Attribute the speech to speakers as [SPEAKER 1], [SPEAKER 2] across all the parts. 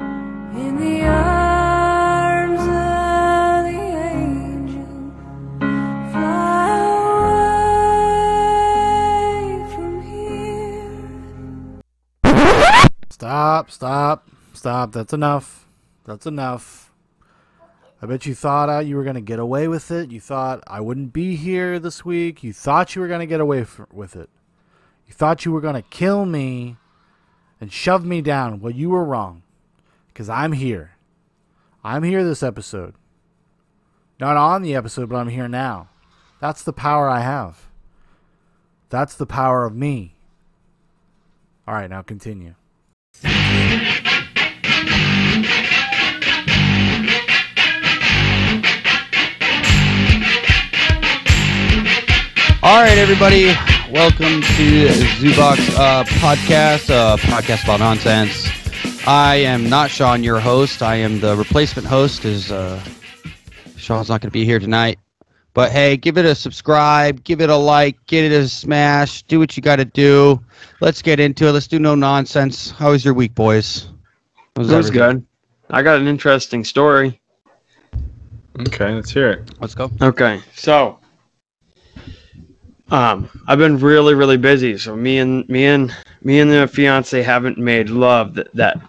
[SPEAKER 1] In the arms of the angel, fly away from here.
[SPEAKER 2] Stop, stop, stop. That's enough. That's enough. I bet you thought uh, you were going to get away with it. You thought I wouldn't be here this week. You thought you were going to get away f- with it. You thought you were going to kill me and shove me down. Well, you were wrong because I'm here. I'm here this episode. Not on the episode, but I'm here now. That's the power I have. That's the power of me. All right, now continue.
[SPEAKER 3] All right, everybody, welcome to Zoobox uh, podcast, uh, podcast about nonsense. I am not Sean, your host. I am the replacement host. Is uh, Sean's not going to be here tonight, but hey, give it a subscribe, give it a like, get it a smash, do what you got to do. Let's get into it. Let's do no nonsense. How was your week, boys? How
[SPEAKER 4] It was
[SPEAKER 3] everything?
[SPEAKER 4] good. I got an interesting story.
[SPEAKER 5] Okay, let's hear it.
[SPEAKER 3] Let's go.
[SPEAKER 4] Okay, so um, I've been really, really busy. So me and me and me and the fiance haven't made love that, that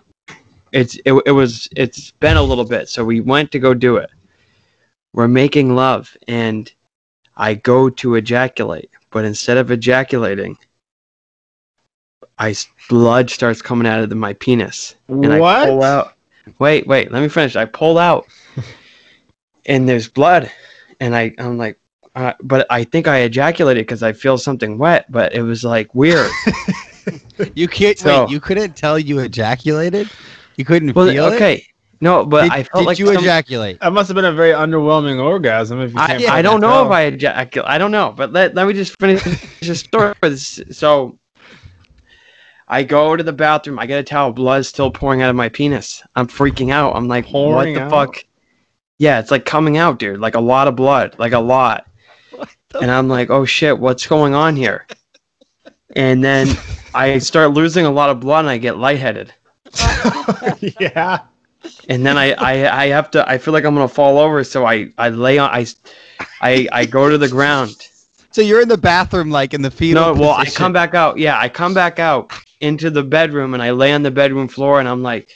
[SPEAKER 4] it's it, it was it's been a little bit. So we went to go do it. We're making love, and I go to ejaculate, but instead of ejaculating, I s- blood starts coming out of the, my penis. and I pull out. Wait, wait, let me finish. I pull out, and there's blood, and I I'm like, uh, but I think I ejaculated because I feel something wet, but it was like weird.
[SPEAKER 3] You can't.
[SPEAKER 4] So-
[SPEAKER 3] wait, you couldn't tell you ejaculated. You couldn't
[SPEAKER 4] well,
[SPEAKER 3] feel it.
[SPEAKER 4] okay, no, but
[SPEAKER 3] Did,
[SPEAKER 4] I felt
[SPEAKER 3] did
[SPEAKER 4] like
[SPEAKER 3] you
[SPEAKER 4] some-
[SPEAKER 3] ejaculate?
[SPEAKER 5] That must have been a very underwhelming orgasm. If you
[SPEAKER 4] I,
[SPEAKER 5] can't
[SPEAKER 4] I
[SPEAKER 5] fucking
[SPEAKER 4] don't know if
[SPEAKER 5] tell.
[SPEAKER 4] I ejaculate. I don't know, but let, let me just finish this story. So I go to the bathroom. I get a towel. Blood's still pouring out of my penis. I'm freaking out. I'm like,
[SPEAKER 5] Pouring
[SPEAKER 4] what the
[SPEAKER 5] out?
[SPEAKER 4] fuck? Yeah, it's like coming out, dude. Like a lot of blood. Like a lot. And I'm like, oh shit, what's going on here? And then I start losing a lot of blood and I get lightheaded.
[SPEAKER 5] yeah.
[SPEAKER 4] and then I, I I have to I feel like I'm gonna fall over, so I I lay on I I I go to the ground.
[SPEAKER 3] So you're in the bathroom, like in the fetal.
[SPEAKER 4] No, well I
[SPEAKER 3] position.
[SPEAKER 4] come back out. Yeah, I come back out into the bedroom and I lay on the bedroom floor and I'm like,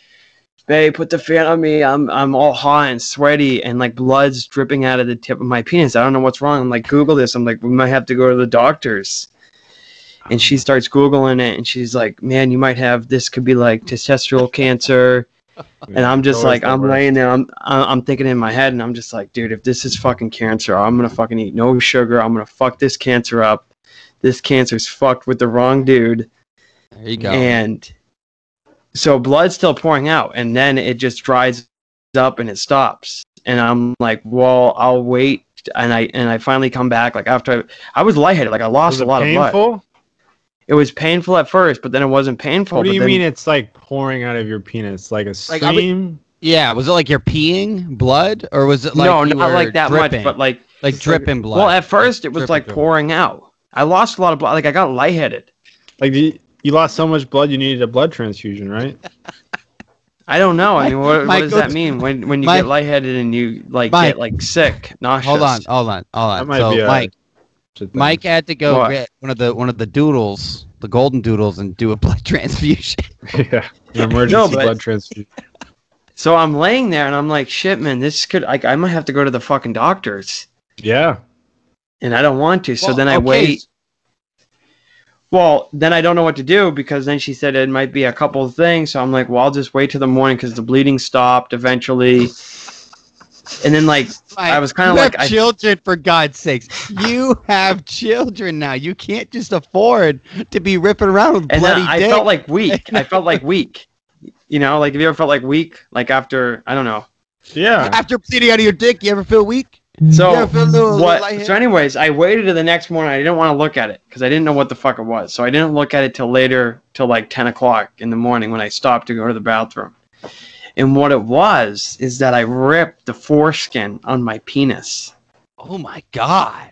[SPEAKER 4] "Babe, put the fan on me. I'm I'm all hot and sweaty and like blood's dripping out of the tip of my penis. I don't know what's wrong. I'm like, Google this. I'm like, we might have to go to the doctors. And she starts googling it and she's like, "Man, you might have this. Could be like testosterone cancer." And I'm just
[SPEAKER 5] Always
[SPEAKER 4] like,
[SPEAKER 5] the
[SPEAKER 4] I'm
[SPEAKER 5] worst.
[SPEAKER 4] laying there, I'm, I- I'm thinking in my head, and I'm just like, dude, if this is fucking cancer, I'm gonna fucking eat no sugar. I'm gonna fuck this cancer up. This cancer's fucked with the wrong dude.
[SPEAKER 3] There you go.
[SPEAKER 4] And so blood's still pouring out, and then it just dries up and it stops. And I'm like, well, I'll wait. And I and I finally come back like after I, I was lightheaded, like I lost
[SPEAKER 5] Was
[SPEAKER 4] a
[SPEAKER 5] it
[SPEAKER 4] lot of blood.
[SPEAKER 5] painful?
[SPEAKER 4] It was painful at first, but then it wasn't painful.
[SPEAKER 5] What
[SPEAKER 4] Oh,
[SPEAKER 5] do
[SPEAKER 4] but
[SPEAKER 5] you
[SPEAKER 4] then-
[SPEAKER 5] mean it's like pouring out of your penis like a
[SPEAKER 3] Like, I would-
[SPEAKER 5] stream?
[SPEAKER 3] yeah, was it like you're peeing blood, or was it like
[SPEAKER 4] no,
[SPEAKER 3] you
[SPEAKER 4] not
[SPEAKER 3] were
[SPEAKER 4] like that
[SPEAKER 3] dripping,
[SPEAKER 4] much, but like
[SPEAKER 3] like
[SPEAKER 4] like-
[SPEAKER 3] dripping blood?
[SPEAKER 4] Well, at first it was
[SPEAKER 3] dripping
[SPEAKER 4] like
[SPEAKER 3] blood.
[SPEAKER 4] pouring out. I lost a lot of blood. Like I got lightheaded.
[SPEAKER 5] like you, you lost so much blood you needed a blood transfusion, right?
[SPEAKER 4] I don't know. I mean, what, what does
[SPEAKER 3] Michael-
[SPEAKER 4] that mean when when you
[SPEAKER 3] Mike-
[SPEAKER 4] get lightheaded and you like
[SPEAKER 3] Mike.
[SPEAKER 4] get like sick, nauseous?
[SPEAKER 3] hold on, hold on, hold on.
[SPEAKER 5] That might
[SPEAKER 3] so
[SPEAKER 5] be a
[SPEAKER 3] Mike,
[SPEAKER 5] Should-
[SPEAKER 3] Mike had to go
[SPEAKER 4] What?
[SPEAKER 3] get one of the one of the doodles, the golden doodles, and do a blood transfusion.
[SPEAKER 5] yeah, an emergency
[SPEAKER 4] No, but-
[SPEAKER 5] blood transfusion.
[SPEAKER 4] So I'm laying there and I'm like, shit, man, this could. Like, I might have to go to the fucking doctors,
[SPEAKER 5] Yeah,
[SPEAKER 4] and I don't want to. So
[SPEAKER 3] Well,
[SPEAKER 4] then I
[SPEAKER 3] okay,
[SPEAKER 4] wait. Well, then I don't know what to do because then she said it might be a couple of things. So I'm like, well, I'll just wait till the morning because the bleeding stopped eventually. And then like I was kinda
[SPEAKER 3] you
[SPEAKER 4] like,
[SPEAKER 3] have
[SPEAKER 4] I-
[SPEAKER 3] children for God's sakes. You have children now. You can't just afford to be ripping around with
[SPEAKER 4] and
[SPEAKER 3] bloody
[SPEAKER 4] then I
[SPEAKER 3] dick.
[SPEAKER 4] felt like weak. I felt like weak. You know, like have you ever felt like weak? Like after I don't know.
[SPEAKER 5] yeah.
[SPEAKER 3] After bleeding out of your dick, you ever feel weak?
[SPEAKER 4] So
[SPEAKER 3] Yeah, I feel a little- little
[SPEAKER 4] what?
[SPEAKER 3] lightheaded.
[SPEAKER 4] So anyways, I waited to the next morning. I didn't want to look at it because I didn't know what the fuck it was. So I didn't look at it till later, till like ten o'clock in the morning when I stopped to go to the bathroom. And what it was is that I ripped the foreskin on my penis.
[SPEAKER 3] Oh my god.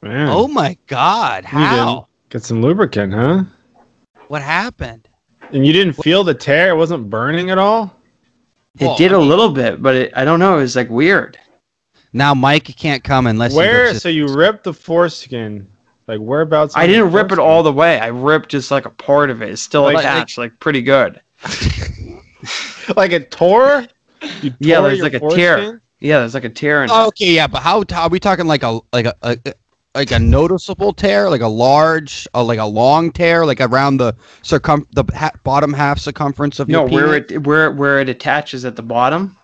[SPEAKER 5] Man,
[SPEAKER 3] Oh my god.
[SPEAKER 5] Hmm. You didn't.
[SPEAKER 3] How?
[SPEAKER 5] get some lubricant, huh?
[SPEAKER 3] What happened?
[SPEAKER 5] And you didn't feel the tear; it wasn't burning at all.
[SPEAKER 4] It
[SPEAKER 3] Well,
[SPEAKER 4] did
[SPEAKER 3] I
[SPEAKER 4] a
[SPEAKER 3] mean-
[SPEAKER 4] little bit, but it, I don't know. It was like weird.
[SPEAKER 3] Now Mike can't come unless he
[SPEAKER 5] Where?
[SPEAKER 3] rips
[SPEAKER 5] So
[SPEAKER 3] it.
[SPEAKER 5] you ripped the foreskin. Like whereabouts?
[SPEAKER 4] I
[SPEAKER 5] on the
[SPEAKER 4] didn't rip it
[SPEAKER 5] foreskin?
[SPEAKER 4] all the way. I ripped just like a part of it. It's still
[SPEAKER 5] Like-
[SPEAKER 4] attached, like pretty good.
[SPEAKER 5] Like it tore. You
[SPEAKER 4] Yeah,
[SPEAKER 5] tore
[SPEAKER 4] there's
[SPEAKER 5] your
[SPEAKER 4] like a
[SPEAKER 5] foreskin?
[SPEAKER 4] tear. Yeah, there's like a tear in it.
[SPEAKER 3] Oh, Okay, yeah, but how t- are we talking like a like a, a like a noticeable tear, like a large, uh, like a long tear, like around the circum the ha- bottom half circumference of
[SPEAKER 4] No,
[SPEAKER 3] your penis?
[SPEAKER 4] where it where where it attaches at the bottom.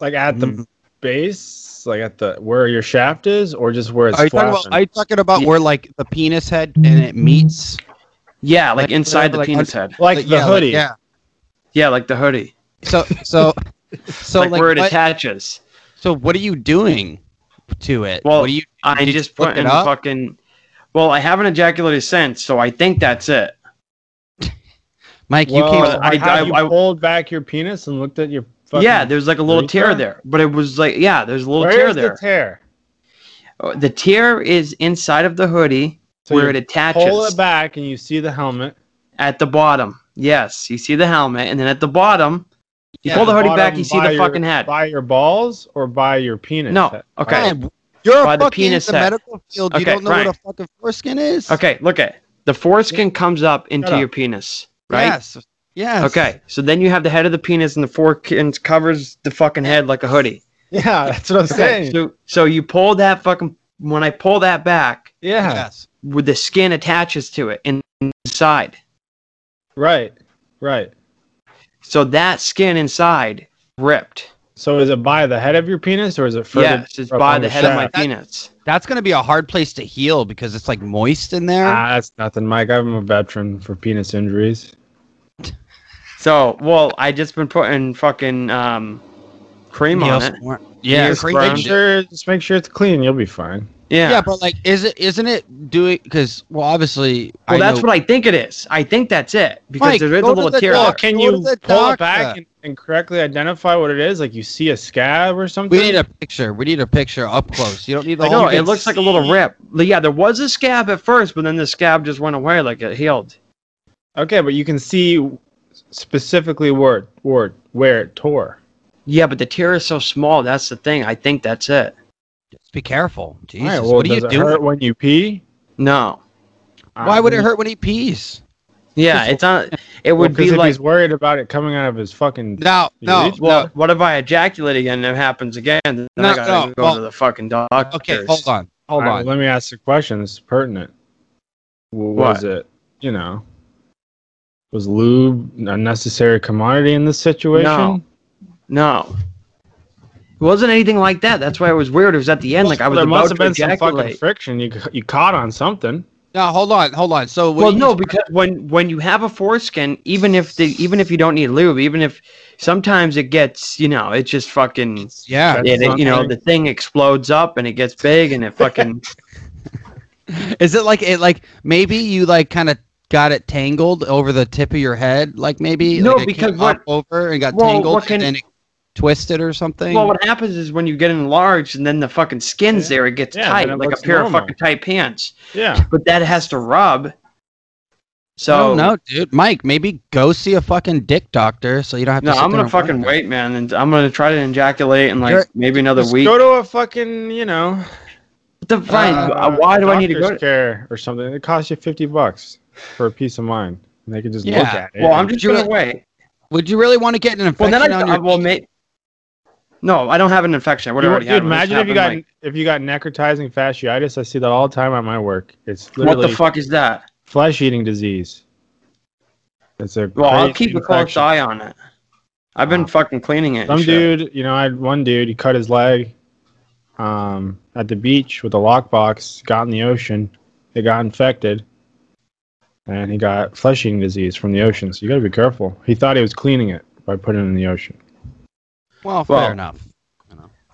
[SPEAKER 5] Like at the
[SPEAKER 4] Mm-hmm.
[SPEAKER 3] Mm.
[SPEAKER 5] base, like at the where your shaft is, or just where it's
[SPEAKER 3] Are you talking
[SPEAKER 5] flapping.
[SPEAKER 3] about? Are you talking about
[SPEAKER 4] Yeah.
[SPEAKER 3] where like the penis head and it meets?
[SPEAKER 4] Yeah, like,
[SPEAKER 3] Like,
[SPEAKER 4] inside the
[SPEAKER 3] like,
[SPEAKER 4] penis head.
[SPEAKER 5] like the
[SPEAKER 3] yeah,
[SPEAKER 5] hoodie.
[SPEAKER 3] yeah.
[SPEAKER 4] Yeah, like the hoodie.
[SPEAKER 3] So so so
[SPEAKER 4] like,
[SPEAKER 3] like,
[SPEAKER 4] where it
[SPEAKER 3] what,
[SPEAKER 4] attaches.
[SPEAKER 3] so what are you doing to it?
[SPEAKER 4] Well,
[SPEAKER 3] what are you?
[SPEAKER 4] I
[SPEAKER 3] did you
[SPEAKER 4] just
[SPEAKER 3] look
[SPEAKER 4] put
[SPEAKER 3] it
[SPEAKER 4] in
[SPEAKER 3] up?
[SPEAKER 4] fucking. Well, I haven't ejaculated since, so I think that's it.
[SPEAKER 3] Mike, you
[SPEAKER 5] Whoa,
[SPEAKER 3] came.
[SPEAKER 5] or
[SPEAKER 4] I-
[SPEAKER 5] have
[SPEAKER 4] I-
[SPEAKER 5] you
[SPEAKER 4] I-
[SPEAKER 5] pulled back your penis and looked at your. Fucking
[SPEAKER 4] yeah, there's like a little
[SPEAKER 5] urethra?
[SPEAKER 4] tear there, but it was like yeah, there's a little
[SPEAKER 5] Where's
[SPEAKER 4] tear there.
[SPEAKER 5] the tear?
[SPEAKER 4] Uh, the tear is inside of the hoodie
[SPEAKER 5] So
[SPEAKER 4] where
[SPEAKER 5] you
[SPEAKER 4] it
[SPEAKER 5] Pull it
[SPEAKER 4] attaches
[SPEAKER 5] back and you see the helmet.
[SPEAKER 4] at the bottom. Yes, you see the helmet, and then at the bottom, you
[SPEAKER 3] Yeah,
[SPEAKER 4] pull the, hoodie
[SPEAKER 5] bottom
[SPEAKER 4] back, you see
[SPEAKER 5] by
[SPEAKER 4] the
[SPEAKER 5] your-
[SPEAKER 4] fucking head.
[SPEAKER 5] By your balls or by your penis?
[SPEAKER 4] No, okay,
[SPEAKER 3] Ryan, You're
[SPEAKER 4] By
[SPEAKER 3] a
[SPEAKER 4] the
[SPEAKER 3] fucking in
[SPEAKER 4] penis
[SPEAKER 3] the
[SPEAKER 4] head.
[SPEAKER 3] medical field. You
[SPEAKER 4] Okay,
[SPEAKER 3] don't know
[SPEAKER 4] Ryan.
[SPEAKER 3] what a fucking foreskin is.
[SPEAKER 4] okay. Look at it. the foreskin comes up into
[SPEAKER 5] up.
[SPEAKER 4] your penis, right?
[SPEAKER 3] Yes. Yes.
[SPEAKER 4] Okay, so then you have the head of the penis, and the foreskin covers the fucking head like a hoodie.
[SPEAKER 5] Yeah, that's what I'm
[SPEAKER 4] Okay,
[SPEAKER 5] saying.
[SPEAKER 4] so so you pull that fucking when I pull that back,
[SPEAKER 5] yeah,
[SPEAKER 3] Yes.
[SPEAKER 4] with the skin attaches to it in- inside.
[SPEAKER 5] right, right.
[SPEAKER 4] So that skin inside ripped.
[SPEAKER 5] So is it by the head of your penis or is it further?
[SPEAKER 4] yes, it's by
[SPEAKER 5] on
[SPEAKER 4] the
[SPEAKER 5] your
[SPEAKER 4] head of my
[SPEAKER 5] shaft?
[SPEAKER 4] penis.
[SPEAKER 3] That's gonna be a hard place to heal because it's like moist in there.
[SPEAKER 5] Ah, that's nothing, Mike. I'm a veteran for penis injuries.
[SPEAKER 4] So, well, I just been putting fucking um, cream
[SPEAKER 3] Heal
[SPEAKER 4] on it.
[SPEAKER 3] somewhere. Yeah.
[SPEAKER 4] Here's
[SPEAKER 3] cream
[SPEAKER 4] brown
[SPEAKER 5] Make
[SPEAKER 3] shit.
[SPEAKER 5] sure, just make sure it's clean. You'll be fine.
[SPEAKER 4] Yeah.
[SPEAKER 3] Yeah. but like, is it? Isn't it doing? Because well, obviously,
[SPEAKER 4] Well,
[SPEAKER 3] I
[SPEAKER 4] that's
[SPEAKER 3] know-
[SPEAKER 4] what I think it is. I think that's it because
[SPEAKER 3] Mike,
[SPEAKER 4] there is a
[SPEAKER 3] go to
[SPEAKER 4] little
[SPEAKER 3] the
[SPEAKER 4] tear.
[SPEAKER 3] doc-
[SPEAKER 4] there.
[SPEAKER 5] Well, can
[SPEAKER 3] go
[SPEAKER 5] you
[SPEAKER 3] to the
[SPEAKER 5] pull it
[SPEAKER 3] doctor.
[SPEAKER 5] back and, and correctly identify what it is? Like you see a scab or something?
[SPEAKER 3] we need a picture. We need a picture up close. You don't need the
[SPEAKER 4] I
[SPEAKER 3] whole.
[SPEAKER 4] know it
[SPEAKER 3] thing.
[SPEAKER 4] looks like a little rip. Yeah, there was a scab at first, but then the scab just went away, like it healed.
[SPEAKER 5] okay, but you can see specifically where it- where it- where it tore.
[SPEAKER 4] Yeah, but the tear is so small. That's the thing. I think that's it.
[SPEAKER 3] Just be careful. Jesus,
[SPEAKER 5] All right, well,
[SPEAKER 3] what are you
[SPEAKER 5] does it
[SPEAKER 3] doing?
[SPEAKER 5] hurt when you pee?
[SPEAKER 4] No.
[SPEAKER 3] Why would it
[SPEAKER 5] Um,
[SPEAKER 3] hurt when he pees?
[SPEAKER 4] Yeah, it's on. It would
[SPEAKER 5] well, 'cause
[SPEAKER 4] be
[SPEAKER 5] if
[SPEAKER 4] like
[SPEAKER 5] he's worried about it coming out of his fucking.
[SPEAKER 3] No, no,
[SPEAKER 5] Well,
[SPEAKER 3] no.
[SPEAKER 4] Well, what if I ejaculate again and it happens again? Then
[SPEAKER 3] No,
[SPEAKER 4] I gotta
[SPEAKER 3] no,
[SPEAKER 4] go
[SPEAKER 3] well-
[SPEAKER 4] to the fucking doctor.
[SPEAKER 3] Okay, hold on, hold
[SPEAKER 5] All right,
[SPEAKER 3] on.
[SPEAKER 5] let me ask the question. This is pertinent. W-
[SPEAKER 4] What?
[SPEAKER 5] Was it? You know, was lube a necessary commodity in this situation?
[SPEAKER 4] No. No. It wasn't anything like that. That's why it was weird. It was at the end, like I was
[SPEAKER 5] there
[SPEAKER 4] about
[SPEAKER 5] must have
[SPEAKER 4] to
[SPEAKER 5] been some fucking
[SPEAKER 4] ejaculate.
[SPEAKER 5] friction. You ca- you caught on something.
[SPEAKER 3] No, hold on, hold on. So, what
[SPEAKER 4] Well,
[SPEAKER 3] you-
[SPEAKER 4] no, because when when you have a foreskin, even if the even if you don't need lube, even if sometimes it gets, you know, it just fucking,
[SPEAKER 3] yeah,
[SPEAKER 5] That's
[SPEAKER 4] it, it- you know,
[SPEAKER 5] something.
[SPEAKER 4] the thing explodes up and it gets big and it fucking.
[SPEAKER 3] Is it like it like maybe you like kind of got it tangled over the tip of your head? Like maybe
[SPEAKER 4] No,
[SPEAKER 3] like it
[SPEAKER 4] because
[SPEAKER 3] came
[SPEAKER 4] what-
[SPEAKER 3] up over and got
[SPEAKER 4] Well,
[SPEAKER 3] tangled
[SPEAKER 4] what can-
[SPEAKER 3] and then it twisted or something.
[SPEAKER 4] well, what happens is when you get enlarged and then the fucking skin's there, it gets
[SPEAKER 5] Yeah, then
[SPEAKER 4] tight,
[SPEAKER 5] it
[SPEAKER 4] like a
[SPEAKER 5] looks
[SPEAKER 4] pair
[SPEAKER 5] normal.
[SPEAKER 4] of fucking tight pants.
[SPEAKER 5] Yeah.
[SPEAKER 4] but that has to rub. So
[SPEAKER 3] no, no, dude, Mike, maybe go see a fucking dick doctor so you don't have to.
[SPEAKER 4] no,
[SPEAKER 3] sit
[SPEAKER 4] I'm
[SPEAKER 3] there
[SPEAKER 4] gonna
[SPEAKER 3] and watch
[SPEAKER 4] fucking
[SPEAKER 3] it.
[SPEAKER 4] wait, man, and I'm gonna try to ejaculate in like
[SPEAKER 3] You're-
[SPEAKER 4] maybe another
[SPEAKER 5] Just
[SPEAKER 4] week.
[SPEAKER 5] Go to a fucking you know.
[SPEAKER 4] the fine,
[SPEAKER 5] uh,
[SPEAKER 4] why do I need to go?
[SPEAKER 5] doctor's
[SPEAKER 4] To,
[SPEAKER 5] care or something? It costs you fifty bucks for a peace of mind, and they can just look
[SPEAKER 3] Yeah.
[SPEAKER 5] at it.
[SPEAKER 4] well, I'm
[SPEAKER 5] and-
[SPEAKER 4] just
[SPEAKER 3] You're
[SPEAKER 4] gonna
[SPEAKER 3] like-
[SPEAKER 4] wait.
[SPEAKER 3] Would you really want to get an
[SPEAKER 4] Well,
[SPEAKER 3] infection
[SPEAKER 4] then I,
[SPEAKER 3] on
[SPEAKER 4] I
[SPEAKER 3] your?
[SPEAKER 4] will make. No, I don't have an infection. I would
[SPEAKER 5] You-
[SPEAKER 4] already
[SPEAKER 5] dude,
[SPEAKER 4] have.
[SPEAKER 5] imagine if you got if you got necrotizing fasciitis. I see that all the time at my work. It's literally
[SPEAKER 4] what the fuck is that?
[SPEAKER 5] flesh eating disease. It's a
[SPEAKER 4] Well, I'll
[SPEAKER 5] crazy
[SPEAKER 4] keep a close
[SPEAKER 5] infection.
[SPEAKER 4] eye on it. I've been fucking cleaning it. and
[SPEAKER 5] Some
[SPEAKER 4] shit.
[SPEAKER 5] dude, you know, I had one dude. He cut his leg um, at the beach with a lockbox. Got in the ocean. It got infected, and he got flesh eating disease from the ocean. So you got to be careful. He thought he was cleaning it by putting it in the ocean.
[SPEAKER 3] well,
[SPEAKER 4] Well,
[SPEAKER 3] fair enough.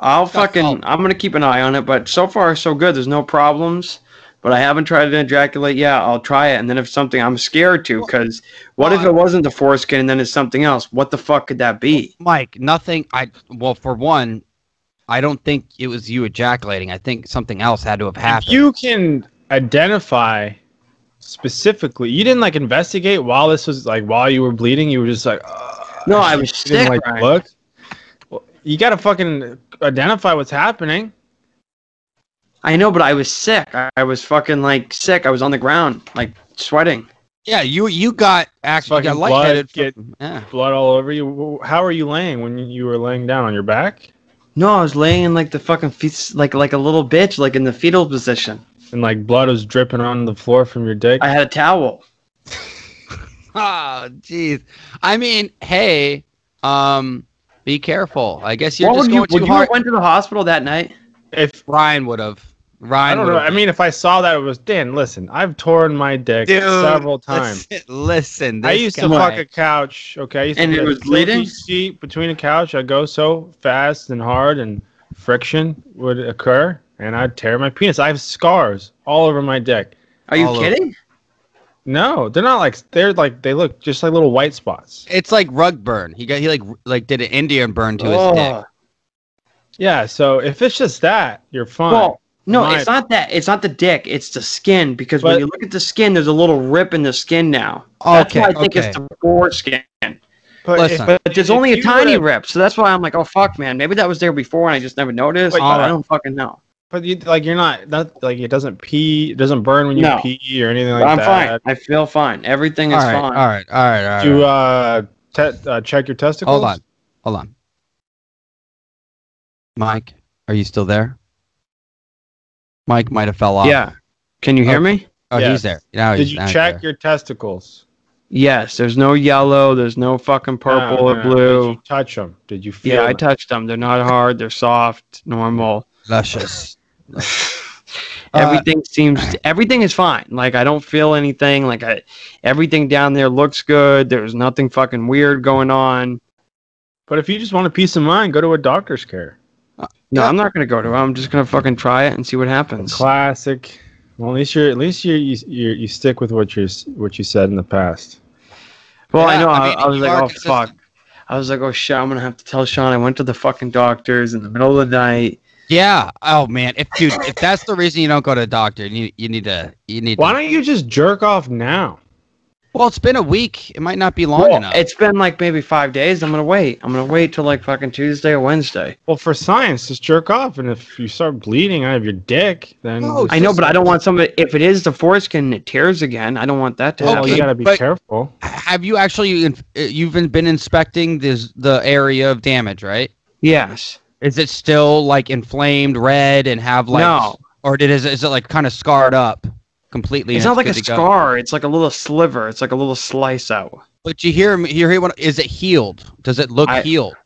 [SPEAKER 4] I'll
[SPEAKER 3] Got salt.
[SPEAKER 4] fucking. I'm gonna keep an eye on it, but so far so good. There's no problems. But I haven't tried to ejaculate. Yeah, I'll try it, and then if something I'm scared to, because what if
[SPEAKER 3] well,
[SPEAKER 4] it wasn't the foreskin and then it's something else? What the fuck could that be?
[SPEAKER 3] Mike, nothing. I well, for one, I don't think it was you ejaculating. I think something else had to have
[SPEAKER 5] If
[SPEAKER 3] happened.
[SPEAKER 5] you can identify specifically, you didn't like investigate while this was like while you were bleeding. You were just like, "Ugh,"
[SPEAKER 4] No, I was
[SPEAKER 5] you didn't
[SPEAKER 4] sick.
[SPEAKER 5] like
[SPEAKER 4] Ryan.
[SPEAKER 5] look. you gotta fucking identify what's happening.
[SPEAKER 4] I know, but I was sick. I, I was fucking like sick. I was on the ground, like sweating.
[SPEAKER 3] Yeah, you you got actually you got
[SPEAKER 5] Fucking blood
[SPEAKER 3] lightheaded.
[SPEAKER 5] get-
[SPEAKER 3] from- yeah.
[SPEAKER 5] Blood all over you. Wh- How are you laying when you were laying down on your back
[SPEAKER 4] No, I was laying in like the fucking feet, like like a little bitch, like in the fetal position.
[SPEAKER 5] and like blood was dripping on the floor from your dick?
[SPEAKER 4] I had a towel.
[SPEAKER 3] Oh, jeez. I mean, hey, um, be careful. I guess you're
[SPEAKER 4] What
[SPEAKER 3] just
[SPEAKER 4] would
[SPEAKER 3] going
[SPEAKER 4] you, would
[SPEAKER 3] too
[SPEAKER 4] you
[SPEAKER 3] hard.
[SPEAKER 4] have went to the hospital that night?
[SPEAKER 5] if
[SPEAKER 3] Ryan would have.
[SPEAKER 5] I
[SPEAKER 3] Ryan
[SPEAKER 5] don't
[SPEAKER 3] would
[SPEAKER 5] know. I
[SPEAKER 3] have.
[SPEAKER 5] mean, if I saw that, it was Dan. Listen, I've torn my dick
[SPEAKER 3] Dude,
[SPEAKER 5] several times.
[SPEAKER 3] Listen, listen
[SPEAKER 5] I
[SPEAKER 3] this
[SPEAKER 5] used to
[SPEAKER 3] guy-
[SPEAKER 5] fuck a couch. Okay, I used
[SPEAKER 4] And
[SPEAKER 5] to
[SPEAKER 4] it
[SPEAKER 5] put a
[SPEAKER 4] was bleeding?
[SPEAKER 5] silky Seat between a couch. I go so fast and hard, and friction would occur, and I'd tear my penis. I have scars all over my dick.
[SPEAKER 4] Are you
[SPEAKER 3] All over.
[SPEAKER 4] kidding?
[SPEAKER 5] No, they're not like they're like they look just like little white spots.
[SPEAKER 3] It's like rug burn. He got he like like did an Indian burn to his
[SPEAKER 4] Oh.
[SPEAKER 3] dick.
[SPEAKER 5] Yeah, so if it's just that, you're fine.
[SPEAKER 4] Well, no,
[SPEAKER 5] My-
[SPEAKER 4] it's not that. It's not the dick. It's the skin because
[SPEAKER 5] But-
[SPEAKER 4] when you look at the skin, there's a little rip in the skin now. That's
[SPEAKER 3] Okay,
[SPEAKER 4] why I think
[SPEAKER 3] okay.
[SPEAKER 4] it's the foreskin.
[SPEAKER 5] but
[SPEAKER 3] listen.
[SPEAKER 5] but
[SPEAKER 4] But there's
[SPEAKER 5] if
[SPEAKER 4] only a
[SPEAKER 5] you
[SPEAKER 4] tiny
[SPEAKER 5] would've-
[SPEAKER 4] rip, so that's why I'm like, oh fuck, man, maybe that was there before and I just never noticed.
[SPEAKER 5] Wait,
[SPEAKER 4] but
[SPEAKER 3] alright.
[SPEAKER 4] I don't fucking know.
[SPEAKER 5] But you, like you're not, not like it doesn't pee, it doesn't burn when you
[SPEAKER 4] No.
[SPEAKER 5] pee or anything like
[SPEAKER 4] But I'm
[SPEAKER 5] that.
[SPEAKER 4] fine. I feel fine. Everything
[SPEAKER 3] All
[SPEAKER 4] is
[SPEAKER 3] right, all
[SPEAKER 4] fine.
[SPEAKER 3] right, all right, all right.
[SPEAKER 5] Do uh, te- uh check your testicles.
[SPEAKER 3] Hold on, hold on. Mike, are you still there? Mike might have fell off.
[SPEAKER 4] Yeah. Can you hear me?
[SPEAKER 3] Oh,
[SPEAKER 5] Yeah.
[SPEAKER 3] he's there. Now
[SPEAKER 5] Did
[SPEAKER 3] he's,
[SPEAKER 5] you
[SPEAKER 3] now he's
[SPEAKER 5] check
[SPEAKER 3] there.
[SPEAKER 5] your testicles?
[SPEAKER 4] Yes. There's no yellow. There's no
[SPEAKER 5] Ah,
[SPEAKER 4] fucking purple
[SPEAKER 5] No,
[SPEAKER 4] or
[SPEAKER 5] no, no.
[SPEAKER 4] blue.
[SPEAKER 5] Uh, Did you touch them? Did you feel?
[SPEAKER 4] Yeah, I
[SPEAKER 5] them?
[SPEAKER 4] touched them. They're not hard. They're soft, normal.
[SPEAKER 3] luscious? Uh,
[SPEAKER 4] everything seems everything is fine. Like I don't feel anything. Like I, everything down there looks good. There's nothing fucking weird going on.
[SPEAKER 5] but if you just want a peace of mind, go to a doctor's care.
[SPEAKER 4] No, I'm not gonna go to. it. I'm just gonna fucking try it and see what happens.
[SPEAKER 5] Classic. Well, at least you're at least you're, you you you stick with what you what you said in the past.
[SPEAKER 4] Well,
[SPEAKER 3] Yeah,
[SPEAKER 4] I know.
[SPEAKER 3] I
[SPEAKER 4] I,
[SPEAKER 3] mean,
[SPEAKER 4] I was
[SPEAKER 3] you
[SPEAKER 4] like,
[SPEAKER 3] are
[SPEAKER 4] oh
[SPEAKER 3] consistent.
[SPEAKER 4] fuck. I was like, oh shit. I'm gonna have to tell Sean I went to the fucking doctors in the middle of the night.
[SPEAKER 3] Yeah. Oh man, if dude, if that's the reason you don't go to a doctor, you you need to you need.
[SPEAKER 5] Why
[SPEAKER 3] to,
[SPEAKER 5] don't you just jerk off now?
[SPEAKER 3] Well, it's been a week. It might not be long
[SPEAKER 5] Well,
[SPEAKER 3] enough.
[SPEAKER 4] It's been like maybe five days. I'm gonna wait. I'm gonna wait till like fucking Tuesday or Wednesday.
[SPEAKER 5] Well, for science, just jerk off, and if you start bleeding out of your dick, then
[SPEAKER 3] No,
[SPEAKER 5] just-
[SPEAKER 4] I know, but I don't want somebody. If it is the foreskin, and it tears again. I don't want that to
[SPEAKER 3] Well,
[SPEAKER 5] well,
[SPEAKER 4] happen.
[SPEAKER 5] oh, you gotta be
[SPEAKER 3] but-
[SPEAKER 5] careful.
[SPEAKER 3] Have you actually inf- uh, you've been, been inspecting this the area of damage, right?
[SPEAKER 4] Yes.
[SPEAKER 3] Is it still like inflamed, red, and have like,
[SPEAKER 4] no.
[SPEAKER 3] or did is, is it like kind of scarred up completely?
[SPEAKER 4] It's
[SPEAKER 3] and
[SPEAKER 4] not like a
[SPEAKER 3] good to go?
[SPEAKER 4] scar. It's like a little sliver. It's like a little slice out.
[SPEAKER 3] But you hear me. You hear what? Is it healed? Does it look
[SPEAKER 4] I-
[SPEAKER 3] healed?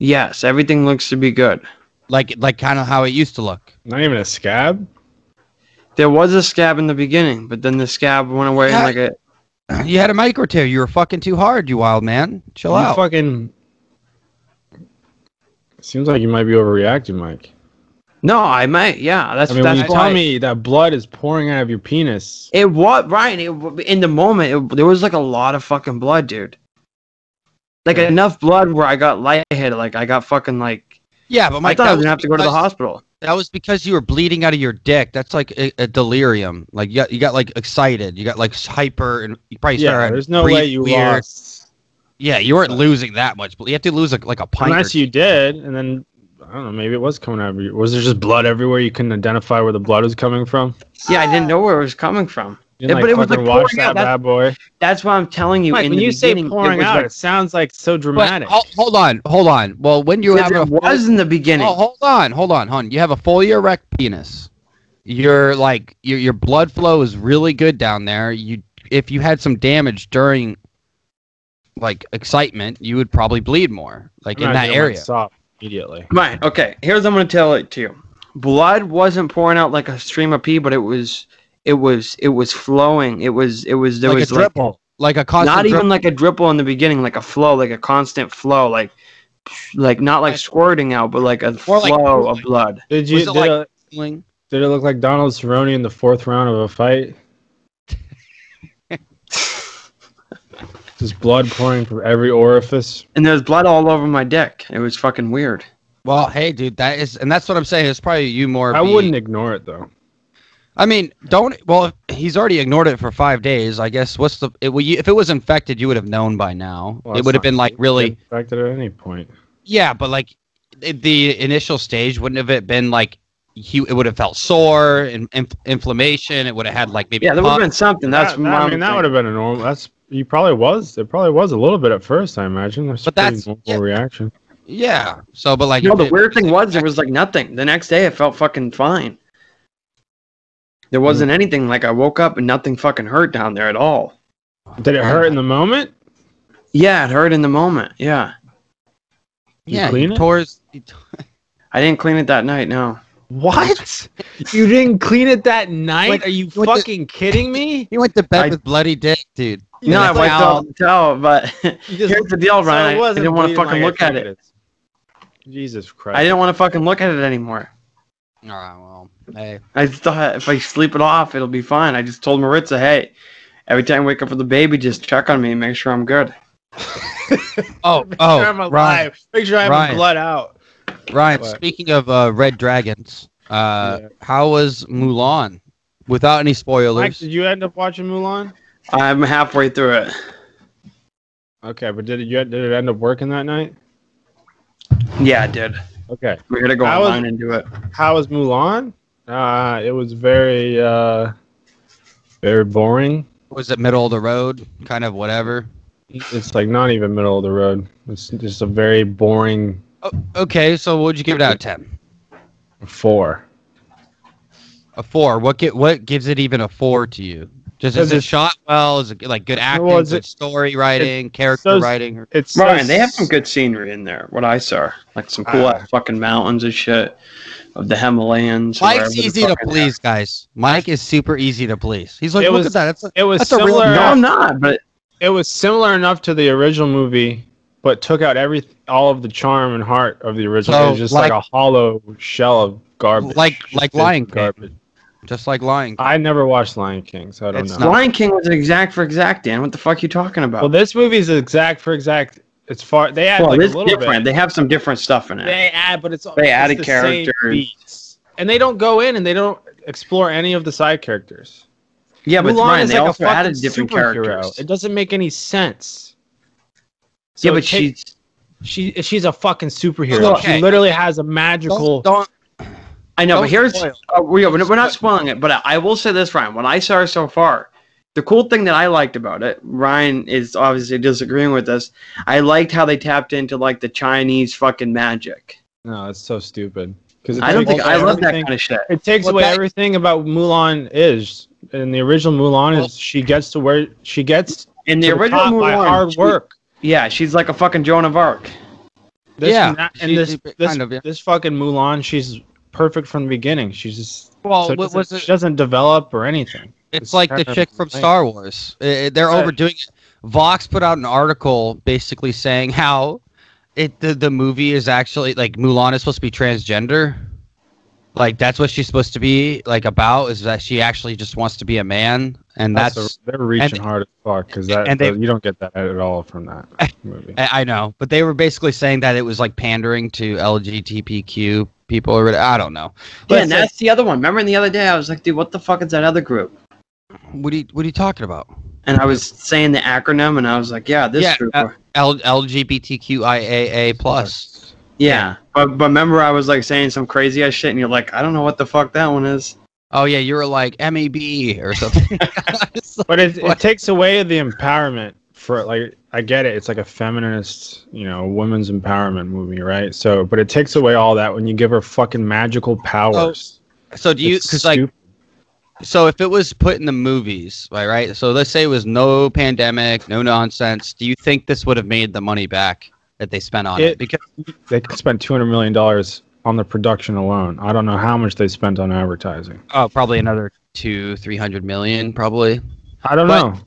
[SPEAKER 4] Yes, everything looks to be good.
[SPEAKER 3] Like like kind of how it used to look.
[SPEAKER 5] Not even a scab.
[SPEAKER 4] There was a scab in the beginning, but then the scab went away.
[SPEAKER 3] Yeah.
[SPEAKER 4] like a,
[SPEAKER 3] You had a micro tear. You were fucking too hard. You wild man. Chill
[SPEAKER 5] You
[SPEAKER 3] out.
[SPEAKER 5] fucking. Seems like you might be overreacting, Mike.
[SPEAKER 4] no, I might. Yeah, that's
[SPEAKER 5] I mean, when
[SPEAKER 4] that's
[SPEAKER 5] you
[SPEAKER 4] why.
[SPEAKER 5] tell me that blood is pouring out of your penis,
[SPEAKER 4] It was Ryan. It, wa- in the moment, it, there was like a lot of fucking blood, dude. Like enough blood where I got lightheaded. Like I got fucking like.
[SPEAKER 3] yeah, but
[SPEAKER 4] I
[SPEAKER 3] Mike,
[SPEAKER 4] thought I
[SPEAKER 3] that
[SPEAKER 4] was
[SPEAKER 3] was,
[SPEAKER 4] gonna have to go to the
[SPEAKER 3] because-
[SPEAKER 4] hospital.
[SPEAKER 3] that was because you were bleeding out of your dick. That's like a, a delirium. Like you got, you got like excited. You got like hyper, and you probably
[SPEAKER 5] yeah,
[SPEAKER 3] started
[SPEAKER 5] there's no
[SPEAKER 3] breathe
[SPEAKER 5] way you
[SPEAKER 3] weird.
[SPEAKER 5] lost.
[SPEAKER 3] Yeah, you weren't losing that much, but you have to lose like, like a pint. or
[SPEAKER 5] Unless you did, and then I don't know. Maybe it was coming out of you. Was there just blood everywhere? You couldn't identify where the blood was coming from.
[SPEAKER 4] Yeah, I didn't know where it was coming from.
[SPEAKER 5] You didn't,
[SPEAKER 4] Yeah,
[SPEAKER 5] like,
[SPEAKER 4] but it was,
[SPEAKER 5] fucking
[SPEAKER 4] like,
[SPEAKER 5] wash
[SPEAKER 4] pouring
[SPEAKER 5] that
[SPEAKER 4] out. That's-
[SPEAKER 5] bad boy.
[SPEAKER 4] That's why I'm telling you.
[SPEAKER 5] Mike,
[SPEAKER 4] in
[SPEAKER 5] when
[SPEAKER 4] the
[SPEAKER 5] you say
[SPEAKER 4] beginning, it
[SPEAKER 5] pouring
[SPEAKER 4] was
[SPEAKER 5] out,
[SPEAKER 4] like-
[SPEAKER 5] it sounds like so
[SPEAKER 3] But,
[SPEAKER 5] dramatic.
[SPEAKER 3] ho- hold on, hold on. Well, when you have
[SPEAKER 4] it
[SPEAKER 3] a
[SPEAKER 4] was in the beginning.
[SPEAKER 3] oh, hold on, hold on, hon. You have a fully erect penis. Your like your your blood flow is really good down there. You if you had some damage during like excitement, you would probably bleed more, like
[SPEAKER 5] I'm
[SPEAKER 3] in
[SPEAKER 5] not
[SPEAKER 3] that
[SPEAKER 5] doing
[SPEAKER 3] area.
[SPEAKER 5] myself immediately.
[SPEAKER 4] Right. Okay. Here's I'm gonna tell it to you. Blood wasn't pouring out like a stream of pee, but it was, it was, it was flowing. It was, it was. There
[SPEAKER 3] like
[SPEAKER 4] was
[SPEAKER 3] a
[SPEAKER 4] like
[SPEAKER 3] dribble, like a constant
[SPEAKER 4] not even
[SPEAKER 3] dribble.
[SPEAKER 4] like a dripple in the beginning, like a flow, like a constant flow, like, like not like squirting out, but like a
[SPEAKER 3] More
[SPEAKER 4] flow
[SPEAKER 3] like
[SPEAKER 4] of blood.
[SPEAKER 5] Did you?
[SPEAKER 3] Was
[SPEAKER 5] Did,
[SPEAKER 3] it like-
[SPEAKER 5] uh,
[SPEAKER 3] feeling.
[SPEAKER 5] did it look like Donald Cerrone in the fourth round of a fight? just blood pouring from every orifice.
[SPEAKER 4] And there's blood all over my dick. It was fucking weird.
[SPEAKER 3] Well, hey, dude, that is, and that's what I'm saying. It's probably you more.
[SPEAKER 5] I
[SPEAKER 3] be-
[SPEAKER 5] wouldn't ignore it though.
[SPEAKER 3] I mean, don't. Well, if- he's already ignored it for five days. I guess what's the? It, well, you, if it was infected, you would have known by now.
[SPEAKER 5] Well,
[SPEAKER 3] it
[SPEAKER 5] that's
[SPEAKER 3] would have
[SPEAKER 5] not
[SPEAKER 3] been like really.
[SPEAKER 5] Infected at any point.
[SPEAKER 3] Yeah, but like it- the initial stage wouldn't have it been like he it would have felt sore and inf- inflammation. It would have had like maybe
[SPEAKER 4] Yeah, there would have
[SPEAKER 3] pus.
[SPEAKER 4] been something. That's
[SPEAKER 5] That- that- I
[SPEAKER 4] mom
[SPEAKER 5] mean, that
[SPEAKER 4] thing.
[SPEAKER 5] would have been a normal. That's he probably was. It probably was a little bit at first. I imagine. That's
[SPEAKER 3] But
[SPEAKER 5] a pretty
[SPEAKER 3] that's-
[SPEAKER 5] normal
[SPEAKER 3] yeah.
[SPEAKER 5] reaction.
[SPEAKER 3] yeah. So, but like
[SPEAKER 4] No,
[SPEAKER 3] if
[SPEAKER 4] the
[SPEAKER 3] it-
[SPEAKER 4] weird thing was there was like nothing. The next day I felt fucking fine.
[SPEAKER 5] Hmm.
[SPEAKER 4] There wasn't anything. Like I woke up and nothing fucking hurt down there at all.
[SPEAKER 5] Did it hurt in the moment?
[SPEAKER 4] Yeah, it hurt in the moment. Yeah.
[SPEAKER 5] You
[SPEAKER 3] yeah,
[SPEAKER 5] clean
[SPEAKER 3] he
[SPEAKER 5] it?
[SPEAKER 3] tore his- he t-
[SPEAKER 4] I didn't clean it that night, no.
[SPEAKER 5] What? you didn't clean it that night?
[SPEAKER 3] Like,
[SPEAKER 5] Are you
[SPEAKER 3] what the-
[SPEAKER 5] fucking kidding me?
[SPEAKER 3] he went to bed
[SPEAKER 4] I-
[SPEAKER 3] with bloody dick, dude.
[SPEAKER 5] You
[SPEAKER 4] no, I
[SPEAKER 5] just
[SPEAKER 4] wiped
[SPEAKER 5] like-
[SPEAKER 4] out the towel, but
[SPEAKER 5] You just
[SPEAKER 4] here's the deal,
[SPEAKER 5] So it
[SPEAKER 4] Ryan. I- I
[SPEAKER 5] wasn't
[SPEAKER 4] didn't want to
[SPEAKER 5] bleeding
[SPEAKER 4] fucking
[SPEAKER 5] like
[SPEAKER 4] look
[SPEAKER 5] I
[SPEAKER 4] at
[SPEAKER 5] think
[SPEAKER 4] it.
[SPEAKER 5] is. Jesus Christ!
[SPEAKER 4] I didn't want to fucking look at it anymore.
[SPEAKER 3] All right, well, hey,
[SPEAKER 4] I just thought if I sleep it off, it'll be fine. I just told Maritza, hey, every time I wake up with the baby, just check on me and make sure I'm good.
[SPEAKER 3] oh,
[SPEAKER 5] Make
[SPEAKER 3] oh,
[SPEAKER 5] sure I'm alive.
[SPEAKER 3] Ryan,
[SPEAKER 5] Make sure I have
[SPEAKER 3] Ryan.
[SPEAKER 5] blood out.
[SPEAKER 3] Ryan.
[SPEAKER 5] What?
[SPEAKER 3] Speaking of uh, red dragons, uh,
[SPEAKER 5] Yeah.
[SPEAKER 3] how was Mulan? Without any
[SPEAKER 5] Mike,
[SPEAKER 3] spoilers,
[SPEAKER 5] did you end up watching Mulan?
[SPEAKER 4] I'm halfway through it.
[SPEAKER 5] Okay, but did it you did it end up working that night?
[SPEAKER 4] Yeah, I did.
[SPEAKER 5] Okay.
[SPEAKER 4] We're gonna go
[SPEAKER 5] I was-
[SPEAKER 4] online and do it.
[SPEAKER 5] How was Mulan? Uh, it was very uh, very boring.
[SPEAKER 3] was it middle of the road, kind of whatever?
[SPEAKER 5] It's like not even middle of the road. It's just a very boring
[SPEAKER 3] Oh, okay, so would you give it out of ten?
[SPEAKER 5] four.
[SPEAKER 3] A four. What get what gives it even a four to you? Just
[SPEAKER 5] Because
[SPEAKER 3] is it
[SPEAKER 5] it's-
[SPEAKER 3] shot well? Is it like good acting,
[SPEAKER 5] Well, is
[SPEAKER 3] good
[SPEAKER 5] it-
[SPEAKER 3] story writing, character
[SPEAKER 5] so-
[SPEAKER 3] writing? or-
[SPEAKER 5] It's
[SPEAKER 4] Ryan, they have some good scenery in there. What I saw, like some cool
[SPEAKER 5] Ah.
[SPEAKER 4] ass fucking mountains and shit of the Himalayas. or wherever
[SPEAKER 3] Mike's
[SPEAKER 4] the
[SPEAKER 3] easy to
[SPEAKER 4] fuck they're
[SPEAKER 3] please, guys. Mike is super easy to please. He's like,
[SPEAKER 5] It
[SPEAKER 3] look
[SPEAKER 5] was-
[SPEAKER 3] at that. It's a,
[SPEAKER 5] It was
[SPEAKER 3] That's a real-
[SPEAKER 5] similar.
[SPEAKER 4] at. No, I'm not. But
[SPEAKER 5] it was similar enough to the original movie, but took out every all of the charm and heart of the original.
[SPEAKER 3] So,
[SPEAKER 5] it was just like,
[SPEAKER 3] Oh, like-
[SPEAKER 5] a hollow shell of garbage.
[SPEAKER 3] Like- like
[SPEAKER 5] Just
[SPEAKER 3] Lion King.
[SPEAKER 5] garbage.
[SPEAKER 3] just like lying.
[SPEAKER 5] I never watched Lion King, so I don't
[SPEAKER 3] It's
[SPEAKER 5] know.
[SPEAKER 3] not-
[SPEAKER 4] Lion King was an exact for exact, Dan. What the fuck you talking about?
[SPEAKER 5] well, this movie's exact for exact. It's far. They add
[SPEAKER 4] Well,
[SPEAKER 5] like a
[SPEAKER 4] it's
[SPEAKER 5] little
[SPEAKER 4] different. They have some different stuff in
[SPEAKER 5] bit.
[SPEAKER 4] it.
[SPEAKER 5] They add, but it's all-
[SPEAKER 4] They
[SPEAKER 5] it's
[SPEAKER 4] added
[SPEAKER 5] the same
[SPEAKER 4] characters.
[SPEAKER 5] beats. and they don't go in and they don't explore any of the side characters.
[SPEAKER 4] yeah, but
[SPEAKER 5] Mulan
[SPEAKER 4] Ryan,
[SPEAKER 5] is
[SPEAKER 4] they
[SPEAKER 5] like a
[SPEAKER 4] also
[SPEAKER 5] fucking
[SPEAKER 4] added different
[SPEAKER 5] superhero.
[SPEAKER 4] characters.
[SPEAKER 5] It doesn't make any sense.
[SPEAKER 4] yeah,
[SPEAKER 5] So
[SPEAKER 4] but
[SPEAKER 5] ta-
[SPEAKER 4] she's
[SPEAKER 5] She she's a fucking superhero.
[SPEAKER 3] Okay.
[SPEAKER 5] She literally has a
[SPEAKER 3] Don't-
[SPEAKER 5] magical.
[SPEAKER 3] don't-
[SPEAKER 4] I know,
[SPEAKER 3] Don't
[SPEAKER 4] but here's
[SPEAKER 3] spoil.
[SPEAKER 4] uh, we- we're, we're not spoiling it, but I, I will say this, Ryan. What I saw so far, the cool thing that I liked about it, Ryan is obviously disagreeing with us. I liked how they tapped into like the Chinese fucking magic.
[SPEAKER 5] No, it's so stupid. Because
[SPEAKER 4] I don't think I love that kind of shit.
[SPEAKER 5] It takes
[SPEAKER 3] Well,
[SPEAKER 5] away
[SPEAKER 3] that-
[SPEAKER 5] everything about Mulan is. In the original Mulan,
[SPEAKER 3] Well-
[SPEAKER 5] is she gets to where she gets
[SPEAKER 4] In the
[SPEAKER 5] to the
[SPEAKER 4] original
[SPEAKER 5] top by
[SPEAKER 4] Mulan,
[SPEAKER 5] hard
[SPEAKER 4] she-
[SPEAKER 5] work.
[SPEAKER 4] yeah, she's like a fucking Joan of Arc.
[SPEAKER 5] This,
[SPEAKER 3] Yeah,
[SPEAKER 5] na-
[SPEAKER 3] she-
[SPEAKER 5] and this
[SPEAKER 3] she-
[SPEAKER 5] this,
[SPEAKER 3] kind of, yeah.
[SPEAKER 5] this fucking Mulan, she's perfect from the beginning. She's just
[SPEAKER 3] well,
[SPEAKER 5] so
[SPEAKER 3] Oh,
[SPEAKER 5] it
[SPEAKER 3] what
[SPEAKER 5] doesn't-
[SPEAKER 3] was
[SPEAKER 5] She
[SPEAKER 3] it?
[SPEAKER 5] doesn't develop or anything.
[SPEAKER 3] It's like the
[SPEAKER 5] kind of
[SPEAKER 3] chick from
[SPEAKER 5] lame.
[SPEAKER 3] Star Wars. Eh, they're
[SPEAKER 5] Yeah.
[SPEAKER 3] overdoing it. Vox put out an article basically saying how it the, the movie is actually like Mulan is supposed to be transgender. Like that's what she's supposed to be like about is that she actually just wants to be a man and that's,
[SPEAKER 5] they're reaching hard as fuck because that
[SPEAKER 3] and they-
[SPEAKER 5] you don't get that at all from that movie.
[SPEAKER 3] I I know, but they were basically saying that it was like pandering to LGBTQ people or I don't know.
[SPEAKER 4] Yeah,
[SPEAKER 3] But
[SPEAKER 4] and that's the other one. Remember the other day, I was like, dude, what the fuck is that other group?
[SPEAKER 3] what are you what are you talking about?
[SPEAKER 4] And I was saying the acronym, and I was like, yeah, this
[SPEAKER 3] Yeah,
[SPEAKER 4] group.
[SPEAKER 3] uh, L- LGBTQIAA plus.
[SPEAKER 4] yeah, but but remember, I was like saying some crazy ass shit, and you're like, I don't know what the fuck that one is.
[SPEAKER 3] Oh yeah, you were like MEB or something. It's like-
[SPEAKER 5] But it, it
[SPEAKER 3] What?
[SPEAKER 5] takes away the empowerment for like I get it. It's like a feminist, you know, women's empowerment movie, right? So, but it takes away all that when you give her fucking magical powers.
[SPEAKER 3] so Oh, do you?
[SPEAKER 5] It's
[SPEAKER 3] Because like,
[SPEAKER 5] stupid.
[SPEAKER 3] so if it was put in the movies, right? Right. So let's say it was no pandemic, no nonsense. Do you think this would have made the money back that they spent on it?
[SPEAKER 5] It-
[SPEAKER 3] Because
[SPEAKER 5] they could spend two hundred million dollars on the production alone. I don't know how much they spent on advertising.
[SPEAKER 3] oh, probably another two, three hundred million, probably.
[SPEAKER 5] I don't
[SPEAKER 3] But-
[SPEAKER 5] know.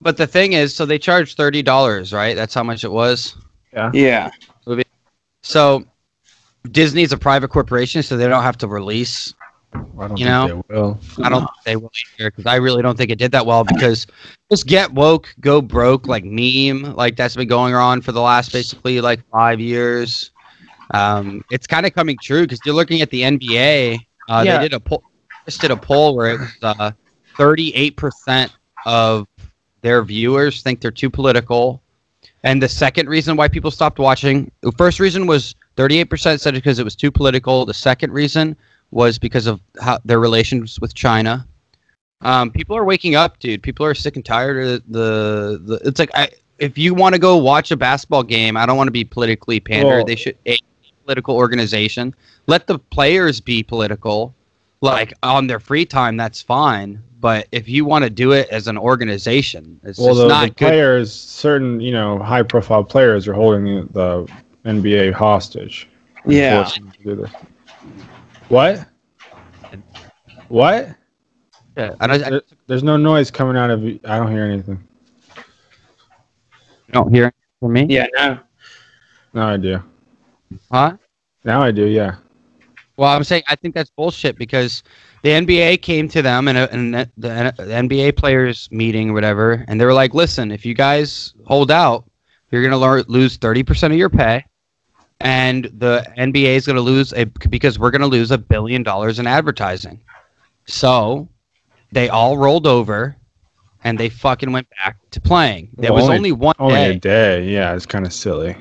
[SPEAKER 3] But the thing is, so they charged thirty dollars, right? That's how much it was.
[SPEAKER 4] Yeah,
[SPEAKER 3] So Disney's a private corporation, so they don't have to release
[SPEAKER 5] I don't
[SPEAKER 3] you
[SPEAKER 5] think
[SPEAKER 3] know?
[SPEAKER 5] they will.
[SPEAKER 3] I don't think they will either because I really don't think it did that well because this get woke, go broke like meme like that's been going on for the last basically like five years. Um, it's kind of coming true because you're looking at the NBA. Uh,
[SPEAKER 5] Yeah.
[SPEAKER 3] They did a poll, just did a poll where it was uh, thirty eight percent of their viewers think they're too political. And the second reason why people stopped watching, the first reason was 38% said it because it was too political. The second reason was because of how their relations with China. Um, people are waking up, dude. People are sick and tired of the, the it's like I, if you want to go watch a basketball game, I don't want to be politically pandered.
[SPEAKER 5] Well-
[SPEAKER 3] they should a political organization. Let the players be political. Like on their free time, that's fine. But if you want to do it as an organization, it's
[SPEAKER 5] Well,
[SPEAKER 3] just
[SPEAKER 5] the,
[SPEAKER 3] not
[SPEAKER 5] the
[SPEAKER 3] good.
[SPEAKER 5] players, certain you know, high-profile players are holding the, the NBA hostage. and
[SPEAKER 4] Yeah.
[SPEAKER 5] forcing them to do this. What? What?
[SPEAKER 3] I don't, I
[SPEAKER 5] There- there's no noise coming out of. y- I don't hear anything.
[SPEAKER 3] don't hear it from me.
[SPEAKER 4] Yeah, no.
[SPEAKER 5] Now I do.
[SPEAKER 3] Huh?
[SPEAKER 5] Now I do. Yeah.
[SPEAKER 3] Well, I'm saying I think that's bullshit because the NBA came to them and and the, the NBA players meeting or whatever, and they were like, "Listen, if you guys hold out, you're gonna lo- lose thirty percent of your pay, and the NBA is gonna lose a because we're gonna lose a billion dollars in advertising." So they all rolled over, and they fucking went back to playing. There
[SPEAKER 5] Well,
[SPEAKER 3] was
[SPEAKER 5] only-
[SPEAKER 3] only one
[SPEAKER 5] Only
[SPEAKER 3] day
[SPEAKER 5] a day. Yeah, it's kind of silly.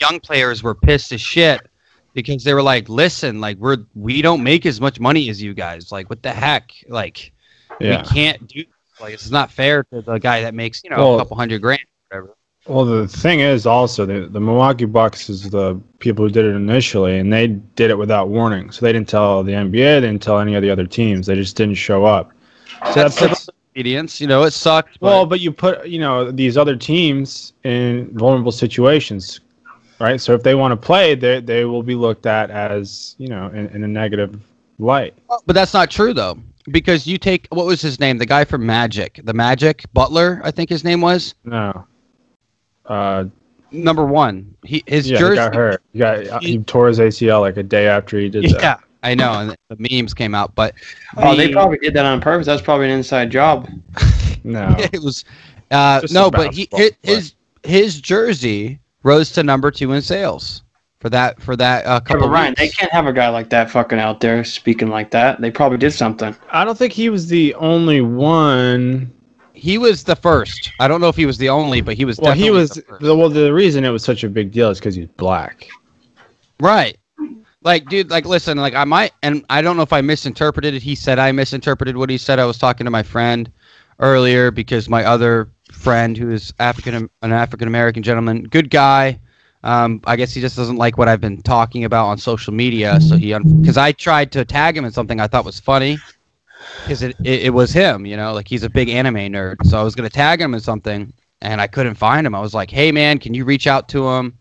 [SPEAKER 3] young players were pissed as shit because they were like, "Listen, like we're we don't make as much money as you guys. Like what the heck? Like
[SPEAKER 5] Yeah.
[SPEAKER 3] we can't do like it's not fair to the guy that makes you know
[SPEAKER 5] Well-
[SPEAKER 3] a couple hundred grand, or whatever."
[SPEAKER 5] Well, the thing is also the, the Milwaukee Bucks is the people who did it initially, and they did it without warning. So they didn't tell the NBA, they didn't tell any of the other teams. They just didn't show up. So that
[SPEAKER 3] That's
[SPEAKER 5] puts
[SPEAKER 3] civil disobedience. You know, it sucked. but-
[SPEAKER 5] Well, but you put you know these other teams in vulnerable situations, right? So if they want to play, they they will be looked at as you know in, in a negative light.
[SPEAKER 3] But that's not true though, because you take what was his name, the guy from Magic, the Magic Butler, I think his name was
[SPEAKER 5] No, uh,
[SPEAKER 3] number one. He his
[SPEAKER 5] yeah, he
[SPEAKER 3] jersey.
[SPEAKER 5] got hurt. He got uh, he tore his ACL like a day after he did
[SPEAKER 3] Yeah,
[SPEAKER 5] that.
[SPEAKER 3] I know, and the memes came out, but
[SPEAKER 4] Oh, they
[SPEAKER 3] the-
[SPEAKER 4] probably did that on purpose. That's probably an inside job.
[SPEAKER 5] No,
[SPEAKER 3] it was uh,
[SPEAKER 5] Oh. Just
[SPEAKER 3] no,
[SPEAKER 5] a
[SPEAKER 3] but he
[SPEAKER 5] basketball
[SPEAKER 3] hi- his his jersey rose to number two in sales for that for that uh,
[SPEAKER 4] Yeah,
[SPEAKER 3] couple.
[SPEAKER 4] but Ryan, they
[SPEAKER 3] weeks.
[SPEAKER 4] can't have a guy like that fucking out there speaking like that. They probably did something.
[SPEAKER 5] I don't think he was the only one.
[SPEAKER 3] he was the first. I don't know if he was the only, but he was.
[SPEAKER 5] Well, he
[SPEAKER 3] definitely
[SPEAKER 5] was.
[SPEAKER 3] the first.
[SPEAKER 5] well, the reason it was such a big deal is because he's black.
[SPEAKER 3] right. Like, dude, like, listen, like, I might, and I don't know if I misinterpreted it. He said I misinterpreted what he said. I was talking to my friend earlier because my other friend, who is African, an African American gentleman, good guy. Um, I guess he just doesn't like what I've been talking about on social media. So he, because I tried to tag him in something I thought was funny, because it, it, it was him, you know, like he's a big anime nerd. So I was gonna tag him in something, and I couldn't find him. I was like, hey man, can you reach out to him,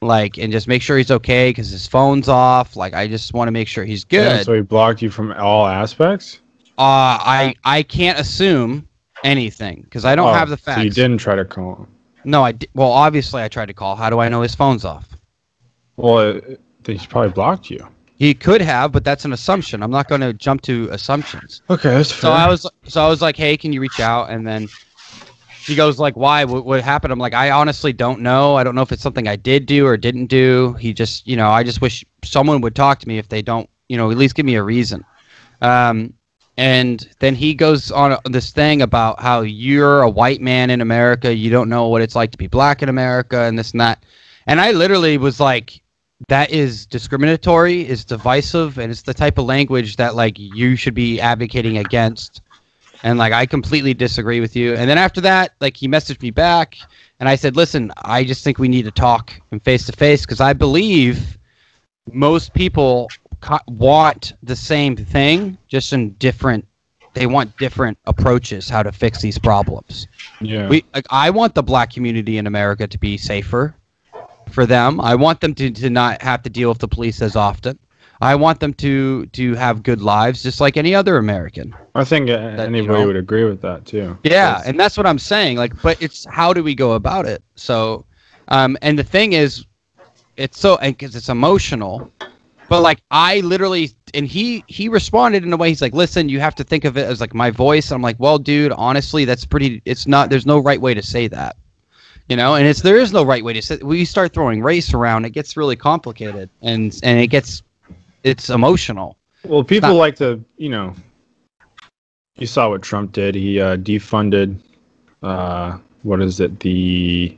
[SPEAKER 3] like, and just make sure he's okay because his phone's off. Like, I just want to make sure he's good.
[SPEAKER 5] Yeah, so he blocked you from all aspects.
[SPEAKER 3] Uh, I I can't assume anything because I don't
[SPEAKER 5] Oh,
[SPEAKER 3] have the facts.
[SPEAKER 5] So you didn't try to call him.
[SPEAKER 3] No, I di- well, obviously I tried to call. How do I know his phone's off?
[SPEAKER 5] Well, it, he's probably blocked you.
[SPEAKER 3] He could have, but that's an assumption. I'm not going to jump to assumptions.
[SPEAKER 5] Okay, that's
[SPEAKER 3] So I was so I was like, "Hey, can you reach out?" And then he goes like, "Why? What, what happened?" I'm like, "I honestly don't know. I don't know if it's something I did do or didn't do. He just, you know, I just wish someone would talk to me if they don't, you know, at least give me a reason." Um, and then he goes on a- this thing about how you're a white man in America, you don't know what it's like to be black in America, and this and that. And I literally was like, that is discriminatory, it's divisive, and it's the type of language that like you should be advocating against. And like I completely disagree with you. And then after that, like he messaged me back and I said, "Listen, I just think we need to talk and face to face because I believe most people co- want the same thing, just in different they want different approaches how to fix these problems."
[SPEAKER 5] yeah.
[SPEAKER 3] We like I want the black community in America to be safer for them. I want them to, to not have to deal with the police as often. I want them to to have good lives just like any other American.
[SPEAKER 5] I think uh,
[SPEAKER 3] you
[SPEAKER 5] anybody
[SPEAKER 3] know-
[SPEAKER 5] would agree with that too.
[SPEAKER 3] Yeah,
[SPEAKER 5] Yes.
[SPEAKER 3] and that's what I'm saying. Like, but it's how do we go about it? So, um, and the thing is, it's so because it's emotional. But like, I literally, and he he responded in a way. He's like, "Listen, you have to think of it as like my voice." I'm like, "Well, dude, honestly, that's pretty. It's not. There's no right way to say that, you know. And it's there is no right way to say. When you start throwing race around, it gets really complicated, and and it gets, it's emotional.
[SPEAKER 5] Well, people
[SPEAKER 3] not-
[SPEAKER 5] like to, you know, you saw what Trump did. He uh, defunded, uh, what is it, the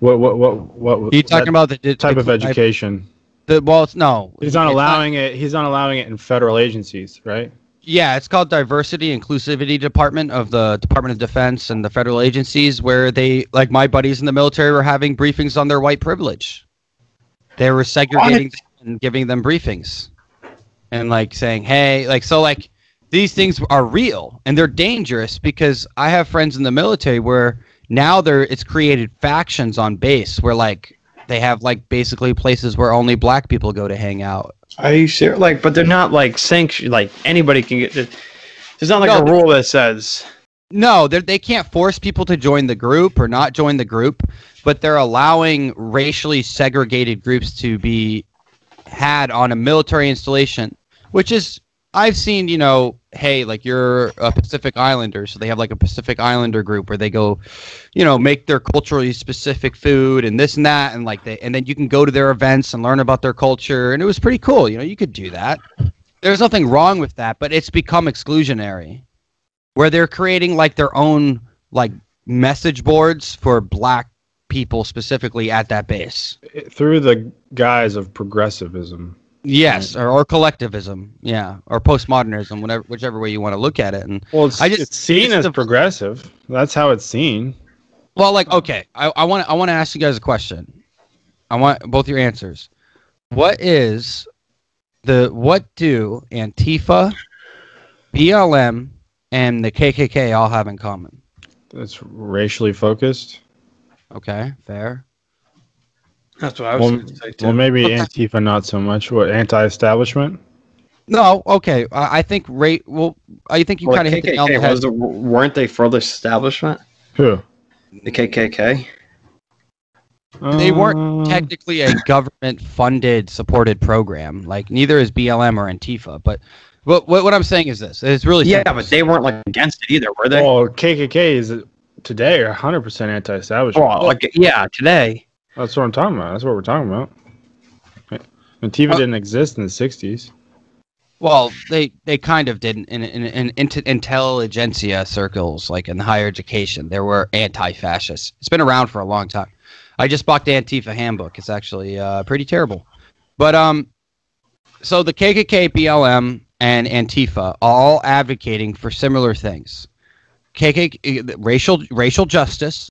[SPEAKER 5] What what what what?
[SPEAKER 3] You talking
[SPEAKER 5] that
[SPEAKER 3] about the, the
[SPEAKER 5] type of
[SPEAKER 3] the-
[SPEAKER 5] education?
[SPEAKER 3] The, well, it's no.
[SPEAKER 5] He's not
[SPEAKER 3] It's
[SPEAKER 5] allowing it. He's not allowing it in federal agencies, right?
[SPEAKER 3] Yeah, it's called Diversity Inclusivity Department of the Department of Defense and the federal agencies where they like my buddies in the military were having briefings on their white privilege. They were segregating them and giving them briefings. And like saying, "Hey, like so like these things are real and they're dangerous because I have friends in the military where now they're it's created factions on base where like they have like basically places where only black people go to hang out.
[SPEAKER 4] Are you sure? Like, but they're not like sanctioned. Like anybody can get. There's not like
[SPEAKER 3] No,
[SPEAKER 4] a
[SPEAKER 3] but-
[SPEAKER 4] rule that says.
[SPEAKER 3] No, they're- they can't force people to join the group or not join the group, but they're allowing racially segregated groups to be had on a military installation, which is I've seen, you know, hey, like you're a Pacific Islander, so they have like a Pacific Islander group where they go, you know, make their culturally specific food and this and that and like they and then you can go to their events and learn about their culture and it was pretty cool, you know, you could do that. There's nothing wrong with that, but it's become exclusionary where they're creating like their own like message boards for black people specifically at that base.
[SPEAKER 5] It- through the guise of progressivism.
[SPEAKER 3] Yes, or, or collectivism, yeah, or postmodernism, whatever, whichever way you want to look at it. And
[SPEAKER 5] Well, it's,
[SPEAKER 3] I just-
[SPEAKER 5] it's seen
[SPEAKER 3] it's
[SPEAKER 5] as
[SPEAKER 3] the-
[SPEAKER 5] progressive. That's how it's seen.
[SPEAKER 3] well, like, okay, I want I want to ask you guys a question. I want both your answers. What is the what do Antifa, BLM, and the KKK all have in common?
[SPEAKER 5] It's racially focused.
[SPEAKER 3] Okay, fair.
[SPEAKER 4] That's what I was
[SPEAKER 5] Well,
[SPEAKER 4] going to say too.
[SPEAKER 5] well, maybe
[SPEAKER 3] Okay.
[SPEAKER 5] Antifa not so much. What anti-establishment?
[SPEAKER 3] No, okay. I, I think rate. Well, I think you
[SPEAKER 4] Well,
[SPEAKER 3] kind of hit the nail on the
[SPEAKER 4] KKK
[SPEAKER 3] head.
[SPEAKER 4] was the, weren't they for the establishment?
[SPEAKER 5] Who?
[SPEAKER 4] The KKK.
[SPEAKER 3] they
[SPEAKER 5] Um,
[SPEAKER 3] weren't
[SPEAKER 4] Mm.
[SPEAKER 3] technically a government funded supported program like neither is blm or antifa but what, what, what i'm saying is this it's really
[SPEAKER 4] Yeah,
[SPEAKER 3] simple.
[SPEAKER 4] but they weren't like against it either, were they?
[SPEAKER 5] Well, KKK is today 100% anti-establishment.
[SPEAKER 3] Oh.
[SPEAKER 4] Well, oh, like, yeah, today.
[SPEAKER 5] That's what I'm talking about. That's what we're talking about. Antifa
[SPEAKER 3] Uh,
[SPEAKER 5] didn't exist in the 60s.
[SPEAKER 3] well they they kind of did in in, in, in int- intelligentsia circles like in higher education there were anti-fascists it's been around for a long time i just bought the antifa handbook it's actually uh, pretty terrible but um so the kkk blm and antifa all advocating for similar things KKK racial racial justice.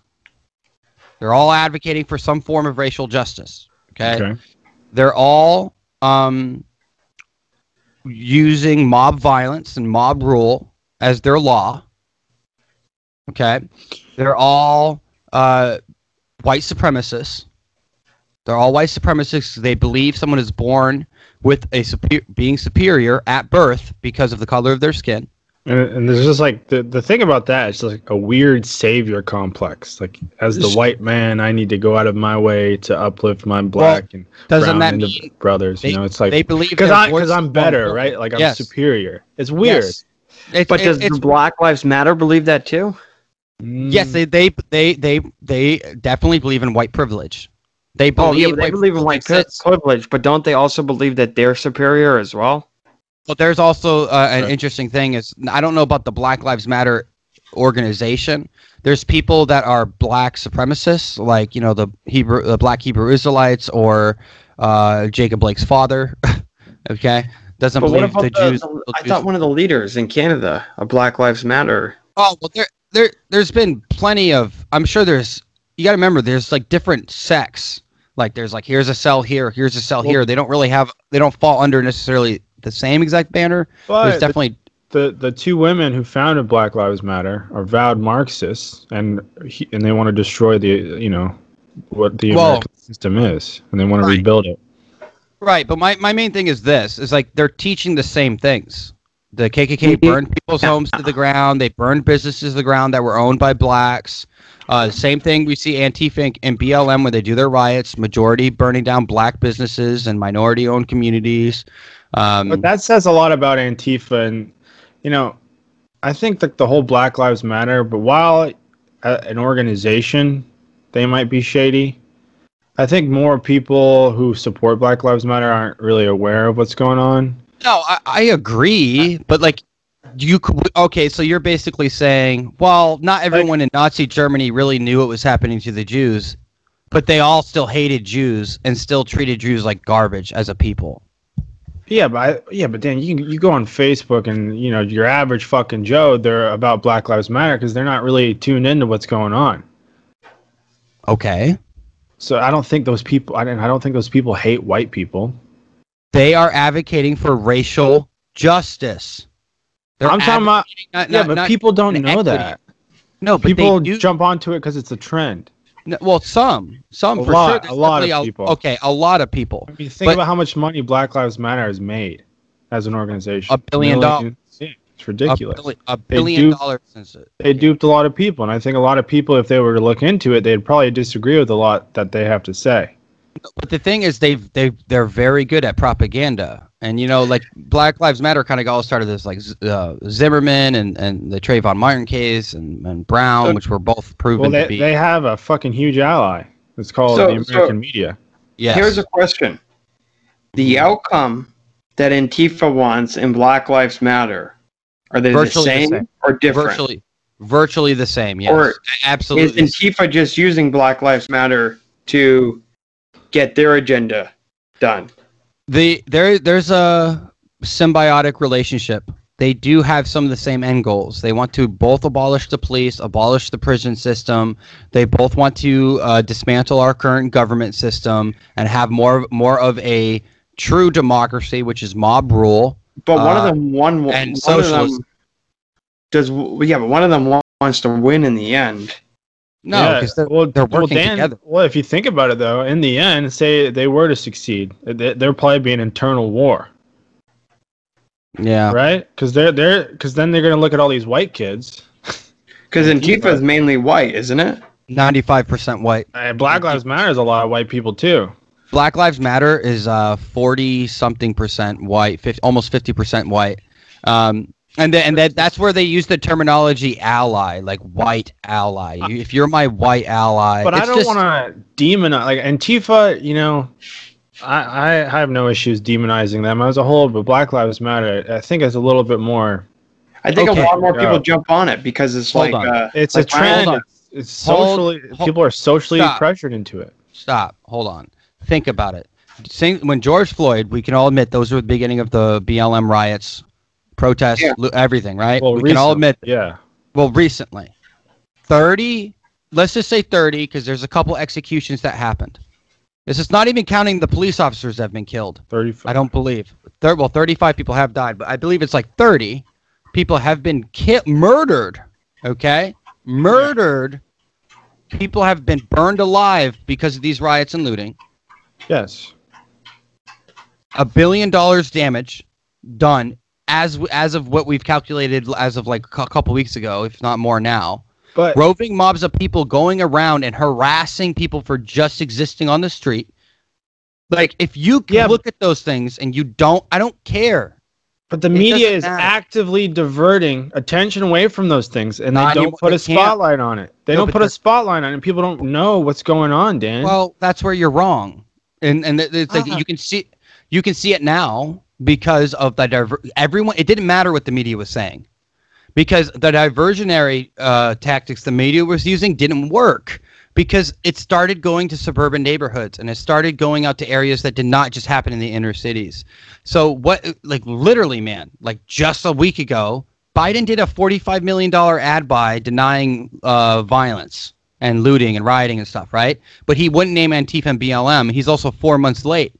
[SPEAKER 3] They're all advocating for some form of racial justice. Okay,
[SPEAKER 5] Okay.
[SPEAKER 3] they're all um, using mob violence and mob rule as their law. Okay, they're all uh, white supremacists. They're all white supremacists. They believe someone is born with a super- being superior at birth because of the color of their skin.
[SPEAKER 5] And, and there's just like the, the thing about that is just like a weird savior complex. Like as the
[SPEAKER 3] This-
[SPEAKER 5] white man, I need to go out of my way to uplift my black and
[SPEAKER 3] Doesn't
[SPEAKER 5] brown
[SPEAKER 3] that
[SPEAKER 5] indi-
[SPEAKER 3] mean
[SPEAKER 5] brothers. you know, it's like
[SPEAKER 3] they believe
[SPEAKER 5] because
[SPEAKER 3] their
[SPEAKER 5] I
[SPEAKER 3] voice
[SPEAKER 5] because
[SPEAKER 3] is
[SPEAKER 5] I'm better,
[SPEAKER 3] vulnerable.
[SPEAKER 5] right? Like I'm
[SPEAKER 3] Yes.
[SPEAKER 5] superior. It's weird.
[SPEAKER 3] Yes. It's,
[SPEAKER 4] But
[SPEAKER 3] it-
[SPEAKER 4] does
[SPEAKER 3] it's-
[SPEAKER 4] the Black Lives Matter believe that too?
[SPEAKER 3] yes, they, they they they they definitely believe in white privilege. They
[SPEAKER 4] Oh,
[SPEAKER 3] believe
[SPEAKER 4] yeah, but they
[SPEAKER 3] white
[SPEAKER 4] believe in white
[SPEAKER 3] privilege
[SPEAKER 4] pri-
[SPEAKER 3] exists.
[SPEAKER 4] privilege, but don't they also believe that they're superior as well?
[SPEAKER 3] But there's also uh, an
[SPEAKER 5] Right.
[SPEAKER 3] interesting thing is I don't know about the Black Lives Matter organization. There's people that are black supremacists, like you know the Hebrew, the black Hebrew Israelites, or uh, Jacob Blake's father. okay, doesn't
[SPEAKER 4] But what
[SPEAKER 3] believe
[SPEAKER 4] about
[SPEAKER 3] the,
[SPEAKER 4] the-
[SPEAKER 3] Jews.
[SPEAKER 4] the-
[SPEAKER 3] the
[SPEAKER 4] I
[SPEAKER 3] Jews-
[SPEAKER 4] thought one of the leaders in Canada of Black Lives Matter.
[SPEAKER 3] Oh well, there there there's been plenty of. I'm sure there's. You got to remember, there's like different sects. Like there's like here's a cell here, here's a cell here. They don't really have. They don't fall under necessarily the same exact banner.
[SPEAKER 5] Mm. But
[SPEAKER 3] there's definitely
[SPEAKER 5] the the two women who founded Black Lives Matter are vowed Marxists, and he, and they want to destroy the you know what the
[SPEAKER 3] Well-
[SPEAKER 5] American system is, and they want
[SPEAKER 3] Right.
[SPEAKER 5] to rebuild it.
[SPEAKER 3] right. But my my main thing is this: is like they're teaching the same things. The
[SPEAKER 5] Mm-hmm.
[SPEAKER 3] KKK burned people's homes to the ground. They burned businesses to the ground that were owned by blacks. Uh, same thing we see Antifa and- and BLM when they do their riots. Majority burning down black businesses and minority-owned communities. Um,
[SPEAKER 5] But that says a lot about Antifa, and you know, I think that the whole Black Lives Matter. But while a, an organization, they might be shady. I think more people who support Black Lives Matter aren't really aware of what's going on.
[SPEAKER 3] No, I, I agree, but like you could okay, so you're basically saying, well, not everyone in Nazi Germany really knew what was happening to the Jews. but they all still hated Jews and still treated Jews like garbage as a people.
[SPEAKER 5] Yeah, but I, yeah, but Dan, you can- you go on Facebook and you know your average fucking Joe, they're about Black Lives Matter because they're not really tuned into what's going on.
[SPEAKER 3] Okay.
[SPEAKER 5] So I don't think those people. I don't, I don't think those people hate white people.
[SPEAKER 3] They are advocating for racial justice. They're
[SPEAKER 5] I'm talking about
[SPEAKER 3] advocating- not-
[SPEAKER 5] yeah,
[SPEAKER 3] not-
[SPEAKER 5] but
[SPEAKER 3] not-
[SPEAKER 5] people don't know
[SPEAKER 3] equity.
[SPEAKER 5] that.
[SPEAKER 3] no, but
[SPEAKER 5] people
[SPEAKER 3] they do,
[SPEAKER 5] jump onto it because it's a trend.
[SPEAKER 3] no, well, some, some
[SPEAKER 5] A
[SPEAKER 3] for sure.
[SPEAKER 5] lot-
[SPEAKER 3] There's
[SPEAKER 5] a lot of
[SPEAKER 3] definitely
[SPEAKER 5] people.
[SPEAKER 3] Okay, a lot of people.
[SPEAKER 5] I mean, think
[SPEAKER 3] But-
[SPEAKER 5] about how much money Black Lives Matter has made as an organization.
[SPEAKER 3] A billion
[SPEAKER 5] Millions. Yeah, it's ridiculous.
[SPEAKER 3] A, billi- a
[SPEAKER 5] They
[SPEAKER 3] billion
[SPEAKER 5] do-
[SPEAKER 3] dollars since it.
[SPEAKER 5] They duped a lot of people, and I think a lot of people, if they were to look into it, they'd probably disagree with a lot that they have to say.
[SPEAKER 3] But the thing is, they've they they're very good at propaganda, and you know, like Black Lives Matter kind of all started this, like Z- uh, Zimmerman and and the Trayvon Martin case and, and Brown,
[SPEAKER 4] So-
[SPEAKER 3] which were both proven
[SPEAKER 5] Well,
[SPEAKER 3] to
[SPEAKER 5] they,
[SPEAKER 3] be.
[SPEAKER 5] they have a fucking huge ally. It's called
[SPEAKER 4] So-
[SPEAKER 5] the American
[SPEAKER 4] so-
[SPEAKER 5] media.
[SPEAKER 3] yes. Mm-hmm.
[SPEAKER 4] Here's a question. The outcome that Antifa wants in Black Lives Matter, are they
[SPEAKER 3] Virtually the
[SPEAKER 4] the, same
[SPEAKER 3] same.
[SPEAKER 4] or different?
[SPEAKER 3] virtually virtually the same. Yes,
[SPEAKER 4] Or Is
[SPEAKER 3] absolutely.
[SPEAKER 4] Antifa just using Black Lives Matter to get their agenda done?
[SPEAKER 3] the there there's a symbiotic relationship. They do have some of the same end goals. They want to both abolish the police, abolish the prison system. They both want to uh, dismantle our current government system and have more more of a true democracy, which is mob rule.
[SPEAKER 4] But one of
[SPEAKER 3] Uh,
[SPEAKER 4] them won.
[SPEAKER 3] and
[SPEAKER 4] one of them
[SPEAKER 3] socialism.
[SPEAKER 4] does yeah, but one of them wa- wants to win in the end.
[SPEAKER 3] No,
[SPEAKER 5] Yeah,
[SPEAKER 3] because they're, they're working
[SPEAKER 5] Dan-
[SPEAKER 3] together.
[SPEAKER 5] Well, if you think about it, though, in the end, say they were to succeed, th- there'd probably be an internal war,
[SPEAKER 3] Yeah.
[SPEAKER 5] right? Because they're they're because then they're gonna look at all these white kids.
[SPEAKER 4] Because Antifa is mainly white, isn't it?
[SPEAKER 3] 95% white.
[SPEAKER 5] And Uh, Black Lives Matter is a lot of white people too.
[SPEAKER 3] Black Lives Matter is uh 40 something percent white, 50, almost 50 percent white. Um, and the, and that that's where they use the terminology ally, like white ally. You, if you're my white ally,
[SPEAKER 5] But I
[SPEAKER 3] it's
[SPEAKER 5] don't
[SPEAKER 3] just-
[SPEAKER 5] want to demonize like Antifa. You know, I, I have no issues demonizing them as a whole, but Black Lives Matter, I think, is a little bit more.
[SPEAKER 4] I think
[SPEAKER 3] Okay.
[SPEAKER 4] a lot more people
[SPEAKER 5] Yeah.
[SPEAKER 4] jump on it because it's
[SPEAKER 3] Hold on.
[SPEAKER 4] like uh,
[SPEAKER 5] It's a
[SPEAKER 4] Like, Ryan,
[SPEAKER 5] trend.
[SPEAKER 3] hold on.
[SPEAKER 5] It's- It's
[SPEAKER 3] Hold-
[SPEAKER 5] socially
[SPEAKER 3] hold-
[SPEAKER 5] people are socially
[SPEAKER 3] Stop.
[SPEAKER 5] pressured into it.
[SPEAKER 3] Stop. Hold on. Think about it. Same, when George Floyd, we can all admit those were the beginning of the BLM riots, protests,
[SPEAKER 4] Yeah.
[SPEAKER 3] lo- everything, right?
[SPEAKER 5] Well,
[SPEAKER 3] we can all
[SPEAKER 5] recently,
[SPEAKER 3] admit
[SPEAKER 5] yeah.
[SPEAKER 3] well recently 30 let's just say 30 because there's a couple executions that happened this is not even counting the police officers that have been killed
[SPEAKER 5] 35.
[SPEAKER 3] i don't believe Thir- well 35 people have died but i believe it's like 30 people have been ki- murdered okay murdered people have been burned alive because of these riots and looting
[SPEAKER 5] Yes.
[SPEAKER 3] a billion dollars damage done as as of what we've calculated as of like a couple weeks ago if not more now
[SPEAKER 5] But
[SPEAKER 3] roving mobs of people going around and harassing people for just existing on the street. Like if you
[SPEAKER 5] Yeah,
[SPEAKER 3] look at those things and you don't, I don't care.
[SPEAKER 5] but the
[SPEAKER 3] doesn't
[SPEAKER 5] media is
[SPEAKER 3] matter.
[SPEAKER 5] actively diverting attention away from those things, and they
[SPEAKER 3] Not
[SPEAKER 5] don't
[SPEAKER 3] anymore,
[SPEAKER 5] put
[SPEAKER 3] they
[SPEAKER 5] a
[SPEAKER 3] can't.
[SPEAKER 5] spotlight on it. They
[SPEAKER 3] No,
[SPEAKER 5] don't
[SPEAKER 3] but
[SPEAKER 5] put a
[SPEAKER 3] the-
[SPEAKER 5] spotlight on it. People don't know what's going on, Dan.
[SPEAKER 3] Well, that's where you're wrong, and and th- it's like
[SPEAKER 5] Ah.
[SPEAKER 3] you can see, you can see it now because of the diver- everyone. It didn't matter what the media was saying, because the diversionary uh, tactics the media was using didn't work because it started going to suburban neighborhoods and it started going out to areas that did not just happen in the inner cities. So what, like literally, man, like just a week ago, Biden did a forty-five million dollar ad buy denying uh, violence and looting and rioting and stuff, right? But he wouldn't name Antifa and BLM. He's also four months late.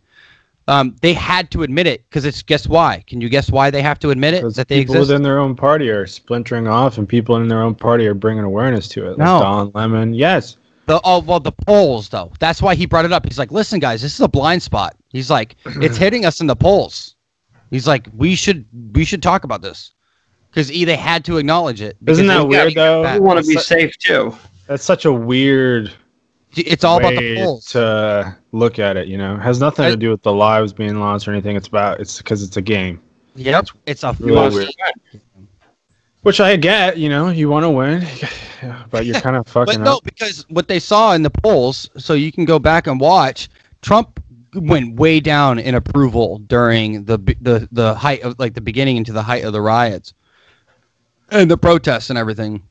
[SPEAKER 3] Um, they had to admit it because it's guess why? Can you guess why they have to admit it
[SPEAKER 5] 'Cause
[SPEAKER 3] that they
[SPEAKER 5] people
[SPEAKER 3] exist?
[SPEAKER 5] within their own party are splintering off, and people in their own party are bringing awareness to it. Like
[SPEAKER 3] No.
[SPEAKER 5] Don Lemon, yes.
[SPEAKER 3] The, oh well, the polls though. That's why he brought it up. He's like, listen, guys, this is a blind spot. He's like, it's hitting us in the polls. He's like, we should we should talk about this because e they had to acknowledge it. because
[SPEAKER 5] Isn't
[SPEAKER 3] it
[SPEAKER 5] that
[SPEAKER 3] was
[SPEAKER 5] weird
[SPEAKER 3] getting
[SPEAKER 5] though?
[SPEAKER 3] bad.
[SPEAKER 4] you want to be
[SPEAKER 5] so-
[SPEAKER 4] safe too.
[SPEAKER 5] That's such a weird
[SPEAKER 3] It's all about the
[SPEAKER 5] way
[SPEAKER 3] polls.
[SPEAKER 5] to look at it. You know, it has nothing
[SPEAKER 3] I-
[SPEAKER 5] to do with the lives being lost or anything. It's about it's because it's a game,
[SPEAKER 3] Yep, it's a
[SPEAKER 4] You
[SPEAKER 5] Really
[SPEAKER 4] want
[SPEAKER 5] weird.
[SPEAKER 4] to win.
[SPEAKER 5] which I get. You know, you want to win, but you're kind of
[SPEAKER 3] But
[SPEAKER 5] fucking
[SPEAKER 3] no,
[SPEAKER 5] up.
[SPEAKER 3] because what they saw in the polls, so you can go back and watch. Trump went way down in approval during the b- the the height of like the beginning into the height of the riots and the protests and everything.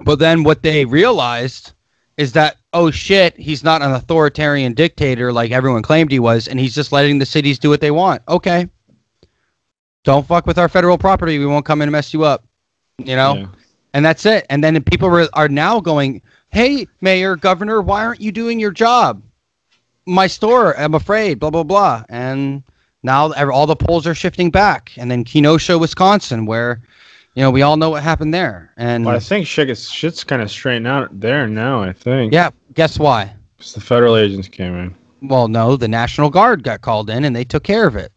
[SPEAKER 3] But then what they realized is that oh shit, he's not an authoritarian dictator like everyone claimed he was, and he's just letting the cities do what they want. Okay, don't fuck with our federal property. We won't come in and mess you up. You know,
[SPEAKER 5] Yeah.
[SPEAKER 3] and that's it. And then people were, are now going, hey, mayor, governor, why aren't you doing your job? My store, I'm afraid, blah, blah, blah. And now ev- all the polls are shifting back. And then Kenosha, Wisconsin, where, you know, we all know what happened there. And
[SPEAKER 5] Well, I think shit is, shit's kind of straightened out there now. I think.
[SPEAKER 3] yeah, guess why?
[SPEAKER 5] 'Cause the federal agents came in.
[SPEAKER 3] Well, no, the National Guard got called in and they took care of it.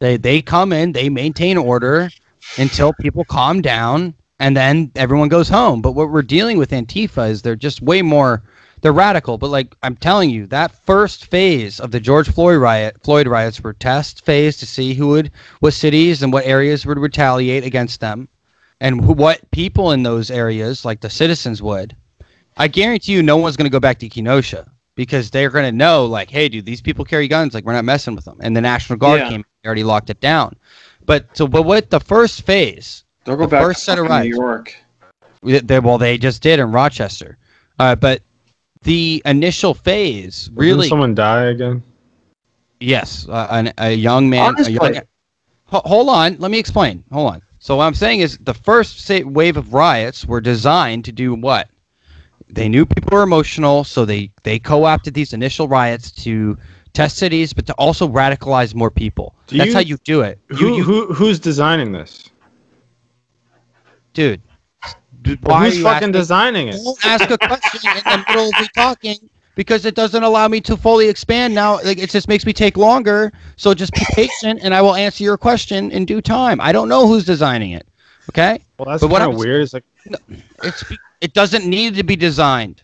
[SPEAKER 3] They, they come in, they maintain order until people calm down, and then everyone goes home. But what we're dealing with Antifa is they're just way more they're radical. But like I'm telling you, that first phase of the George Floyd riot, Floyd riots were test phase to see who would what cities and what areas would retaliate against them, and who, what people in those areas, like the citizens, would. I guarantee you, no one's going to go back to Kenosha because they're going to know, like, hey, dude, these people carry guns. Like, we're not messing with them. And the National Guard
[SPEAKER 4] Yeah.
[SPEAKER 3] came, they already locked it down. But so, but what the first phase?
[SPEAKER 4] They'll go
[SPEAKER 3] The
[SPEAKER 4] back
[SPEAKER 3] first set of
[SPEAKER 4] to fucking
[SPEAKER 3] rights.
[SPEAKER 4] New York.
[SPEAKER 3] They, well, they just did in Rochester, uh, but the initial phase
[SPEAKER 5] Didn't
[SPEAKER 3] really,
[SPEAKER 5] someone die again?
[SPEAKER 3] yes, uh, an, a young man. a
[SPEAKER 4] Honestly.
[SPEAKER 3] young, Ho- hold on, let me explain. Hold on. So what I'm saying is the first sa- wave of riots were designed to do what? They knew people were emotional, so they they co-opted these initial riots to test cities, but to also radicalize more people.
[SPEAKER 5] Do
[SPEAKER 3] That's
[SPEAKER 5] you-
[SPEAKER 3] how you do it.
[SPEAKER 5] Who,
[SPEAKER 3] you, you
[SPEAKER 5] who who's designing this?
[SPEAKER 3] dude. d-
[SPEAKER 5] Well,
[SPEAKER 3] why are
[SPEAKER 5] who's
[SPEAKER 3] you
[SPEAKER 5] fucking
[SPEAKER 3] asking-
[SPEAKER 5] designing it?
[SPEAKER 3] Don't ask a question in the middle of me talking because it doesn't allow me to fully expand now. Like it just makes me take longer. So just be patient, and I will answer your question in due time. I don't know who's designing it. Okay,
[SPEAKER 5] Well, that's
[SPEAKER 3] But what
[SPEAKER 5] kind
[SPEAKER 3] I'm-
[SPEAKER 5] of weird. It's like
[SPEAKER 3] it's it doesn't need to be designed.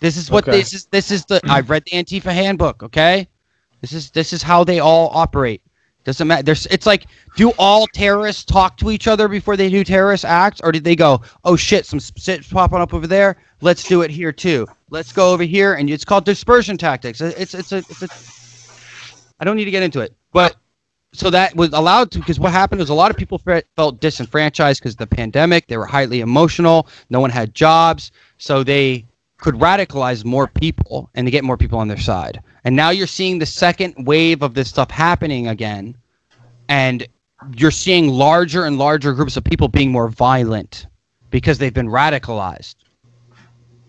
[SPEAKER 3] This is what
[SPEAKER 5] Okay.
[SPEAKER 3] this is. This is the I've read the Antifa handbook. Okay, this is this is how they all operate. Doesn't matter. There's it's like do all terrorists talk to each other before they do terrorist acts, or did they go, oh shit, some shit's popping up over there. Let's do it here too. Let's go over here, and it's called dispersion tactics. It's it's a it's a. I don't need to get into it, but so that was allowed to because what happened was a lot of people fe- felt disenfranchised because the pandemic. They were highly emotional. No one had jobs, so they could radicalize more people and to get more people on their side. And now you're seeing the second wave of this stuff happening again, and you're seeing larger and larger groups of people being more violent because they've been radicalized.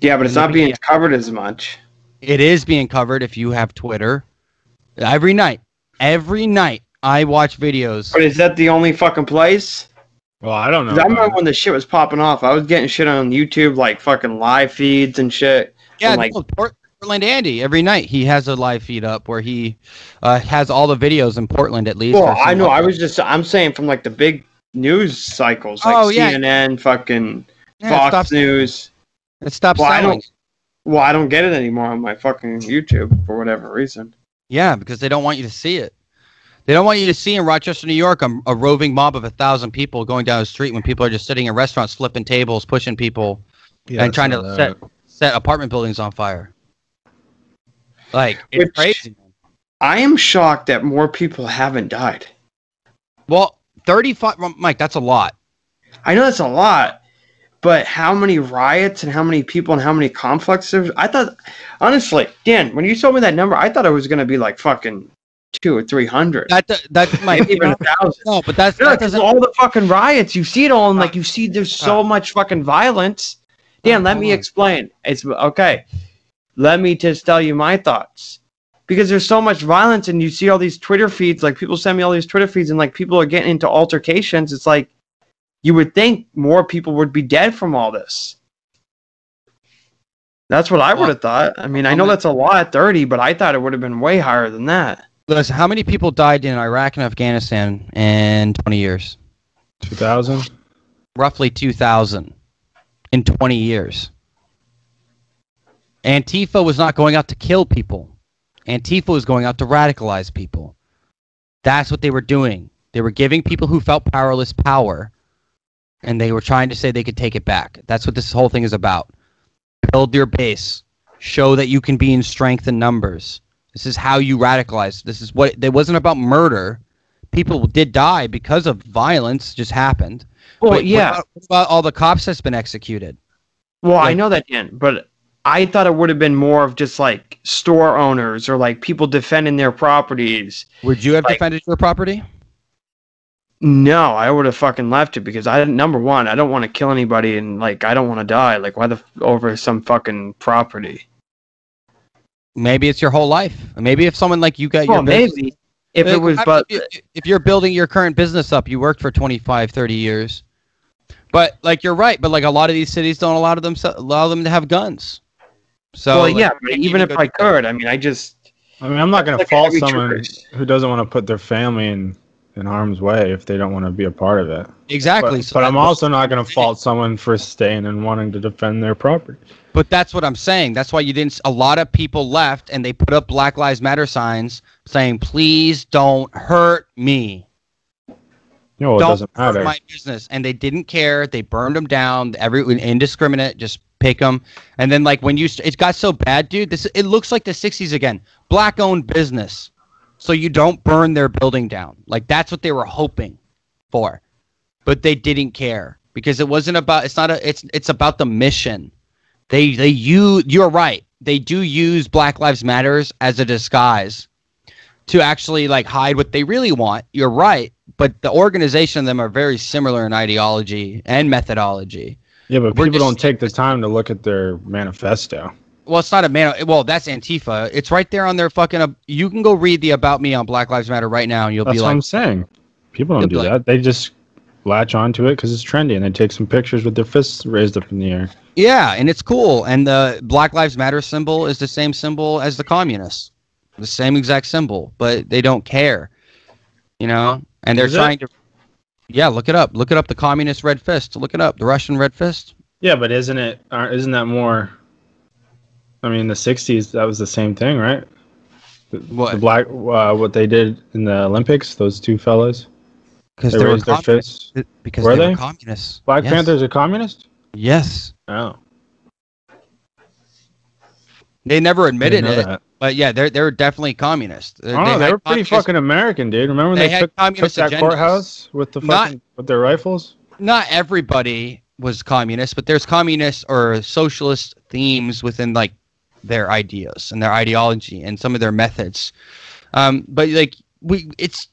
[SPEAKER 4] Yeah, but it's not
[SPEAKER 3] Yeah.
[SPEAKER 4] being covered as much.
[SPEAKER 3] It is being covered if you have Twitter. Every night, every night, I watch videos.
[SPEAKER 4] But is that the only fucking place?
[SPEAKER 5] well, I don't know.
[SPEAKER 4] 'Cause I remember
[SPEAKER 5] about
[SPEAKER 4] when the shit was popping off. I was getting shit on YouTube, like fucking live feeds and shit.
[SPEAKER 3] Yeah,
[SPEAKER 4] I'm like-
[SPEAKER 3] no, Port- Portland Andy. Every night he has a live feed up where he uh, has all the videos in Portland at least.
[SPEAKER 4] Well,
[SPEAKER 3] or
[SPEAKER 4] I know.
[SPEAKER 3] something.
[SPEAKER 4] I was just. I'm saying from like the big news cycles, like
[SPEAKER 3] Oh, yeah.
[SPEAKER 4] CNN, fucking
[SPEAKER 3] Yeah, it
[SPEAKER 4] Fox
[SPEAKER 3] stops,
[SPEAKER 4] News.
[SPEAKER 3] It stops
[SPEAKER 4] Well, I
[SPEAKER 3] selling.
[SPEAKER 4] don't- Well, I don't get it anymore on my fucking YouTube for whatever reason.
[SPEAKER 3] Yeah, because they don't want you to see it. They don't want you to see in Rochester, New York, a, a roving mob of a thousand people going down the street when people are just sitting in restaurants, flipping tables, pushing people,
[SPEAKER 2] Yeah,
[SPEAKER 3] and trying to
[SPEAKER 5] that. uh,
[SPEAKER 3] set set apartment buildings on fire. Like it's
[SPEAKER 4] Which-
[SPEAKER 3] crazy.
[SPEAKER 4] I am shocked that more people haven't died.
[SPEAKER 3] Well, thirty-five, Mike. That's a lot.
[SPEAKER 4] I know that's a lot, but how many riots and how many people and how many conflicts there's? I thought, honestly, Dan, when you told me that number, I thought it was going to be like fucking two or three hundred,
[SPEAKER 3] That that Mike.
[SPEAKER 4] maybe even a thousand.
[SPEAKER 3] no, but that's
[SPEAKER 4] Yeah,
[SPEAKER 3] that
[SPEAKER 4] 'cause
[SPEAKER 3] doesn't.
[SPEAKER 4] all the fucking riots, you see it all, and like you see, there's so much fucking violence. Dan,
[SPEAKER 3] Uh,
[SPEAKER 4] let
[SPEAKER 3] hold
[SPEAKER 4] me
[SPEAKER 3] on.
[SPEAKER 4] explain. It's okay. Let me just tell you my thoughts. Because there's so much violence, and you see all these Twitter feeds. Like people send me all these Twitter feeds, and like people are getting into altercations. It's like you would think more people would be dead from all this. That's what I would have thought. I mean, I know that's a lot, thirty, but I thought it would have been way higher than that.
[SPEAKER 3] Listen, how many people died in Iraq and Afghanistan in 20 years?
[SPEAKER 5] 2000.
[SPEAKER 3] Roughly 2,000 in 20 years. Antifa was not going out to kill people. Antifa was going out to radicalize people. That's what they were doing. They were giving people who felt powerless power, and they were trying to say they could take it back. That's what this whole thing is about. Build your base, show that you can be in strength in numbers. This is how you radicalize. This is what it wasn't about murder. People did die because of violence, just happened.
[SPEAKER 4] Well,
[SPEAKER 3] But what
[SPEAKER 4] yeah.
[SPEAKER 3] about- what about all the cops that's been executed?
[SPEAKER 4] Well, I
[SPEAKER 5] Like-
[SPEAKER 4] know that, Dan, but I thought it would have been more of just like store owners or like people defending their properties.
[SPEAKER 3] Would you have
[SPEAKER 4] Like-
[SPEAKER 3] defended your property?
[SPEAKER 4] No, I would have fucking left it because I didn't. Number one, I don't want to kill anybody, and like I don't want to die. Like why the f- over some fucking property?
[SPEAKER 3] Maybe it's your whole life. Maybe if someone like you got
[SPEAKER 4] Well,
[SPEAKER 3] your business-
[SPEAKER 4] maybe if
[SPEAKER 3] Uh,
[SPEAKER 4] it was,
[SPEAKER 3] I mean,
[SPEAKER 4] but
[SPEAKER 3] if, you- if you're building your current business up, you worked for 25, 30 years. But like you're right, but like a lot of these cities don't allow them allow them to have guns. So
[SPEAKER 4] well,
[SPEAKER 3] like,
[SPEAKER 4] yeah.
[SPEAKER 3] you
[SPEAKER 4] But
[SPEAKER 3] can't
[SPEAKER 4] even if
[SPEAKER 3] go
[SPEAKER 4] I
[SPEAKER 3] to-
[SPEAKER 4] could, I mean, I just
[SPEAKER 5] I mean, I'm not going to
[SPEAKER 4] Look at
[SPEAKER 5] fault
[SPEAKER 4] every
[SPEAKER 5] someone
[SPEAKER 4] choice.
[SPEAKER 5] who doesn't want to put their family in, in harm's way if they don't want to be a part of it.
[SPEAKER 3] exactly.
[SPEAKER 5] But,
[SPEAKER 3] so
[SPEAKER 5] but
[SPEAKER 3] that-
[SPEAKER 5] I'm also not going to fault someone for staying and wanting to defend their property.
[SPEAKER 3] But that's what I'm saying. That's why you didn't. s- A lot of people left and they put up Black Lives Matter signs saying, "Please don't hurt me.
[SPEAKER 5] You know, it
[SPEAKER 3] don't
[SPEAKER 5] doesn't
[SPEAKER 3] hurt
[SPEAKER 5] matter.
[SPEAKER 3] my business." And they didn't care. They burned them down. Every indiscriminate, just pick them. And then like when you, st- it got so bad, dude. This it looks like the '60s again. Black-owned business, so you don't burn their building down. Like that's what they were hoping for, but they didn't care because it wasn't about. It's not a. It's it's about the mission they they you you're right they do use black lives matters as a disguise to actually like hide what they really want you're right but the organization of them are very similar in ideology and methodology
[SPEAKER 5] yeah, but
[SPEAKER 3] We're
[SPEAKER 5] people
[SPEAKER 3] just-
[SPEAKER 5] don't take the time to look at their manifesto.
[SPEAKER 3] well it's not a man well that's antifa it's right there on their fucking uh, you can go read the about me on black lives matter right now and you'll
[SPEAKER 5] That's
[SPEAKER 3] be
[SPEAKER 5] what
[SPEAKER 3] like
[SPEAKER 5] I'm saying. People
[SPEAKER 3] You'll
[SPEAKER 5] don't
[SPEAKER 3] be
[SPEAKER 5] do
[SPEAKER 3] like-
[SPEAKER 5] that. They just latch onto it because it's trendy and they take some pictures with their fists raised up in the air.
[SPEAKER 3] yeah and it's cool and the black lives matter symbol is the same symbol as the communists the same exact symbol but they don't care you know and they're
[SPEAKER 5] Is it?
[SPEAKER 3] trying to yeah look it up look it up the communist red fist look it up the russian red fist
[SPEAKER 5] Yeah, but isn't it? aren't- Isn't that more? I mean, in the '60s, that was the same thing, right? The,
[SPEAKER 3] What?
[SPEAKER 5] the black, uh, what they did in the Olympics, those two fellas,
[SPEAKER 3] because
[SPEAKER 5] they,
[SPEAKER 3] they, were
[SPEAKER 5] raised their
[SPEAKER 3] communists
[SPEAKER 5] fists.
[SPEAKER 3] because
[SPEAKER 5] Were
[SPEAKER 3] they,
[SPEAKER 5] they?
[SPEAKER 3] were communists
[SPEAKER 5] Black
[SPEAKER 3] yes.
[SPEAKER 5] Panthers are communist.
[SPEAKER 3] yes
[SPEAKER 5] Oh,
[SPEAKER 3] they never
[SPEAKER 5] I
[SPEAKER 3] admitted
[SPEAKER 5] didn't know
[SPEAKER 3] it
[SPEAKER 5] that.
[SPEAKER 3] but yeah they're they're definitely communists Uh,
[SPEAKER 5] I don't know. They
[SPEAKER 3] had
[SPEAKER 5] were pretty
[SPEAKER 3] communist-
[SPEAKER 5] fucking American, dude. Remember when
[SPEAKER 3] They
[SPEAKER 5] they,
[SPEAKER 3] had
[SPEAKER 5] took, took
[SPEAKER 3] communist
[SPEAKER 5] that
[SPEAKER 3] agendas.
[SPEAKER 5] courthouse with the
[SPEAKER 3] Not-
[SPEAKER 5] fucking with their rifles?
[SPEAKER 3] not everybody was communist, but there's communist or socialist themes within like their ideas and their ideology and some of their methods. Um, but like we, it's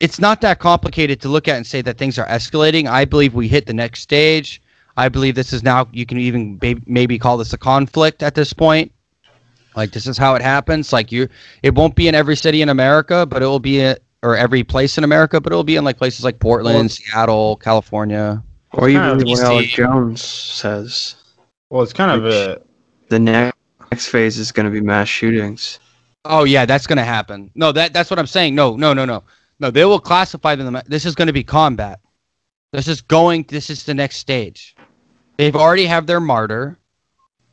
[SPEAKER 3] it's not that complicated to look at and say that things are escalating. I believe we hit the next stage. I believe this is now you can even ba- maybe call this a conflict at this point. Like this is how it happens. Like you, it won't be in every city in America, but it will be a, or every place in America, but it will be in like places like Portland,
[SPEAKER 5] Well-
[SPEAKER 3] Seattle, California.
[SPEAKER 4] or even
[SPEAKER 5] kind
[SPEAKER 3] of
[SPEAKER 4] what Alex
[SPEAKER 3] PC.
[SPEAKER 4] Jones says.
[SPEAKER 5] Well, it's kind of a
[SPEAKER 4] the ne- next phase is going to be mass shootings.
[SPEAKER 3] Oh yeah, that's gonna happen. No, that that's what I'm saying. No, no, no, no, no. They will classify them. This is gonna be combat. This is going. This is the next stage. They've already have their martyr.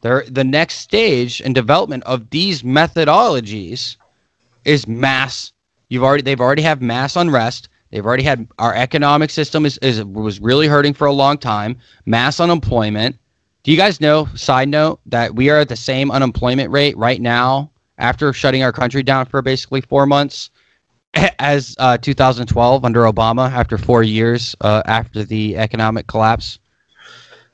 [SPEAKER 3] They're, the next stage in development of these methodologies is mass. You've already they've already have mass unrest. They've already had our economic system is, is was really hurting for a long time. Mass unemployment. Do you guys know? Side note that we are at the same unemployment rate right now after shutting our country down for basically four months as uh, 2012 under Obama after four years uh, after the economic collapse.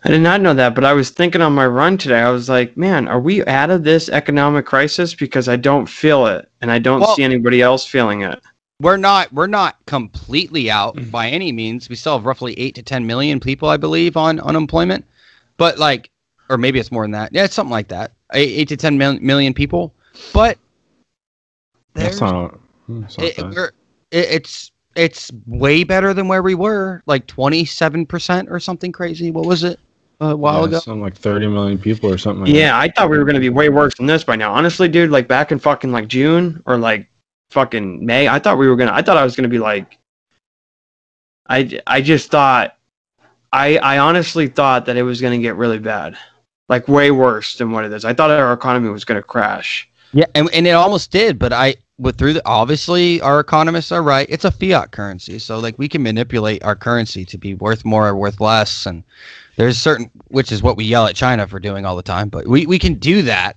[SPEAKER 4] I did not know that, but I was thinking on my run today, I was like, man, are we out of this economic crisis? Because I don't feel it, and I don't
[SPEAKER 3] Well-
[SPEAKER 4] see anybody else feeling it.
[SPEAKER 3] We're not we're not completely out by any means. We still have roughly eight to ten million people, I believe, on unemployment. But like, or maybe it's more than that. Yeah, it's something like that. Eight, eight to ten mil- million people. But
[SPEAKER 5] that's
[SPEAKER 3] there's
[SPEAKER 5] not. that's not
[SPEAKER 3] it,
[SPEAKER 5] bad.
[SPEAKER 3] we're, it, it's it's way better than where we were, like twenty seven percent or something crazy. What was it uh, a while
[SPEAKER 5] yeah,
[SPEAKER 3] ago?
[SPEAKER 5] Something like 30 million people or something. Like
[SPEAKER 4] Yeah, I thought we were going to be way worse than this by now. Honestly, dude, like back in fucking like June or like fucking May, I thought we were going to, I thought I was going to be like, I, I just thought, I, I honestly thought that it was going to get really bad, like way worse than what it is. I thought our economy was going to crash.
[SPEAKER 3] Yeah, and, and it almost did, but I with through the obviously our economists are right. It's a fiat currency, so like we can manipulate our currency to be worth more or worth less, and there's certain which is what we yell at China for doing all the time. But we we can do that.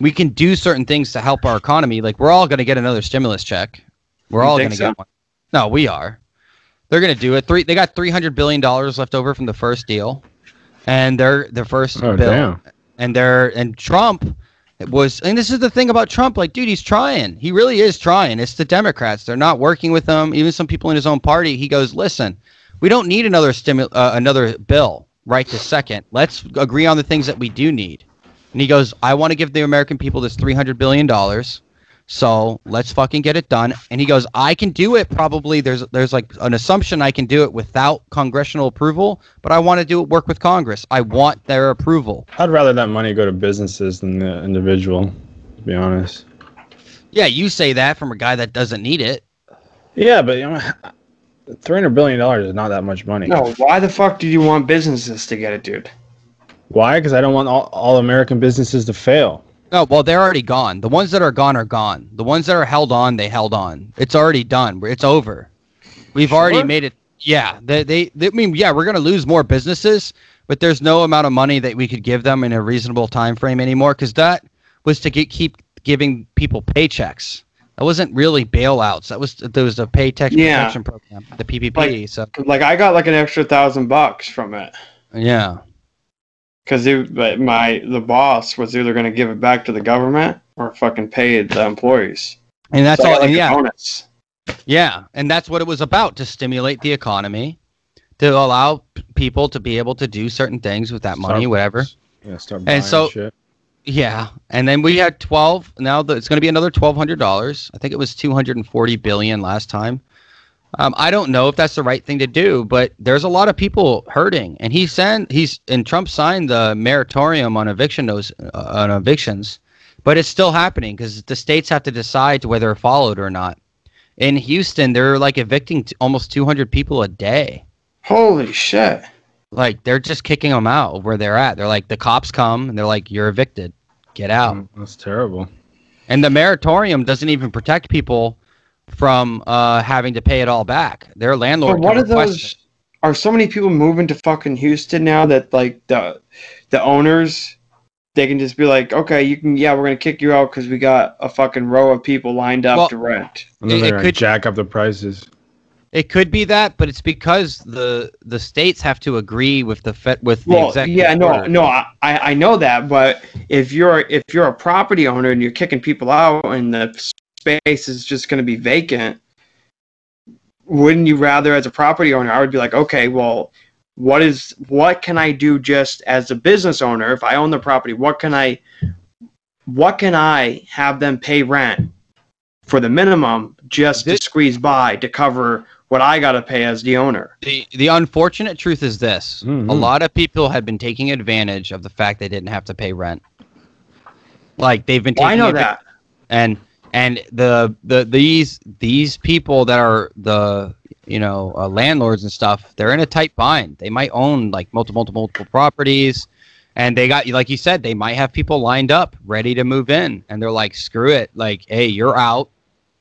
[SPEAKER 3] We can do certain things to help our economy. Like we're all going to get another stimulus check. We're
[SPEAKER 4] You
[SPEAKER 3] all
[SPEAKER 4] think
[SPEAKER 3] going to
[SPEAKER 4] so?
[SPEAKER 3] get one. No, we are. They're going to do it. Three. They got three hundred billion dollars left over from the first deal. and they're the first
[SPEAKER 5] Oh,
[SPEAKER 3] bill.
[SPEAKER 5] damn.
[SPEAKER 3] and they're and Trump was and this is the thing about Trump like dude he's trying he really is trying it's the Democrats they're not working with him even some people in his own party he goes listen we don't need another stimu- uh, another bill right this second let's agree on the things that we do need and he goes I want to give the American people this 300 billion dollars so let's fucking get it done and he goes I can do it probably there's there's like an assumption I can do it without congressional approval but I want to do it work with Congress I want their approval
[SPEAKER 5] I'd rather that money go to businesses than the individual, to be honest.
[SPEAKER 3] Yeah, you say that from a guy that doesn't need it.
[SPEAKER 5] Yeah, but you know, three hundred billion dollars is not that much money.
[SPEAKER 4] No, why the fuck do you want businesses to get it, dude?
[SPEAKER 5] Why? Because I don't want all, all American businesses to fail.
[SPEAKER 3] No, well, they're already gone. The ones that are gone are gone. The ones that are held on, they held on. It's already done. It's over. We've already
[SPEAKER 4] Sure.
[SPEAKER 3] made it. Yeah, they, they, they. I mean, yeah, we're gonna lose more businesses, but there's no amount of money that we could give them in a reasonable time frame anymore. Because that was to get, keep giving people paychecks. That wasn't really bailouts. That was there was a paycheck
[SPEAKER 4] Yeah.
[SPEAKER 3] protection program, the PPP.
[SPEAKER 4] Like-
[SPEAKER 3] so
[SPEAKER 4] Like I got like an extra thousand bucks from it
[SPEAKER 3] yeah,
[SPEAKER 4] because my the boss was either going to give it back to the government or fucking pay the employees.
[SPEAKER 3] and that's
[SPEAKER 4] So I
[SPEAKER 3] all.
[SPEAKER 4] got, like,
[SPEAKER 3] and
[SPEAKER 4] a
[SPEAKER 3] yeah,
[SPEAKER 4] bonus.
[SPEAKER 3] Yeah, and that's what it was about to stimulate the economy, to allow p- people to be able to do certain things with that money,
[SPEAKER 5] Start-
[SPEAKER 3] whatever.
[SPEAKER 5] Yeah, start buying
[SPEAKER 3] so-
[SPEAKER 5] shit.
[SPEAKER 3] Yeah, and then we had twelve. Now the, it's going to be another twelve hundred dollars. I think it was two hundred and forty billion last time. Um, I don't know if that's the right thing to do, but there's a lot of people hurting, and he sent he's and Trump signed the moratorium on eviction those uh, on evictions, but it's still happening because the states have to decide whether they're followed or not. In Houston, they're like evicting t- almost two hundred people a day
[SPEAKER 4] Holy shit!
[SPEAKER 3] like they're just kicking them out where they're at. They're like the cops come and they're like you're evicted, get out.
[SPEAKER 5] Mm, That's terrible.
[SPEAKER 3] And the moratorium doesn't even protect people from uh, having to pay it all back. Their landlord.
[SPEAKER 4] But what
[SPEAKER 3] can
[SPEAKER 4] are
[SPEAKER 3] request
[SPEAKER 4] those?
[SPEAKER 3] it.
[SPEAKER 4] Are so many people moving to fucking Houston now that like the the owners they can just be like, okay, you can yeah, we're gonna kick you out because we got a fucking row of people lined up
[SPEAKER 3] Well-
[SPEAKER 4] to rent.
[SPEAKER 5] And then
[SPEAKER 3] It- it
[SPEAKER 5] they're gonna
[SPEAKER 3] could-
[SPEAKER 5] jack up the prices.
[SPEAKER 3] It could be that, but it's because the the states have to agree with the fed with the
[SPEAKER 4] Well,
[SPEAKER 3] executive.
[SPEAKER 4] yeah, no,
[SPEAKER 3] order.
[SPEAKER 4] no, I I I know that, but if you're if you're a property owner and you're kicking people out and the space is just gonna be vacant, wouldn't you rather, as a property owner, I would be like, okay, well, what is what can I do just as a business owner if I own the property? What can I what can I have them pay rent for the minimum just to
[SPEAKER 3] This-
[SPEAKER 4] squeeze by to cover what I gotta pay as the owner?
[SPEAKER 3] The the unfortunate truth is this:
[SPEAKER 5] Mhm.
[SPEAKER 4] Mm-hmm.
[SPEAKER 3] a lot of people have been taking advantage of the fact they didn't have to pay rent. Like they've been.
[SPEAKER 4] Well,
[SPEAKER 3] Taking
[SPEAKER 4] I know
[SPEAKER 3] advan-
[SPEAKER 4] that.
[SPEAKER 3] and and the the these these people that are the you know uh, landlords and stuff they're in a tight bind they might own like multiple multiple multiple properties and they got like you said they might have people lined up ready to move in and they're like screw it like hey you're out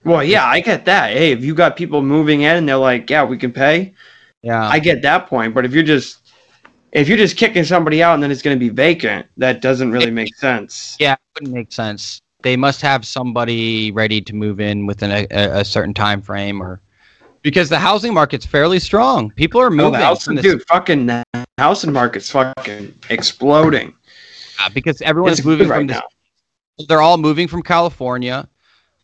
[SPEAKER 4] Well, yeah, I get that. Hey, if you got people moving in and they're like, "Yeah, we can pay,"
[SPEAKER 3] yeah
[SPEAKER 4] I get that point. But if you're just if you're just kicking somebody out and then it's going to be vacant, that doesn't really make sense.
[SPEAKER 3] yeah it wouldn't make sense they must have somebody ready to move in within a, a, a certain time frame or because the housing market's fairly strong people are
[SPEAKER 4] No,
[SPEAKER 3] moving
[SPEAKER 4] Oh, the house,
[SPEAKER 3] from this-
[SPEAKER 4] dude, fucking the housing market's fucking exploding.
[SPEAKER 3] yeah, because everyone's
[SPEAKER 4] It's
[SPEAKER 3] moving
[SPEAKER 4] good
[SPEAKER 3] from
[SPEAKER 4] right
[SPEAKER 3] this
[SPEAKER 4] now.
[SPEAKER 3] they're all moving from California.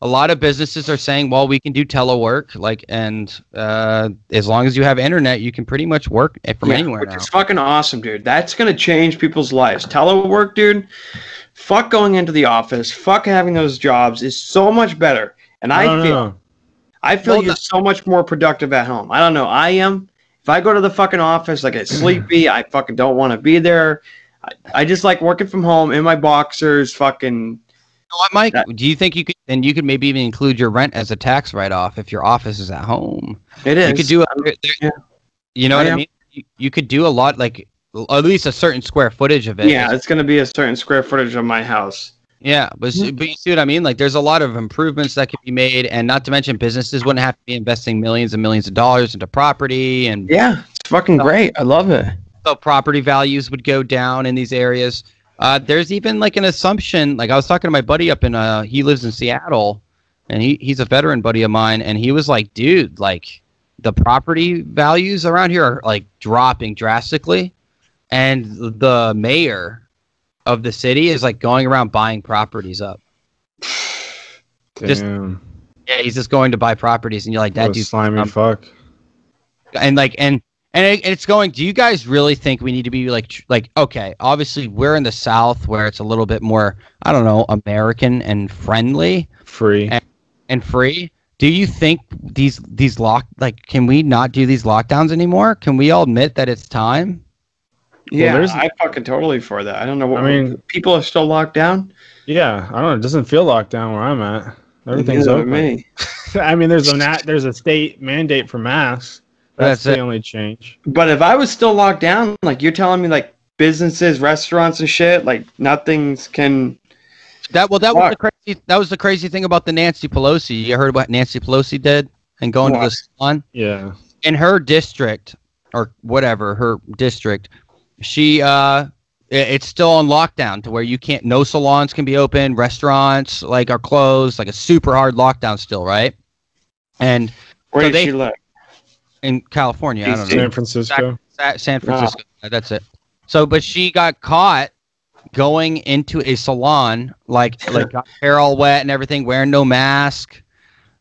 [SPEAKER 3] A lot of businesses are saying, "Well, we can do telework, like, and uh, as long as you have internet, you can pretty much work from
[SPEAKER 4] Yeah,
[SPEAKER 3] anywhere
[SPEAKER 4] which
[SPEAKER 3] now."
[SPEAKER 4] is fucking awesome, dude. That's going to change people's lives. Telework, dude. Fuck going into the office. Fuck having those jobs is so much better. And I
[SPEAKER 5] no, no,
[SPEAKER 4] feel
[SPEAKER 5] no.
[SPEAKER 4] I feel
[SPEAKER 3] Well,
[SPEAKER 4] you're so much more productive at home. I don't know. I am. If I go to the fucking office, I get sleepy. I fucking don't want to be there. I, I just like working from home in my boxers. Fucking.
[SPEAKER 3] You know what, Mike?
[SPEAKER 4] that-
[SPEAKER 3] do you think you could? And you could maybe even include your rent as a tax write-off if your office is at home.
[SPEAKER 4] It is.
[SPEAKER 3] You could do a,
[SPEAKER 4] I'm-
[SPEAKER 3] there- there-
[SPEAKER 4] um, yeah.
[SPEAKER 3] You know
[SPEAKER 4] I
[SPEAKER 3] what I
[SPEAKER 4] am.
[SPEAKER 3] mean? You, you could do a lot, like l- at least a certain square footage of it.
[SPEAKER 4] Yeah, it's gonna be a certain square footage of my house.
[SPEAKER 3] Yeah, but, s- but you see what I mean? Like, there's a lot of improvements that could be made, and not to mention businesses wouldn't have to be investing millions and millions of dollars into property, and
[SPEAKER 4] Yeah, it's fucking great. I love it.
[SPEAKER 3] so property values would go down in these areas. Uh, there's even like an assumption. Like I was talking to my buddy up in uh, he lives in Seattle, and he he's a veteran buddy of mine, and he was like, dude, like the property values around here are like dropping drastically. and the mayor of the city is like going around buying properties up. Just-
[SPEAKER 5] Damn.
[SPEAKER 3] Yeah, he's just going to buy properties, and you're like, that
[SPEAKER 5] That
[SPEAKER 3] dude,
[SPEAKER 5] slimy
[SPEAKER 3] um,
[SPEAKER 5] fuck.
[SPEAKER 3] and like, and and it, it's going. Do you guys really think we need to be like, tr- like, okay, obviously we're in the South where it's a little bit more, I don't know, American and friendly
[SPEAKER 5] Free.
[SPEAKER 3] and- and free. Do you think these these lock like can we not do these lockdowns anymore? Can we all admit that it's time?
[SPEAKER 4] Yeah,
[SPEAKER 5] there's-
[SPEAKER 4] I fucking totally for that. I don't know what
[SPEAKER 5] I mean-
[SPEAKER 4] people are still locked down.
[SPEAKER 5] Yeah, I don't know. It doesn't feel locked down where I'm at. Everything's
[SPEAKER 4] Neither do
[SPEAKER 5] open.
[SPEAKER 4] me.
[SPEAKER 5] I mean, there's a nat- there's a state mandate for masks. That's,
[SPEAKER 3] That's
[SPEAKER 5] the
[SPEAKER 3] it.
[SPEAKER 5] only change.
[SPEAKER 4] But if I was still locked down, like you're telling me, like businesses, restaurants, and shit, like nothing's can.
[SPEAKER 3] That well, that was the
[SPEAKER 4] Fuck.
[SPEAKER 3] crazy. That was the crazy thing about the Nancy Pelosi. You heard what Nancy Pelosi did and going to
[SPEAKER 4] What?
[SPEAKER 3] the salon
[SPEAKER 5] Yeah.
[SPEAKER 3] in her district or whatever her district. She uh, i- it's still on lockdown to where you can't. No salons can be open. Restaurants like are closed. Like a super hard lockdown still, right? And
[SPEAKER 4] Where
[SPEAKER 3] So
[SPEAKER 4] did
[SPEAKER 3] they-
[SPEAKER 4] she live?
[SPEAKER 3] in California, I don't know.
[SPEAKER 5] San Francisco.
[SPEAKER 3] Sa- San Francisco. That's it. So, but she got caught going into a salon, like like got hair all wet and everything, wearing no mask,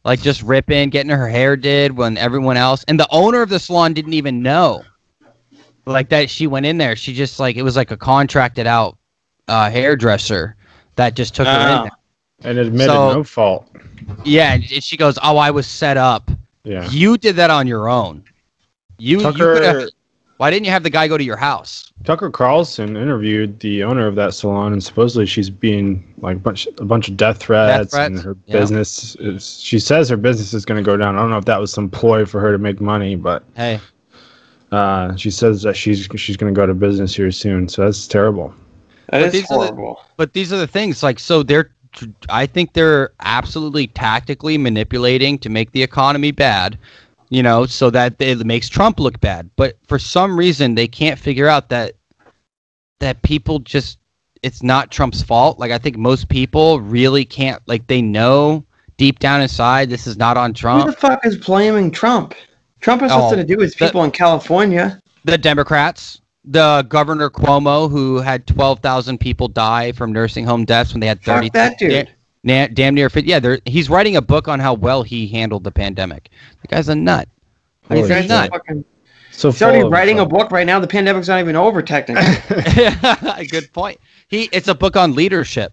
[SPEAKER 3] like just ripping, getting her hair did when everyone else and the owner of the salon didn't even know. Like that, she went in there. She just like it was like a contracted out uh, hairdresser that just took her in.
[SPEAKER 4] Ah.
[SPEAKER 3] There.
[SPEAKER 5] And admitted
[SPEAKER 3] So-
[SPEAKER 5] no fault.
[SPEAKER 3] Yeah, and she goes, "Oh, I was set up.
[SPEAKER 5] Yeah.
[SPEAKER 3] You did that on your own. You, you could have
[SPEAKER 5] Tucker
[SPEAKER 3] Why didn't you have the guy go to your house?
[SPEAKER 5] Tucker Carlson interviewed the owner of that salon, and supposedly she's being like bunch a bunch of death threats, and
[SPEAKER 3] threats,
[SPEAKER 5] her
[SPEAKER 3] yeah.
[SPEAKER 5] business. Is, she says her business is going to go down. I don't know if that was some ploy for her to make money, but
[SPEAKER 3] Hey,
[SPEAKER 5] uh, she says that she's she's going to go to business here soon. So that's terrible.
[SPEAKER 3] But
[SPEAKER 4] That is
[SPEAKER 3] these are the-
[SPEAKER 4] horrible.
[SPEAKER 3] but these are the things. Like, so they're, I think they're absolutely tactically manipulating to make the economy bad, you know, so that it makes Trump look bad. But for some reason, they can't figure out that that people just it's not Trump's fault. Like, I think most people really can't. Like, they know deep down inside this is not on
[SPEAKER 4] Who
[SPEAKER 3] Trump.
[SPEAKER 4] the fuck is blaming Trump? Trump has
[SPEAKER 3] Oh,
[SPEAKER 4] nothing to do with
[SPEAKER 3] that-
[SPEAKER 4] people in California.
[SPEAKER 3] the Democrats, the Governor Cuomo, who had twelve thousand people die from nursing home deaths when they had
[SPEAKER 4] Fuck
[SPEAKER 3] thirty.
[SPEAKER 4] that dude.
[SPEAKER 3] da- na- damn near fifty. Yeah, they're- he's writing a book on how well he handled the pandemic. The guy's a nut. He's
[SPEAKER 5] Holy
[SPEAKER 4] This guy's
[SPEAKER 5] shit.
[SPEAKER 4] a
[SPEAKER 3] not.
[SPEAKER 4] fucking-
[SPEAKER 5] So
[SPEAKER 4] He's already
[SPEAKER 5] full of
[SPEAKER 4] writing a
[SPEAKER 5] himself.
[SPEAKER 4] book right now. The pandemic's not even over technically.
[SPEAKER 3] Good point. He it's a book on leadership.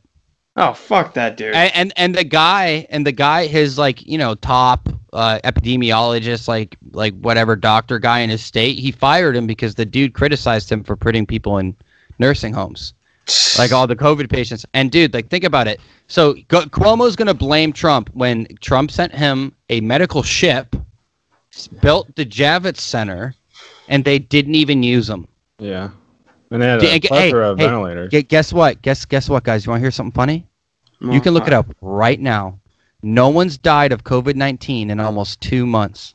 [SPEAKER 4] oh fuck that dude.
[SPEAKER 3] and, and and the guy and the guy his like you know top uh, epidemiologist like like whatever doctor guy in his state he fired him because the dude criticized him for putting people in nursing homes like all the covid patients and dude like think about it so Go- cuomo's going to blame trump when trump sent him a medical ship s- built the javits center and they didn't even use them
[SPEAKER 5] Yeah. And they had
[SPEAKER 3] Hey,
[SPEAKER 5] a
[SPEAKER 3] hey,
[SPEAKER 5] plethora of
[SPEAKER 3] hey,
[SPEAKER 5] ventilators.
[SPEAKER 3] Gu- guess what guess guess what guys you want to hear something funny
[SPEAKER 4] Oh,
[SPEAKER 3] you can
[SPEAKER 5] Uh-huh.
[SPEAKER 3] look it up right now. No one's died of COVID 19 in almost two months.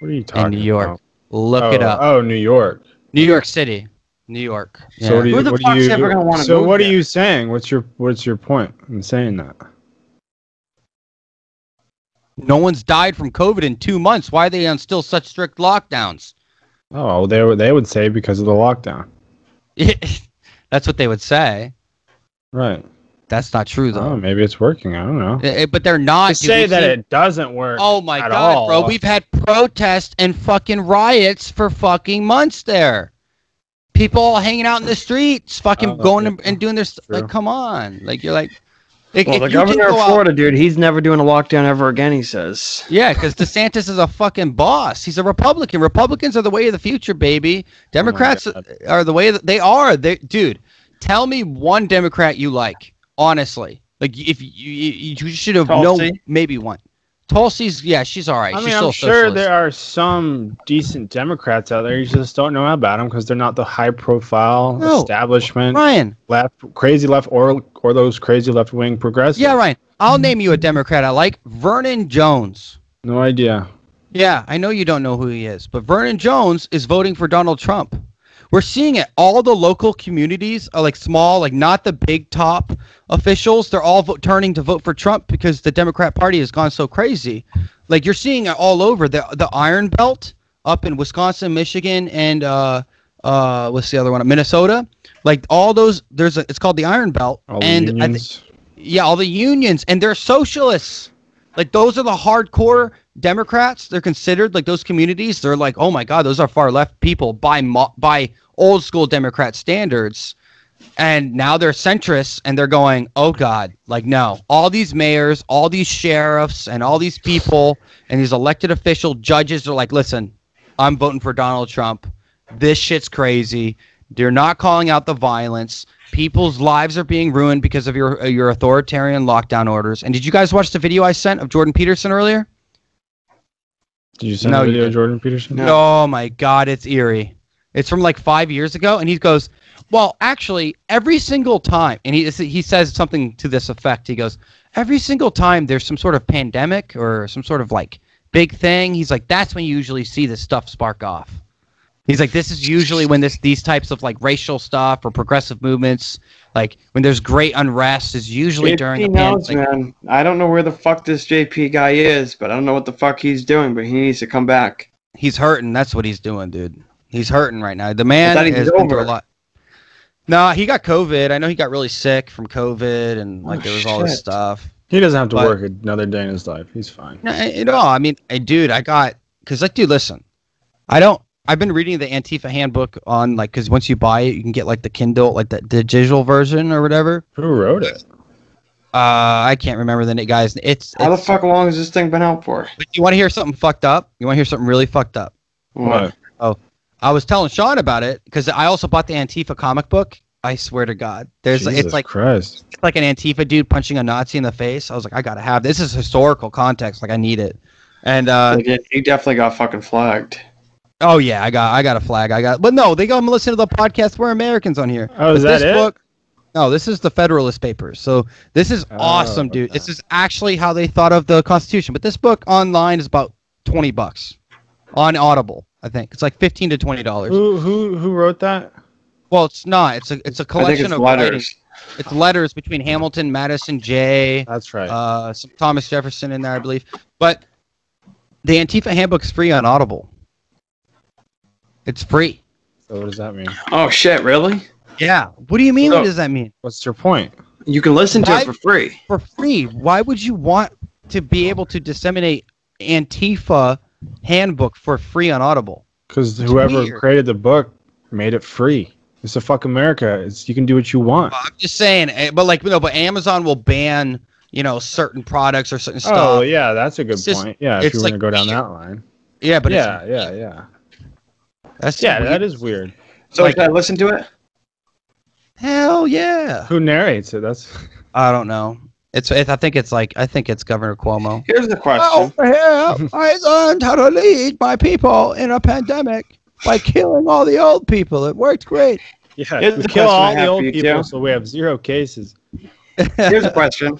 [SPEAKER 5] What are you Oh. talking
[SPEAKER 3] New York.
[SPEAKER 5] about?
[SPEAKER 3] Look
[SPEAKER 5] oh,
[SPEAKER 3] it up.
[SPEAKER 5] Oh, New York.
[SPEAKER 3] New York City. New York. Yeah.
[SPEAKER 5] So what do you,
[SPEAKER 4] Who the
[SPEAKER 5] what do
[SPEAKER 4] fuck's
[SPEAKER 5] you-
[SPEAKER 4] ever gonna wanna
[SPEAKER 5] So
[SPEAKER 4] move
[SPEAKER 5] what are
[SPEAKER 4] there?
[SPEAKER 5] you saying? What's your what's your point in saying that?
[SPEAKER 3] no one's died from COVID in two months. Why are they on still such strict lockdowns?
[SPEAKER 5] Oh, they would- they would say because of the lockdown,
[SPEAKER 3] That's what they would say.
[SPEAKER 5] right?
[SPEAKER 3] That's not true, though.
[SPEAKER 5] Oh, maybe it's working. I don't know.
[SPEAKER 3] Eh, eh, but they're not.
[SPEAKER 5] To
[SPEAKER 3] dude.
[SPEAKER 5] say
[SPEAKER 3] We've
[SPEAKER 5] that
[SPEAKER 3] seen-
[SPEAKER 5] it doesn't work.
[SPEAKER 3] Oh my
[SPEAKER 5] at
[SPEAKER 3] god,
[SPEAKER 5] all.
[SPEAKER 3] bro! We've had protests and fucking riots for fucking months there. People all hanging out in the streets, fucking
[SPEAKER 5] Oh,
[SPEAKER 3] going
[SPEAKER 5] yeah.
[SPEAKER 3] and- and doing their s
[SPEAKER 5] True.
[SPEAKER 3] like. Come on, like you're like. If,
[SPEAKER 4] Well,
[SPEAKER 3] if
[SPEAKER 4] the
[SPEAKER 3] you didn't
[SPEAKER 4] governor
[SPEAKER 3] go
[SPEAKER 4] of
[SPEAKER 3] out-
[SPEAKER 4] Florida, dude, he's never doing a lockdown ever again. He says.
[SPEAKER 3] yeah, because DeSantis is a fucking boss. He's a Republican. Republicans are the way of the future, baby.
[SPEAKER 4] Oh
[SPEAKER 3] Democrats
[SPEAKER 5] God.
[SPEAKER 3] are the way of the, they are. They, dude, tell me one Democrat you like, honestly. Like if you you, you should have known
[SPEAKER 4] Tulsi.
[SPEAKER 3] maybe one. Tulsi's yeah, she's all right.
[SPEAKER 5] I
[SPEAKER 3] she's
[SPEAKER 5] mean,
[SPEAKER 3] still
[SPEAKER 5] I'm
[SPEAKER 3] a
[SPEAKER 5] sure
[SPEAKER 3] socialist.
[SPEAKER 5] there are some decent Democrats out there. You just don't know about them because they're not the high profile
[SPEAKER 3] No.
[SPEAKER 5] establishment
[SPEAKER 3] Ryan,
[SPEAKER 5] left, crazy left, or or those crazy left wing progressives.
[SPEAKER 3] Yeah, Ryan.
[SPEAKER 5] Mm-hmm.
[SPEAKER 3] I'll name you a Democrat I like. Vernon Jones.
[SPEAKER 5] No idea.
[SPEAKER 3] Yeah, I know you don't know who he is, but Vernon Jones is voting for Donald Trump. We're seeing it. All the local communities are like small, like not the big top officials. They're all vo- turning to vote for Trump because the Democrat Party has gone so crazy. Like you're seeing it all over the the Iron Belt up in Wisconsin, Michigan, and uh, uh, what's the other one? Minnesota. Like all those, there's a, it's called the Iron Belt,
[SPEAKER 5] All the
[SPEAKER 3] and I thi-
[SPEAKER 5] unions.
[SPEAKER 3] yeah, all the unions, and they're socialists. Like those are the hardcore Democrats. They're considered like those communities. They're like, oh my god, those are far left people by mo- by old school Democrat standards. And now they're centrists, and they're going, oh god, like no, all these mayors, all these sheriffs, and all these people, and these elected official judges are like, listen, I'm voting for Donald Trump. This shit's crazy. They're not calling out the violence. People's lives are being ruined because of your uh, your authoritarian lockdown orders. And did you guys watch the video I sent of Jordan Peterson earlier?
[SPEAKER 5] Did you send
[SPEAKER 3] No,
[SPEAKER 5] the
[SPEAKER 3] you
[SPEAKER 5] video,
[SPEAKER 3] didn't.
[SPEAKER 5] Jordan Peterson?
[SPEAKER 3] Oh my god, it's eerie. It's from like five years ago, and he goes, "Well, actually, every single time," and he he says something to this effect. He goes, "Every single time there's some sort of pandemic or some sort of like big thing, he's like, that's when you usually see this stuff spark off." He's like, "This is usually when this these types of like racial stuff or progressive movements, like when there's great unrest, is usually during a
[SPEAKER 4] JP knows,
[SPEAKER 3] pandemic."
[SPEAKER 4] man. I don't know where the fuck this JP guy is, but I don't know what the fuck he's doing. But he needs to come back.
[SPEAKER 3] He's hurting. That's what he's doing, dude. He's hurting right now. The man
[SPEAKER 4] I thought he was
[SPEAKER 3] has been through a
[SPEAKER 4] over.
[SPEAKER 3] lot. Nah, he got COVID. I know he got really sick from COVID, and like
[SPEAKER 4] Oh,
[SPEAKER 3] there was all this
[SPEAKER 4] shit.
[SPEAKER 3] stuff.
[SPEAKER 5] He doesn't have to
[SPEAKER 3] But-
[SPEAKER 5] work another day in his life. He's fine.
[SPEAKER 3] No, I- no, I mean, I, dude, I got because like, dude, listen, I don't. I've been reading the Antifa handbook on like because once you buy it, you can get like the Kindle, like the digital version or whatever.
[SPEAKER 5] Who wrote it?
[SPEAKER 3] Uh, I can't remember the na- guys. It's,
[SPEAKER 4] How the
[SPEAKER 3] it's
[SPEAKER 4] fuck long has this thing been out for?
[SPEAKER 3] you want to hear something fucked up? You want to hear something really fucked up?
[SPEAKER 4] What?
[SPEAKER 3] I was telling Sean about it because I also bought the Antifa comic book. I swear to God, there's
[SPEAKER 5] Jesus
[SPEAKER 3] it's like
[SPEAKER 5] Christ.
[SPEAKER 3] it's like an Antifa dude punching a Nazi in the face. I was like, I gotta have this. This is historical context. Like I need it. And uh,
[SPEAKER 4] Like, he definitely got fucking flagged.
[SPEAKER 3] oh yeah, I got I got a flag. I got but no, they come listen to the podcast. We're Americans on here.
[SPEAKER 5] Oh, is
[SPEAKER 3] But
[SPEAKER 5] that it?
[SPEAKER 3] no, this is the Federalist Papers. So this is
[SPEAKER 5] Oh,
[SPEAKER 3] awesome, dude.
[SPEAKER 5] okay.
[SPEAKER 3] This is actually how they thought of the Constitution. But this book online is about twenty bucks on Audible. I think it's like fifteen to twenty dollars.
[SPEAKER 5] Who who who wrote that?
[SPEAKER 3] Well, it's not. It's a it's a
[SPEAKER 4] I think
[SPEAKER 3] collection
[SPEAKER 4] it's
[SPEAKER 3] of writings.
[SPEAKER 4] letters.
[SPEAKER 3] It's letters between Hamilton, Madison, Jay,
[SPEAKER 5] That's right.
[SPEAKER 3] uh, some Thomas Jefferson in there, I believe. But the Antifa handbook's free on Audible. It's free.
[SPEAKER 5] so what does that mean?
[SPEAKER 4] Oh shit! Really?
[SPEAKER 3] Yeah. What do you mean?
[SPEAKER 4] So-
[SPEAKER 3] what does that mean?
[SPEAKER 5] What's your point?
[SPEAKER 4] You can listen to
[SPEAKER 3] Why-
[SPEAKER 4] it for free.
[SPEAKER 3] For free? Why would you want to be able to disseminate Antifa handbook for free on Audible?
[SPEAKER 5] Because whoever
[SPEAKER 3] weird.
[SPEAKER 5] created the book made it free. It's a fuck America. It's you can do what you want.
[SPEAKER 3] I'm just saying. eh, But like, you know, but Amazon will ban you know certain products or certain stuff.
[SPEAKER 5] Oh yeah, that's a good
[SPEAKER 3] It's just-
[SPEAKER 5] point. Yeah, if
[SPEAKER 3] it's
[SPEAKER 5] you were
[SPEAKER 3] like
[SPEAKER 5] gonna go down
[SPEAKER 3] weird.
[SPEAKER 5] that line.
[SPEAKER 3] yeah, but
[SPEAKER 5] yeah,
[SPEAKER 3] it's,
[SPEAKER 5] yeah, yeah.
[SPEAKER 3] that's
[SPEAKER 5] Yeah,
[SPEAKER 3] weird.
[SPEAKER 5] that is weird.
[SPEAKER 4] So
[SPEAKER 3] Like-
[SPEAKER 4] can I listen to it?
[SPEAKER 3] hell yeah.
[SPEAKER 5] Who narrates it? That's
[SPEAKER 3] I don't know. It's it, I think it's like I think it's Governor Cuomo.
[SPEAKER 4] Here's the
[SPEAKER 3] Well,
[SPEAKER 5] Oh.
[SPEAKER 3] here
[SPEAKER 4] question.
[SPEAKER 3] I learned how to lead my people in a pandemic by killing all the old people. It worked great.
[SPEAKER 5] yeah.
[SPEAKER 4] Here's
[SPEAKER 5] We
[SPEAKER 4] the
[SPEAKER 5] kill
[SPEAKER 4] question I have
[SPEAKER 5] all the
[SPEAKER 4] for
[SPEAKER 5] old
[SPEAKER 4] you,
[SPEAKER 5] people,
[SPEAKER 4] Joe.
[SPEAKER 5] so we have zero cases.
[SPEAKER 4] Here's a question.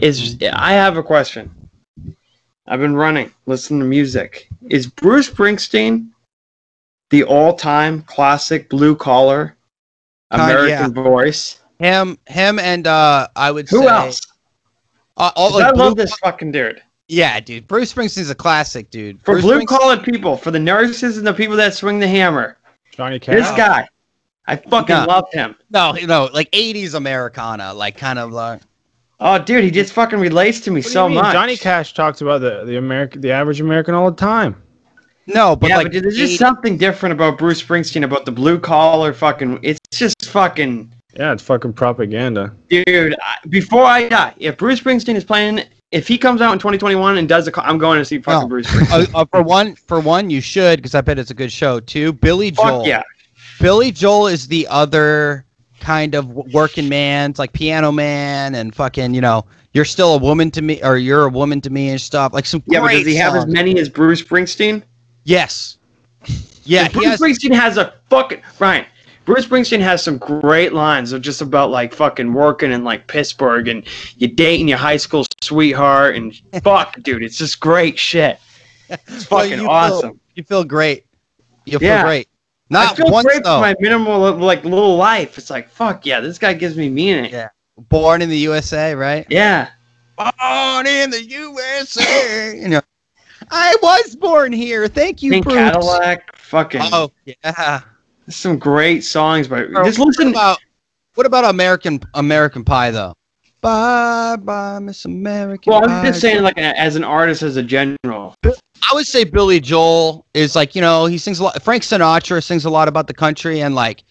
[SPEAKER 4] Is I have a question. I've been running, listening to music. Is Bruce Springsteen the all-time classic blue-collar
[SPEAKER 3] God, yeah.
[SPEAKER 4] American voice?
[SPEAKER 3] Uh, Him, him, and uh, I would
[SPEAKER 4] Who
[SPEAKER 3] say
[SPEAKER 4] else?
[SPEAKER 3] Uh, all,
[SPEAKER 4] 'Cause
[SPEAKER 3] like,
[SPEAKER 4] I
[SPEAKER 3] blue-
[SPEAKER 4] love this fucking dude.
[SPEAKER 3] Yeah, dude. Bruce Springsteen's a classic, dude.
[SPEAKER 4] For
[SPEAKER 3] Bruce Springsteen-
[SPEAKER 4] blue-collar people, for the nurses and the people that swing the hammer.
[SPEAKER 5] Johnny Cash.
[SPEAKER 4] This guy, I fucking
[SPEAKER 3] Yeah.
[SPEAKER 4] love him.
[SPEAKER 3] no, you know, like '80s Americana, like kind of like.
[SPEAKER 4] Oh, dude, he just fucking relates to me
[SPEAKER 5] What do you
[SPEAKER 4] so
[SPEAKER 5] mean?
[SPEAKER 4] much.
[SPEAKER 5] Johnny Cash talks about the the American, the average American all the time.
[SPEAKER 3] No, but
[SPEAKER 4] yeah,
[SPEAKER 3] like
[SPEAKER 4] but dude, there's just
[SPEAKER 3] 80s
[SPEAKER 4] something different about Bruce Springsteen, about the blue collar fucking. It's just fucking.
[SPEAKER 5] Yeah, it's fucking propaganda.
[SPEAKER 4] Dude, I, before I die, if Bruce Springsteen is playing, if he comes out in 2021 and does a, co- I'm going to see fucking
[SPEAKER 3] No.
[SPEAKER 4] Bruce Springsteen.
[SPEAKER 3] uh, uh, for one, for one, you should because I bet it's a good show. Two, Billy Joel.
[SPEAKER 4] Fuck yeah.
[SPEAKER 3] Billy Joel is the other kind of w- working man's like piano man and fucking you know you're still a woman to me or you're a woman to me and stuff like some
[SPEAKER 4] Yeah, but
[SPEAKER 3] great
[SPEAKER 4] does he have as
[SPEAKER 3] songs.
[SPEAKER 4] many as Bruce Springsteen?
[SPEAKER 3] yes yeah he
[SPEAKER 4] Bruce
[SPEAKER 3] has,
[SPEAKER 4] Springsteen has a fucking. Ryan, Bruce Springsteen has some great lines of just about like fucking working in like Pittsburgh and you dating your high school sweetheart and fuck, dude, it's just great shit. It's
[SPEAKER 3] Well,
[SPEAKER 4] fucking
[SPEAKER 3] you feel-
[SPEAKER 4] awesome.
[SPEAKER 3] you feel great you feel
[SPEAKER 4] Yeah.
[SPEAKER 3] great
[SPEAKER 4] I
[SPEAKER 3] not
[SPEAKER 4] feel
[SPEAKER 3] once
[SPEAKER 4] great
[SPEAKER 3] though
[SPEAKER 4] for my minimal like little life. It's like fuck yeah, this guy gives me meaning.
[SPEAKER 3] Yeah. born in the USA right
[SPEAKER 4] yeah.
[SPEAKER 3] born in the USA you know I was born here thank you
[SPEAKER 4] Pink
[SPEAKER 3] Bruce
[SPEAKER 4] Cadillac, fucking
[SPEAKER 3] oh yeah
[SPEAKER 4] some great songs by.
[SPEAKER 3] Oh. Bro,
[SPEAKER 4] Just listen.
[SPEAKER 3] What about, what about American American Pie though? Bye bye, Miss American.
[SPEAKER 4] well, I'm
[SPEAKER 3] Pie.
[SPEAKER 4] just saying, like a- as an artist, as a general.
[SPEAKER 3] I would say Billy Joel is like, you know, he sings a lot. Frank Sinatra sings a lot about the country and like,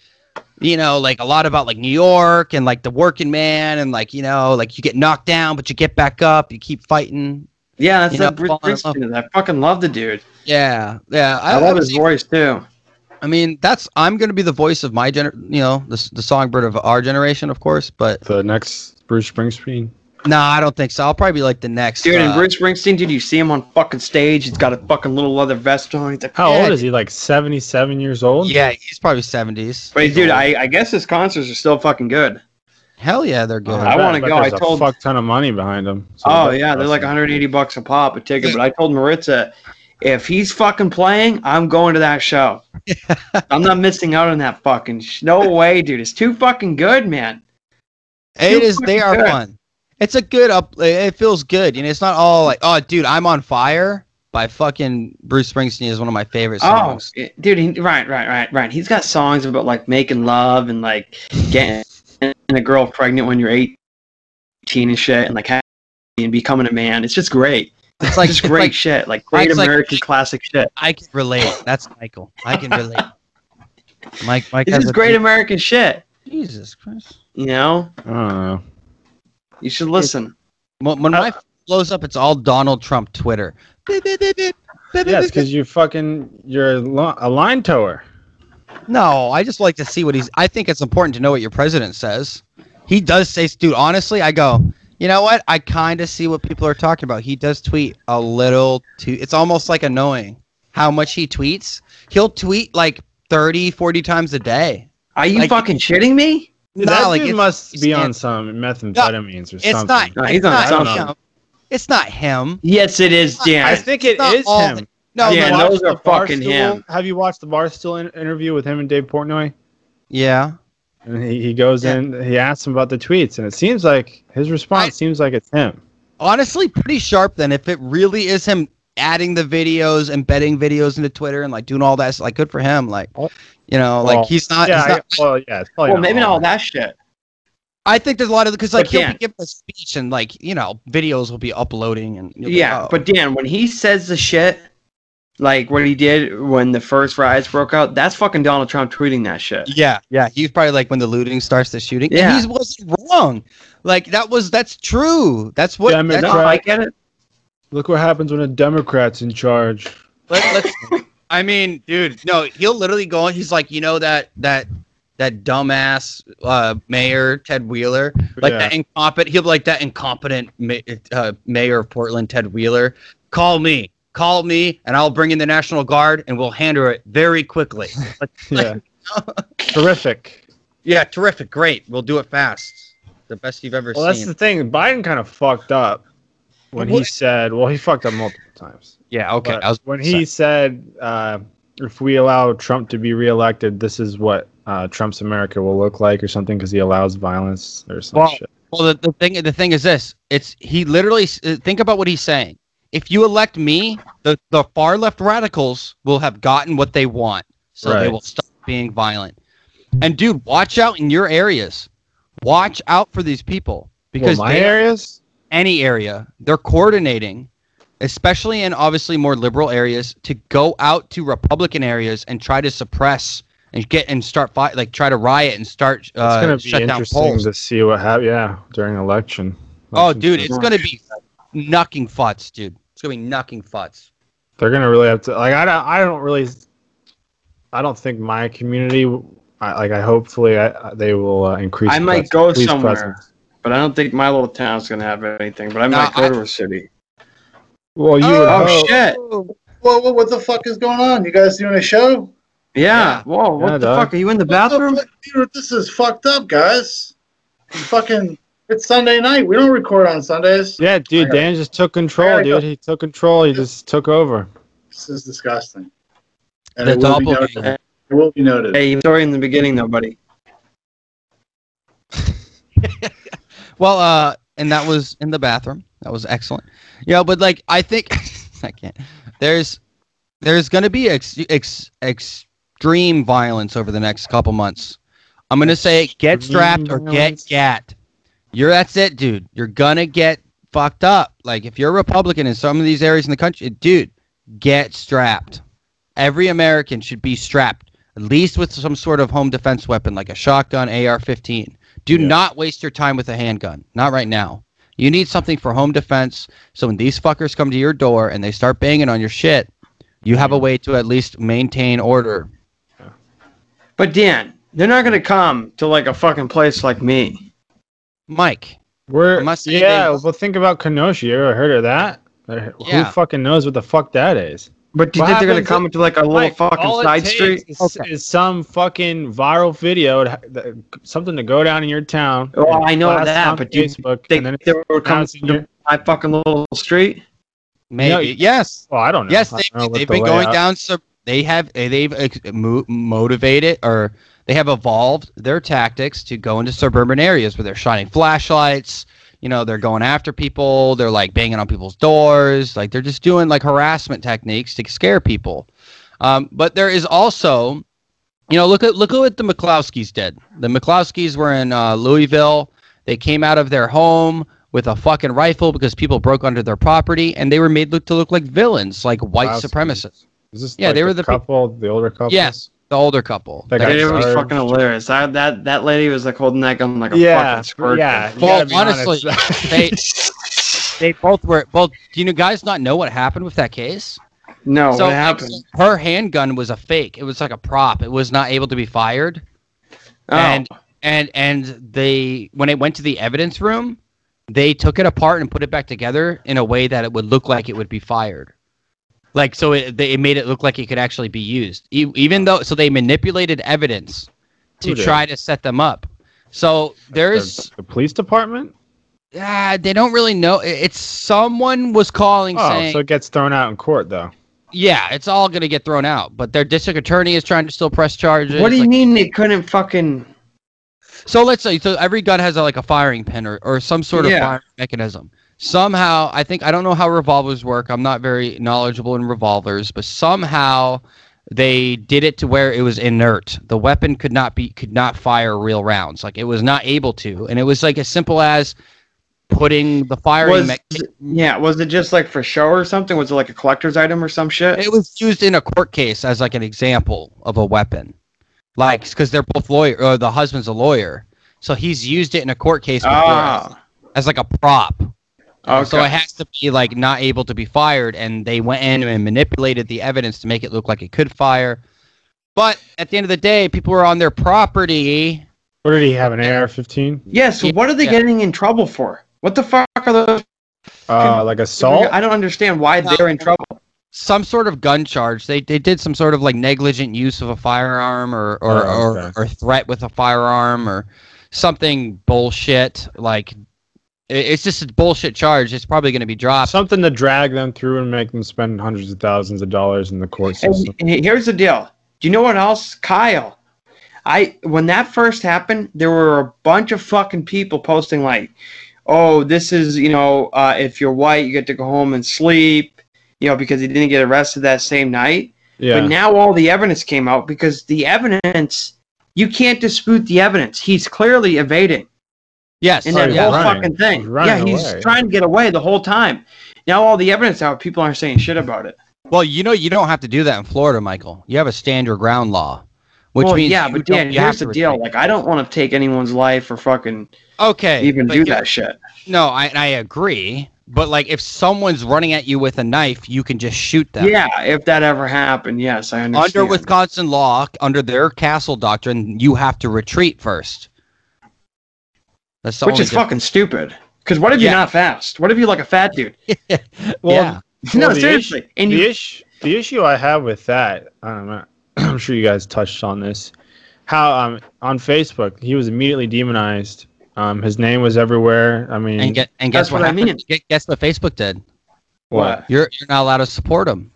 [SPEAKER 3] you know, like a lot about like New York and like the working man and like, you know, like you get knocked down, but you get back up, you keep fighting.
[SPEAKER 4] Yeah, that's
[SPEAKER 3] You
[SPEAKER 4] that
[SPEAKER 3] know,
[SPEAKER 4] Bruce
[SPEAKER 3] fall in love.
[SPEAKER 4] Springsteen. I fucking love the dude.
[SPEAKER 3] Yeah. Yeah.
[SPEAKER 4] I, love
[SPEAKER 3] would
[SPEAKER 4] his
[SPEAKER 3] say-
[SPEAKER 4] voice too.
[SPEAKER 3] I mean, that's, I'm going to be the voice of my gener, you know, the, the songbird of our generation, of course, but
[SPEAKER 5] The next Bruce Springsteen.
[SPEAKER 3] no, I don't think so. I'll probably be like the next.
[SPEAKER 4] Dude, and
[SPEAKER 3] uh,
[SPEAKER 4] Bruce Springsteen, dude, you see him on fucking stage. He's got a fucking little leather vest on. He's like,
[SPEAKER 5] How
[SPEAKER 4] yeah,
[SPEAKER 5] old is he? Like seventy-seven years old.
[SPEAKER 3] yeah, he's probably 70s.
[SPEAKER 4] But dude, I, I guess his concerts are still fucking good.
[SPEAKER 3] Hell yeah, they're good.
[SPEAKER 4] I wanna
[SPEAKER 5] bet
[SPEAKER 4] go.
[SPEAKER 5] There's
[SPEAKER 4] I
[SPEAKER 5] a
[SPEAKER 4] told-
[SPEAKER 5] fuck ton of money behind him. so
[SPEAKER 4] oh
[SPEAKER 5] that's
[SPEAKER 4] yeah, they're like
[SPEAKER 5] awesome.
[SPEAKER 4] 180 bucks a pop a ticket. But I told Maritza, if he's fucking playing, I'm going to that show. I'm not missing out on that fucking. Sh- no way, dude. It's too fucking good, man.
[SPEAKER 3] It
[SPEAKER 4] Super
[SPEAKER 3] is. They are
[SPEAKER 4] good.
[SPEAKER 3] fun. It's a good up. It feels good. You know, it's not all like, oh, dude, I'm on fire by fucking Bruce Springsteen is one of my favorite
[SPEAKER 4] Oh,
[SPEAKER 3] songs.
[SPEAKER 4] it- dude, he, right, right, right, right. He's got songs about like making love and like getting a girl pregnant when you're 18 and shit, and like having and becoming a man. It's just great.
[SPEAKER 3] it's like,
[SPEAKER 4] just
[SPEAKER 3] it's
[SPEAKER 4] great
[SPEAKER 3] like
[SPEAKER 4] shit, like great
[SPEAKER 3] it's like-
[SPEAKER 4] American classic shit.
[SPEAKER 3] I can relate. That's Michael. I can relate. Mike, Mike
[SPEAKER 4] This
[SPEAKER 3] has
[SPEAKER 4] is
[SPEAKER 3] a-
[SPEAKER 4] great American shit.
[SPEAKER 3] Jesus Christ.
[SPEAKER 4] You know,
[SPEAKER 5] I don't know.
[SPEAKER 4] you should listen.
[SPEAKER 3] When, when my phone blows up, it's all Donald Trump Twitter. Beep, beep, beep, beep. Beep, beep,
[SPEAKER 5] Yeah, it's
[SPEAKER 3] beep, beep.
[SPEAKER 5] because you fucking you're a, lo- a line tower.
[SPEAKER 3] No, I just like to see what he's. I think it's important to know what your president says. He does say, dude, honestly, I go, you know what? I kind of see what people are talking about. He does tweet a little too. It's almost like annoying how much he tweets. He'll tweet like 30, 40 times a day.
[SPEAKER 4] Are you
[SPEAKER 3] Like-
[SPEAKER 4] fucking shitting me?
[SPEAKER 5] Dude,
[SPEAKER 3] Nah,
[SPEAKER 5] that
[SPEAKER 3] like,
[SPEAKER 5] dude
[SPEAKER 3] it's-
[SPEAKER 5] must
[SPEAKER 3] it's
[SPEAKER 5] be on
[SPEAKER 3] an-
[SPEAKER 5] some methamphetamines or something.
[SPEAKER 3] It's not.
[SPEAKER 4] No, he's
[SPEAKER 3] it's
[SPEAKER 4] on
[SPEAKER 3] not,
[SPEAKER 4] something.
[SPEAKER 3] him. It's not him.
[SPEAKER 4] Yes, it is,
[SPEAKER 5] I
[SPEAKER 4] Dan.
[SPEAKER 5] think it
[SPEAKER 3] Not
[SPEAKER 5] is
[SPEAKER 3] all
[SPEAKER 5] him.
[SPEAKER 3] the- No,
[SPEAKER 4] Yeah,
[SPEAKER 3] no,
[SPEAKER 5] Watch
[SPEAKER 4] those
[SPEAKER 5] the
[SPEAKER 4] are fucking
[SPEAKER 5] Barstool-
[SPEAKER 4] him.
[SPEAKER 5] Have you watched the Barstool in- interview with him and Dave Portnoy?
[SPEAKER 3] yeah.
[SPEAKER 5] And he, he goes
[SPEAKER 3] Yeah.
[SPEAKER 5] in, he asks him about the tweets, and it seems like his response
[SPEAKER 3] I-
[SPEAKER 5] seems like it's him.
[SPEAKER 3] honestly pretty sharp then if it really is him adding the videos embedding videos into twitter and like doing all that like good for him like you know
[SPEAKER 5] Well,
[SPEAKER 3] like he's not,
[SPEAKER 5] yeah,
[SPEAKER 3] he's not
[SPEAKER 5] I, well, yeah, it's probably
[SPEAKER 4] Well, maybe not all
[SPEAKER 5] him.
[SPEAKER 4] that shit.
[SPEAKER 3] I, think there's a lot of because like
[SPEAKER 4] But
[SPEAKER 3] he'll
[SPEAKER 4] Dan-
[SPEAKER 3] be giving a speech and like you know videos will be uploading and you'll be,
[SPEAKER 4] Yeah,
[SPEAKER 3] oh.
[SPEAKER 4] but Dan, when he says the shit, like what he did when the first riots broke out, that's fucking Donald Trump tweeting that shit.
[SPEAKER 3] yeah yeah he's probably like when the looting starts the shooting
[SPEAKER 4] Yeah.
[SPEAKER 3] and he wasn't wrong like that was that's true that's what
[SPEAKER 5] Yeah, I mean,
[SPEAKER 3] that's-
[SPEAKER 4] No, I get it.
[SPEAKER 5] Look what happens when a Democrat's in charge.
[SPEAKER 3] Let, let's. I mean, dude, no, he'll literally go. on- He's like, you know that that that dumbass uh, mayor Ted Wheeler, like
[SPEAKER 5] Yeah.
[SPEAKER 3] that incompetent. He'll be like that incompetent ma- uh, mayor of Portland, Ted Wheeler. Call me, call me, and I'll bring in the National Guard and we'll handle it very quickly. Like,
[SPEAKER 5] Yeah, terrific.
[SPEAKER 3] yeah, terrific, great. We'll do it fast. The best you've ever
[SPEAKER 5] Well, that's
[SPEAKER 3] seen.
[SPEAKER 5] the thing. Biden kind of fucked up when he
[SPEAKER 3] Well-
[SPEAKER 5] said, well, he fucked up multiple times.
[SPEAKER 3] yeah, okay.
[SPEAKER 5] But
[SPEAKER 3] I was
[SPEAKER 5] when he said, uh, if we allow Trump to be reelected, this is what uh, Trump's America will look like, or something, because he allows violence or some
[SPEAKER 3] Well,
[SPEAKER 5] shit.
[SPEAKER 3] Well, the, the thing the thing is this: it's he literally s- uh, think about what he's saying. If you elect me, the the far left radicals will have gotten what they want, so they
[SPEAKER 5] Right.
[SPEAKER 3] will stop being violent. And dude, watch out in your areas. Watch out for these people because
[SPEAKER 5] well, my
[SPEAKER 3] they,
[SPEAKER 5] areas,
[SPEAKER 3] any area they're coordinating, especially in obviously more liberal areas, to go out to Republican areas and try to suppress and get and start fight like try to riot and start
[SPEAKER 5] it's
[SPEAKER 3] uh,
[SPEAKER 5] going to
[SPEAKER 3] shut
[SPEAKER 5] be
[SPEAKER 3] down
[SPEAKER 5] interesting
[SPEAKER 3] polls.
[SPEAKER 5] to see what happens. Yeah, during election.
[SPEAKER 3] Oh,
[SPEAKER 5] Election
[SPEAKER 3] dude,
[SPEAKER 5] season.
[SPEAKER 3] it's gonna be knucking futs, dude. It's gonna be knucking futs.
[SPEAKER 5] they're going to really have to. Like, I don't, I don't really, I don't think my community. I, like, I hopefully I, I- they will uh, increase.
[SPEAKER 4] I might
[SPEAKER 5] pres-
[SPEAKER 4] go
[SPEAKER 5] police
[SPEAKER 4] somewhere.
[SPEAKER 5] presence.
[SPEAKER 4] But I don't think my little town's gonna have anything. But I
[SPEAKER 3] No,
[SPEAKER 4] might
[SPEAKER 3] I-
[SPEAKER 4] go to a city.
[SPEAKER 5] Well, you would
[SPEAKER 4] Oh,
[SPEAKER 5] hope.
[SPEAKER 4] shit!
[SPEAKER 6] Whoa, whoa, what the fuck is going on? You guys doing a show?
[SPEAKER 4] Yeah.
[SPEAKER 3] Yeah.
[SPEAKER 4] Whoa! What
[SPEAKER 5] Yeah,
[SPEAKER 4] the
[SPEAKER 5] dog.
[SPEAKER 4] fuck? Are you in the
[SPEAKER 6] What the
[SPEAKER 4] bathroom?
[SPEAKER 6] fuck, dude, this is fucked up, guys. It's fucking, it's Sunday night. We don't record on Sundays.
[SPEAKER 5] Yeah, dude, Dan just took control,
[SPEAKER 6] gotta go.
[SPEAKER 5] dude. He took control. He just took over.
[SPEAKER 6] This is disgusting. And
[SPEAKER 3] The
[SPEAKER 6] it will be noted.
[SPEAKER 3] doppelganger.
[SPEAKER 6] It will be noted.
[SPEAKER 4] Hey, sorry in the beginning, though, buddy.
[SPEAKER 3] Well, uh, and that was in the bathroom. That was excellent. Yeah, but like I think I can't. There's there's gonna be ex ex ex extreme violence over the next couple months. I'm gonna say it, get strapped or get
[SPEAKER 5] violence.
[SPEAKER 3] gat. You're that's it, dude. You're gonna get fucked up. Like if you're a Republican in some of these areas in the country, dude, get strapped. Every American should be strapped, at least with some sort of home defense weapon like a shotgun, AR-15. Do
[SPEAKER 5] Yeah.
[SPEAKER 3] not waste your time with a handgun. Not right now. You need something for home defense. So when these fuckers come to your door and they start banging on your shit, you have a
[SPEAKER 5] Mm-hmm.
[SPEAKER 3] way to at least maintain order.
[SPEAKER 4] But Dan, they're not gonna come to like a fucking place like me.
[SPEAKER 3] Mike,
[SPEAKER 5] We're
[SPEAKER 3] I'm not saying
[SPEAKER 5] yeah,
[SPEAKER 3] they-
[SPEAKER 5] well, think about Kenosha. You ever heard of that? Uh,
[SPEAKER 3] Yeah.
[SPEAKER 5] Who fucking knows what the fuck that is?
[SPEAKER 4] But do you
[SPEAKER 5] What
[SPEAKER 4] think they're gonna
[SPEAKER 5] happens
[SPEAKER 4] come into like a little
[SPEAKER 5] Mike, all
[SPEAKER 4] fucking
[SPEAKER 5] it
[SPEAKER 4] side
[SPEAKER 5] takes
[SPEAKER 4] street?
[SPEAKER 5] is,
[SPEAKER 3] Okay.
[SPEAKER 5] is some fucking viral video, to ha- that- something to go down in your town.
[SPEAKER 4] Oh,
[SPEAKER 5] and
[SPEAKER 4] I know
[SPEAKER 5] blast
[SPEAKER 4] that,
[SPEAKER 5] on
[SPEAKER 4] but you
[SPEAKER 5] Facebook,
[SPEAKER 4] They,
[SPEAKER 5] and then
[SPEAKER 4] they would come
[SPEAKER 5] announcing your-
[SPEAKER 4] to my fucking little street.
[SPEAKER 3] maybe
[SPEAKER 5] you-
[SPEAKER 3] yes,
[SPEAKER 5] well, I don't know.
[SPEAKER 3] yes,
[SPEAKER 5] I
[SPEAKER 3] they,
[SPEAKER 5] don't know what
[SPEAKER 3] they've
[SPEAKER 5] the
[SPEAKER 3] been going
[SPEAKER 5] layout-
[SPEAKER 3] down. Sub- they have eh, they've ex- mo- motivated or they have evolved their tactics to go into suburban areas where they're shining flashlights. You know, they're going after people. They're like banging on people's doors. Like they're just doing like harassment techniques to scare people. Um, but there is also you know, look at look at what the McClowskis did. The McClowskis were in uh, Louisville. They came out of their home with a fucking rifle because people broke onto their property, and they were made look to look like villains, like white
[SPEAKER 5] Wow,
[SPEAKER 3] supremacists.
[SPEAKER 5] Is this
[SPEAKER 3] Yeah,
[SPEAKER 5] like
[SPEAKER 3] they were the peop-
[SPEAKER 5] couple, the older couple.
[SPEAKER 3] Yes, the older couple.
[SPEAKER 5] That
[SPEAKER 3] Like,
[SPEAKER 5] guy-
[SPEAKER 4] It was
[SPEAKER 5] sorry.
[SPEAKER 4] fucking hilarious. I, that that lady was like holding that gun like a
[SPEAKER 5] Yeah.
[SPEAKER 4] fucking squirt.
[SPEAKER 5] Yeah.
[SPEAKER 4] gun.
[SPEAKER 5] you
[SPEAKER 3] Well,
[SPEAKER 5] gotta be honest.
[SPEAKER 3] they they both were both. Do you guys not know what happened with that case?
[SPEAKER 5] Oh,
[SPEAKER 4] No,
[SPEAKER 3] So,
[SPEAKER 4] what
[SPEAKER 3] like,
[SPEAKER 4] happened?
[SPEAKER 3] her handgun was a fake. It was like a prop. It was not able to be fired.
[SPEAKER 4] Oh,
[SPEAKER 3] and and and they when it went to the evidence room they took it apart and put it back together in a way that it would look like it would be fired like so it, they, it made it look like it could actually be used e- even though so they manipulated evidence to
[SPEAKER 5] Who did?
[SPEAKER 3] try to set them up so
[SPEAKER 5] the,
[SPEAKER 3] there's
[SPEAKER 5] the police department.
[SPEAKER 3] ah, they don't really know i- it's someone was calling
[SPEAKER 5] Oh,
[SPEAKER 3] saying
[SPEAKER 5] so it gets thrown out in court though.
[SPEAKER 3] yeah it's all gonna get thrown out but their district attorney is trying to still press charges
[SPEAKER 4] what do you
[SPEAKER 3] like-
[SPEAKER 4] mean they couldn't fucking?
[SPEAKER 3] So let's say so every gun has a, like a firing pin or, or some sort of
[SPEAKER 4] Yeah.
[SPEAKER 3] firing mechanism. Somehow, I think I don't know how revolvers work. I'm not very knowledgeable in revolvers, but somehow they did it to where it was inert. The weapon could not be could not fire real rounds. Like it was not able to, and it was like as simple as putting the firing.
[SPEAKER 4] Was
[SPEAKER 3] mech-
[SPEAKER 4] yeah? Was it just like for show or something? Was it like a collector's item or some shit?
[SPEAKER 3] it was used in a court case as like an example of a weapon, like because they're both lawyer or the husband's a lawyer, so he's used it in a court case before as-
[SPEAKER 4] Ah,
[SPEAKER 3] as like a prop.
[SPEAKER 4] Uh, okay.
[SPEAKER 3] Um, So it has to be like not able to be fired, and they went in and manipulated the evidence to make it look like it could fire. But at the end of the day, people were on their property.
[SPEAKER 5] What did he have? An AR-15?
[SPEAKER 4] yeah. So
[SPEAKER 3] Yeah.
[SPEAKER 4] what are they getting in trouble for? What the fuck are those?
[SPEAKER 5] Uh, like assault.
[SPEAKER 4] I don't understand why they're in
[SPEAKER 3] Uh,
[SPEAKER 4] trouble.
[SPEAKER 3] Some sort of gun charge. They they did some sort of like negligent use of a firearm or or
[SPEAKER 5] Oh, okay.
[SPEAKER 3] or, or threat with a firearm or something bullshit. Like it- it's just a bullshit charge. It's probably going to be dropped.
[SPEAKER 5] Something to drag them through and make them spend hundreds of thousands of dollars in the court
[SPEAKER 4] And
[SPEAKER 5] system.
[SPEAKER 4] he- here's the deal. Do you know what else, Kyle? I when that first happened, there were a bunch of fucking people posting like, "Oh, this is you know, uh, if you're white, you get to go home and sleep," you know, because he didn't get arrested that same night.
[SPEAKER 5] Yeah.
[SPEAKER 4] But now all the evidence came out because the evidence, you can't dispute the evidence. He's clearly evading
[SPEAKER 3] Yes.
[SPEAKER 4] in
[SPEAKER 5] Oh,
[SPEAKER 4] that
[SPEAKER 5] he's
[SPEAKER 3] yeah.
[SPEAKER 4] whole
[SPEAKER 5] running.
[SPEAKER 4] fucking
[SPEAKER 5] He's
[SPEAKER 4] thing. yeah,
[SPEAKER 5] running
[SPEAKER 4] he's
[SPEAKER 5] away.
[SPEAKER 4] trying to get away the whole time. Now all the evidence out, people aren't saying shit about it.
[SPEAKER 3] Well, you know, you don't have to do that in Florida, Michael. You have a stand your ground law, which
[SPEAKER 4] well,
[SPEAKER 3] means
[SPEAKER 4] yeah,
[SPEAKER 3] you
[SPEAKER 4] but
[SPEAKER 3] don't-
[SPEAKER 4] Dan,
[SPEAKER 3] you have
[SPEAKER 4] here's
[SPEAKER 3] to
[SPEAKER 4] the deal.
[SPEAKER 3] respect-
[SPEAKER 4] Like, I don't want to take anyone's life or fucking
[SPEAKER 3] Okay,
[SPEAKER 4] even
[SPEAKER 3] but
[SPEAKER 4] do
[SPEAKER 3] you-
[SPEAKER 4] that shit.
[SPEAKER 3] No, I and I agree, but like if someone's running at you with a knife, you can just shoot them.
[SPEAKER 4] Yeah, if that ever happened, yes, I understand.
[SPEAKER 3] Under Wisconsin law, under their castle doctrine, you have to retreat first. That's the
[SPEAKER 4] which
[SPEAKER 3] only
[SPEAKER 4] is fucking stupid. Because what if
[SPEAKER 3] Yeah.
[SPEAKER 4] you're not fast? What if you're like a fat dude?
[SPEAKER 3] difference.
[SPEAKER 5] well,
[SPEAKER 3] yeah.
[SPEAKER 5] Well,
[SPEAKER 4] no,
[SPEAKER 5] the
[SPEAKER 4] seriously. and
[SPEAKER 5] the
[SPEAKER 4] you,
[SPEAKER 5] issue the issue I have with that, um, I'm sure you guys touched on this. How um on Facebook he was immediately demonized. Um, his name was everywhere. I mean,
[SPEAKER 3] And, get, and
[SPEAKER 4] That's
[SPEAKER 3] guess what,
[SPEAKER 4] what I
[SPEAKER 3] happened?
[SPEAKER 4] mean.
[SPEAKER 3] Gu- Guess what Facebook did?
[SPEAKER 4] what?
[SPEAKER 3] You're you're not allowed to support him.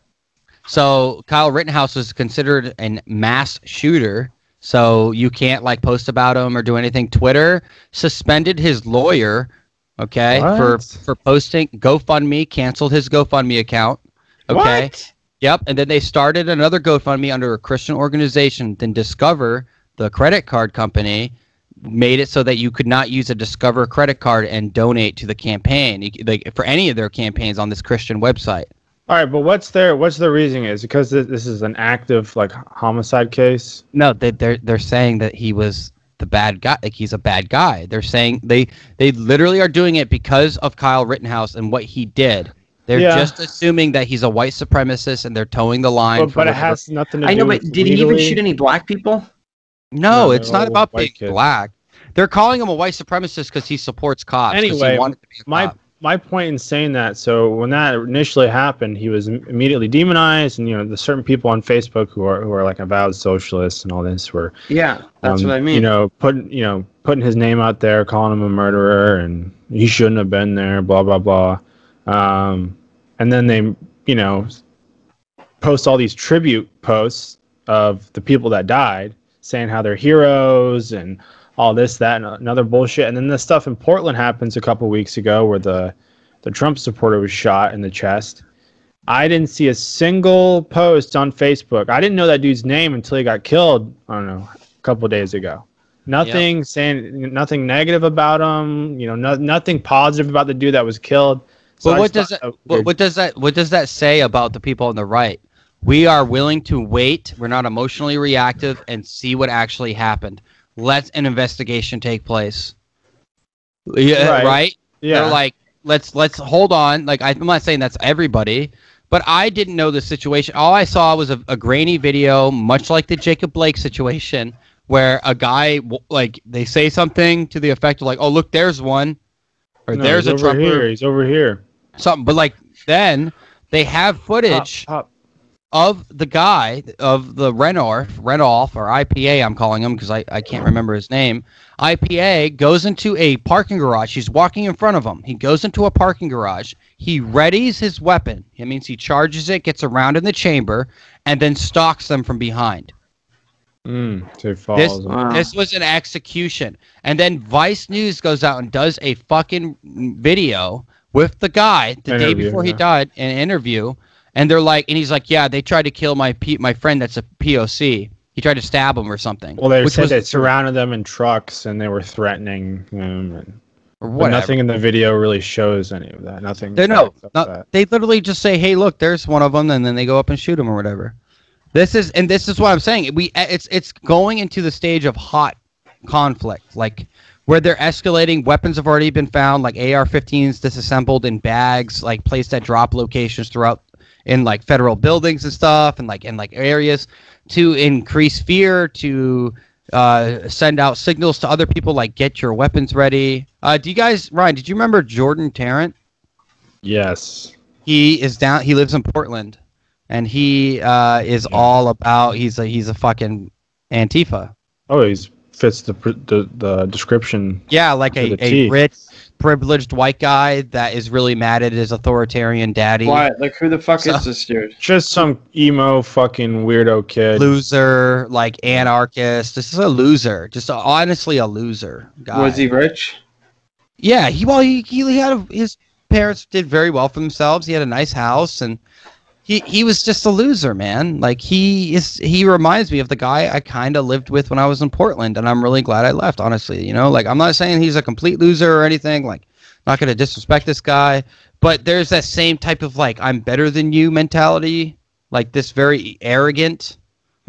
[SPEAKER 3] So Kyle Rittenhouse was considered an mass shooter. So you can't like post about him or do anything. Twitter suspended his lawyer, okay, for
[SPEAKER 5] What?
[SPEAKER 3] for posting GoFundMe, canceled his GoFundMe account. Okay.
[SPEAKER 4] What?
[SPEAKER 3] Yep. And then they started another GoFundMe under a Christian organization. Then Discover, the credit card company, made it so that you could not use a Discover credit card and donate to the campaign, you c- like for any of their campaigns on this Christian website.
[SPEAKER 5] All right, but what's their what's the reasoning? Is it because thi- this is an active like homicide case?
[SPEAKER 3] No, they, they're they're saying that he was the bad guy. Like he's a bad guy. They're saying they they literally are doing it because of Kyle Rittenhouse and what he did. They're
[SPEAKER 5] Yeah.
[SPEAKER 3] just assuming that he's a white supremacist and they're towing the line.
[SPEAKER 5] But,
[SPEAKER 3] for
[SPEAKER 5] but it
[SPEAKER 3] whatever-
[SPEAKER 5] has nothing to
[SPEAKER 7] I
[SPEAKER 5] do.
[SPEAKER 7] know, but
[SPEAKER 5] with
[SPEAKER 7] did he even
[SPEAKER 5] legally-
[SPEAKER 7] shoot any black people?
[SPEAKER 3] No,
[SPEAKER 5] No,
[SPEAKER 3] it's
[SPEAKER 5] they're
[SPEAKER 3] not
[SPEAKER 5] all
[SPEAKER 3] about
[SPEAKER 5] white
[SPEAKER 3] being
[SPEAKER 5] kids.
[SPEAKER 3] black. They're calling him a white supremacist because he supports cops. 'cause he
[SPEAKER 5] Anyway,
[SPEAKER 3] wanted to be a
[SPEAKER 5] my
[SPEAKER 3] cop.
[SPEAKER 5] my point in saying that so when that initially happened he was im- immediately demonized and you know the certain people on facebook who are who are like avowed socialists and all this were
[SPEAKER 4] Yeah, that's
[SPEAKER 5] um,
[SPEAKER 4] what I mean.
[SPEAKER 5] you know putting you know putting his name out there calling him a murderer and he shouldn't have been there blah blah blah um and then they you know post all these tribute posts of the people that died saying how they're heroes and all this that and another bullshit and then the stuff in portland happens a couple weeks ago where the the trump supporter was shot in the chest i didn't see a single post on facebook i didn't know that dude's name until he got killed i don't know a couple days ago nothing saying nothing negative about him you know no, nothing positive about the dude that was killed
[SPEAKER 3] But
[SPEAKER 5] I
[SPEAKER 3] what
[SPEAKER 5] just
[SPEAKER 3] does that,
[SPEAKER 5] thought
[SPEAKER 3] what, what does that what does that say about the people on the right? We are willing to wait. We're not emotionally reactive and see what actually happened. Let an investigation take place. Yeah,
[SPEAKER 5] Right.
[SPEAKER 3] right?
[SPEAKER 5] yeah
[SPEAKER 3] They're like, let's let's hold on. Like I'm not saying that's everybody, but I didn't know the situation. All I saw was a, a grainy video, much like the Jacob Blake situation, where a guy w- like they say something to the effect of like, "Oh look, there's one," or
[SPEAKER 5] No,
[SPEAKER 3] "There's
[SPEAKER 5] he's
[SPEAKER 3] a
[SPEAKER 5] over here.
[SPEAKER 3] Trumper,"
[SPEAKER 5] He's over here.
[SPEAKER 3] something. But like then they have
[SPEAKER 5] Pop,
[SPEAKER 3] footage
[SPEAKER 5] pop.
[SPEAKER 3] of the guy of the Renor, Renoff or IPA, I'm calling him because I, I can't remember his name. IPA goes into a parking garage. He's walking in front of him. He goes into a parking garage. He readies his weapon. It means he charges it, gets around in the chamber, and then stalks them from behind.
[SPEAKER 5] Mm, so he falls.
[SPEAKER 4] Wow.
[SPEAKER 3] This was an execution. And then Vice News goes out and does a fucking video with the guy the day
[SPEAKER 5] Interview,
[SPEAKER 3] before he
[SPEAKER 5] yeah.
[SPEAKER 3] died, an interview. And they're like, and he's like, yeah, they tried to kill my P- my friend that's a POC. He tried to stab him or something.
[SPEAKER 5] well, they said they
[SPEAKER 3] was
[SPEAKER 5] surrounded them in trucks and they were threatening them. And,
[SPEAKER 3] or
[SPEAKER 5] but
[SPEAKER 3] whatever.
[SPEAKER 5] nothing in the video really shows any of that. Nothing.
[SPEAKER 3] They no,
[SPEAKER 5] backs up
[SPEAKER 3] not,
[SPEAKER 5] that.
[SPEAKER 3] they literally just say, "Hey, look, there's one of them," and then they go up and shoot him or whatever. This is and this is what I'm saying. We eh, it's it's going into the stage of hot conflict, like where they're escalating. Weapons have already been found, like AR-15s disassembled in bags, like placed at drop locations throughout in like federal buildings and stuff, and like in like areas to increase fear to uh send out signals to other people like get your weapons ready uh do you guys ryan did you remember jordan tarrant
[SPEAKER 5] Yes.
[SPEAKER 3] he is down he lives in portland and he uh, is all about he's a he's a fucking antifa
[SPEAKER 5] Oh, he's fits the pr- the, the description.
[SPEAKER 3] yeah like
[SPEAKER 5] To
[SPEAKER 3] a,
[SPEAKER 5] the
[SPEAKER 3] a
[SPEAKER 5] T.
[SPEAKER 3] rich privileged white guy that is really mad at his authoritarian daddy
[SPEAKER 4] Why? Like, who the fuck
[SPEAKER 3] So-
[SPEAKER 4] is this dude?
[SPEAKER 5] Just some emo fucking weirdo kid.
[SPEAKER 3] loser like anarchist this is a loser just a, honestly a loser guy
[SPEAKER 4] Was he rich?
[SPEAKER 3] yeah he well he, he had a, his parents did very well for themselves he had a nice house and he, he was just a loser man like he is he reminds me of the guy i kind of lived with when i was in portland and i'm really glad i left honestly you know like i'm not saying he's a complete loser or anything like not going to disrespect this guy but there's that same type of like i'm better than you mentality like this very arrogant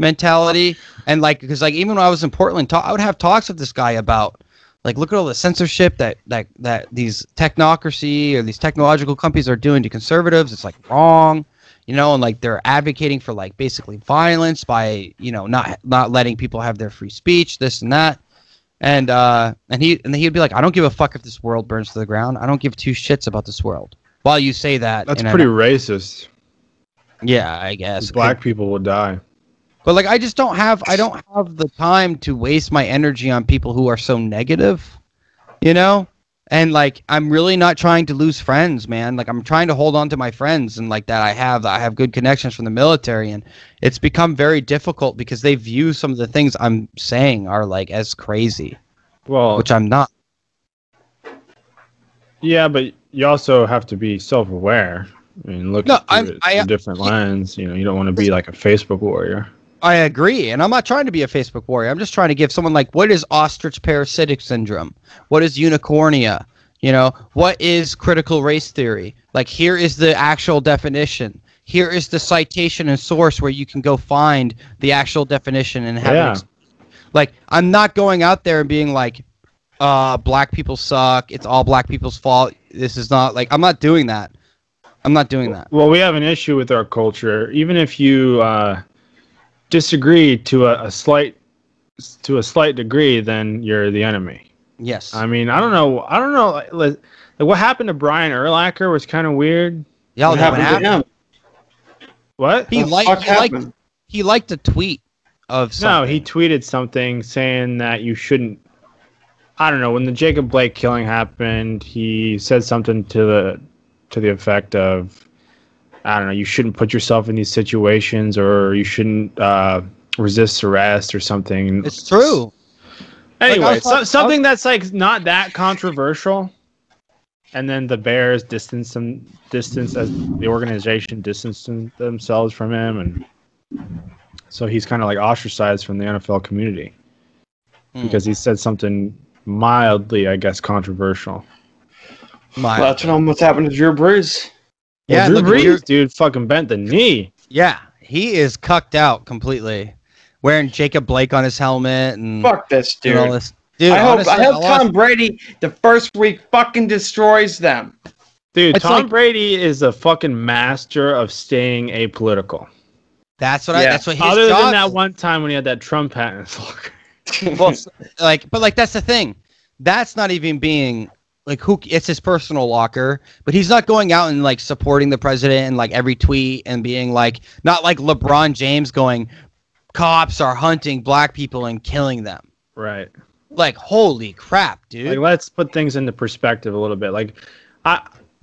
[SPEAKER 3] mentality and like because like even when i was in portland ta- i would have talks with this guy about like look at all the censorship that that that these technocracy or these technological companies are doing to conservatives it's like wrong you know and like they're advocating for like basically violence by you know not not letting people have their free speech this and that and uh and he and he'd be like i don't give a fuck if this world burns to the ground i don't give two shits about this world while you say that
[SPEAKER 5] That's
[SPEAKER 3] and I-
[SPEAKER 5] pretty racist.
[SPEAKER 3] yeah i guess
[SPEAKER 5] Black people will die.
[SPEAKER 3] but like I just don't have I don't have the time to waste my energy on people who are so negative, you know? And like I'm really not trying to lose friends, man. Like I'm trying to hold on to my friends and like that I have that I have good connections from the military and it's become very difficult because they view some of the things I'm saying are like as crazy,
[SPEAKER 5] Well,
[SPEAKER 3] which I'm not.
[SPEAKER 5] yeah, but you also have to be self-aware. and look
[SPEAKER 3] No,
[SPEAKER 5] at
[SPEAKER 3] I'm-
[SPEAKER 5] it
[SPEAKER 3] I-
[SPEAKER 5] through different lines. You know, you don't want to be like a Facebook warrior.
[SPEAKER 3] I agree, and I'm not trying to be a Facebook warrior. I'm just trying to give someone like what is ostrich parasitic syndrome? What is unicornia? You know, what is critical race theory? Like here is the actual definition. Here is the citation and source where you can go find the actual definition and have it
[SPEAKER 5] Yeah.
[SPEAKER 3] ex- like I'm not going out there and being like uh black people suck. It's all black people's fault. This is not like I'm not doing that. I'm not doing that.
[SPEAKER 5] Well, we have an issue with our culture. Even if you uh, disagree to a, a slight to a slight degree, then you're the enemy.
[SPEAKER 3] Yes.
[SPEAKER 5] I mean, I don't know. I don't know. Like, like what happened to Brian Erlacher was kind of weird.
[SPEAKER 3] Y'all
[SPEAKER 6] What
[SPEAKER 3] know what
[SPEAKER 6] happened to
[SPEAKER 3] happened?
[SPEAKER 6] him?
[SPEAKER 5] What?
[SPEAKER 3] He
[SPEAKER 6] The
[SPEAKER 3] liked
[SPEAKER 6] fuck
[SPEAKER 3] he liked
[SPEAKER 6] happened?
[SPEAKER 3] he liked a tweet of
[SPEAKER 5] No,
[SPEAKER 3] something.
[SPEAKER 5] he tweeted something saying that you shouldn't. I don't know. When the Jacob Blake killing happened, he said something to the to the effect of, I don't know, you shouldn't put yourself in these situations, or you shouldn't uh, resist arrest, or something.
[SPEAKER 3] It's true.
[SPEAKER 5] Anyway,
[SPEAKER 3] Like, I was
[SPEAKER 5] so-
[SPEAKER 3] talk- I was-
[SPEAKER 5] something that's like not that controversial, and then the Bears distance them, distance as the organization distanced them- themselves from him, and so he's kind of like ostracized from the NFL community
[SPEAKER 3] Hmm.
[SPEAKER 5] because he said something mildly, I guess, controversial.
[SPEAKER 3] My,
[SPEAKER 4] Well, that's what almost happened to Drew Brees.
[SPEAKER 3] yeah,
[SPEAKER 5] well, Drew
[SPEAKER 3] look at your-
[SPEAKER 5] Brees, dude, fucking bent the knee.
[SPEAKER 3] yeah, he is cucked out completely, wearing Jacob Blake on his helmet and,
[SPEAKER 4] Fuck this,
[SPEAKER 3] and
[SPEAKER 4] dude.
[SPEAKER 3] all this. Dude,
[SPEAKER 4] I hope,
[SPEAKER 3] honestly,
[SPEAKER 4] I hope
[SPEAKER 3] lost-
[SPEAKER 4] Tom Brady the first week fucking destroys them.
[SPEAKER 5] Dude,
[SPEAKER 3] It's
[SPEAKER 5] Tom
[SPEAKER 3] like-
[SPEAKER 5] Brady is a fucking master of staying apolitical.
[SPEAKER 3] That's what I.
[SPEAKER 4] Yeah.
[SPEAKER 3] That's what his
[SPEAKER 5] Other
[SPEAKER 3] job.
[SPEAKER 5] than that
[SPEAKER 3] is.
[SPEAKER 5] one time when he had that Trump hat in his locker.
[SPEAKER 3] Well, s- like, but like that's the thing. That's not even being like who. It's his personal locker, but he's not going out and like supporting the president and like every tweet and being like not like LeBron James going, cops are hunting black people and killing them.
[SPEAKER 5] Right.
[SPEAKER 3] Like, holy crap, dude.
[SPEAKER 5] Like, let's put things into perspective a little bit. Like, I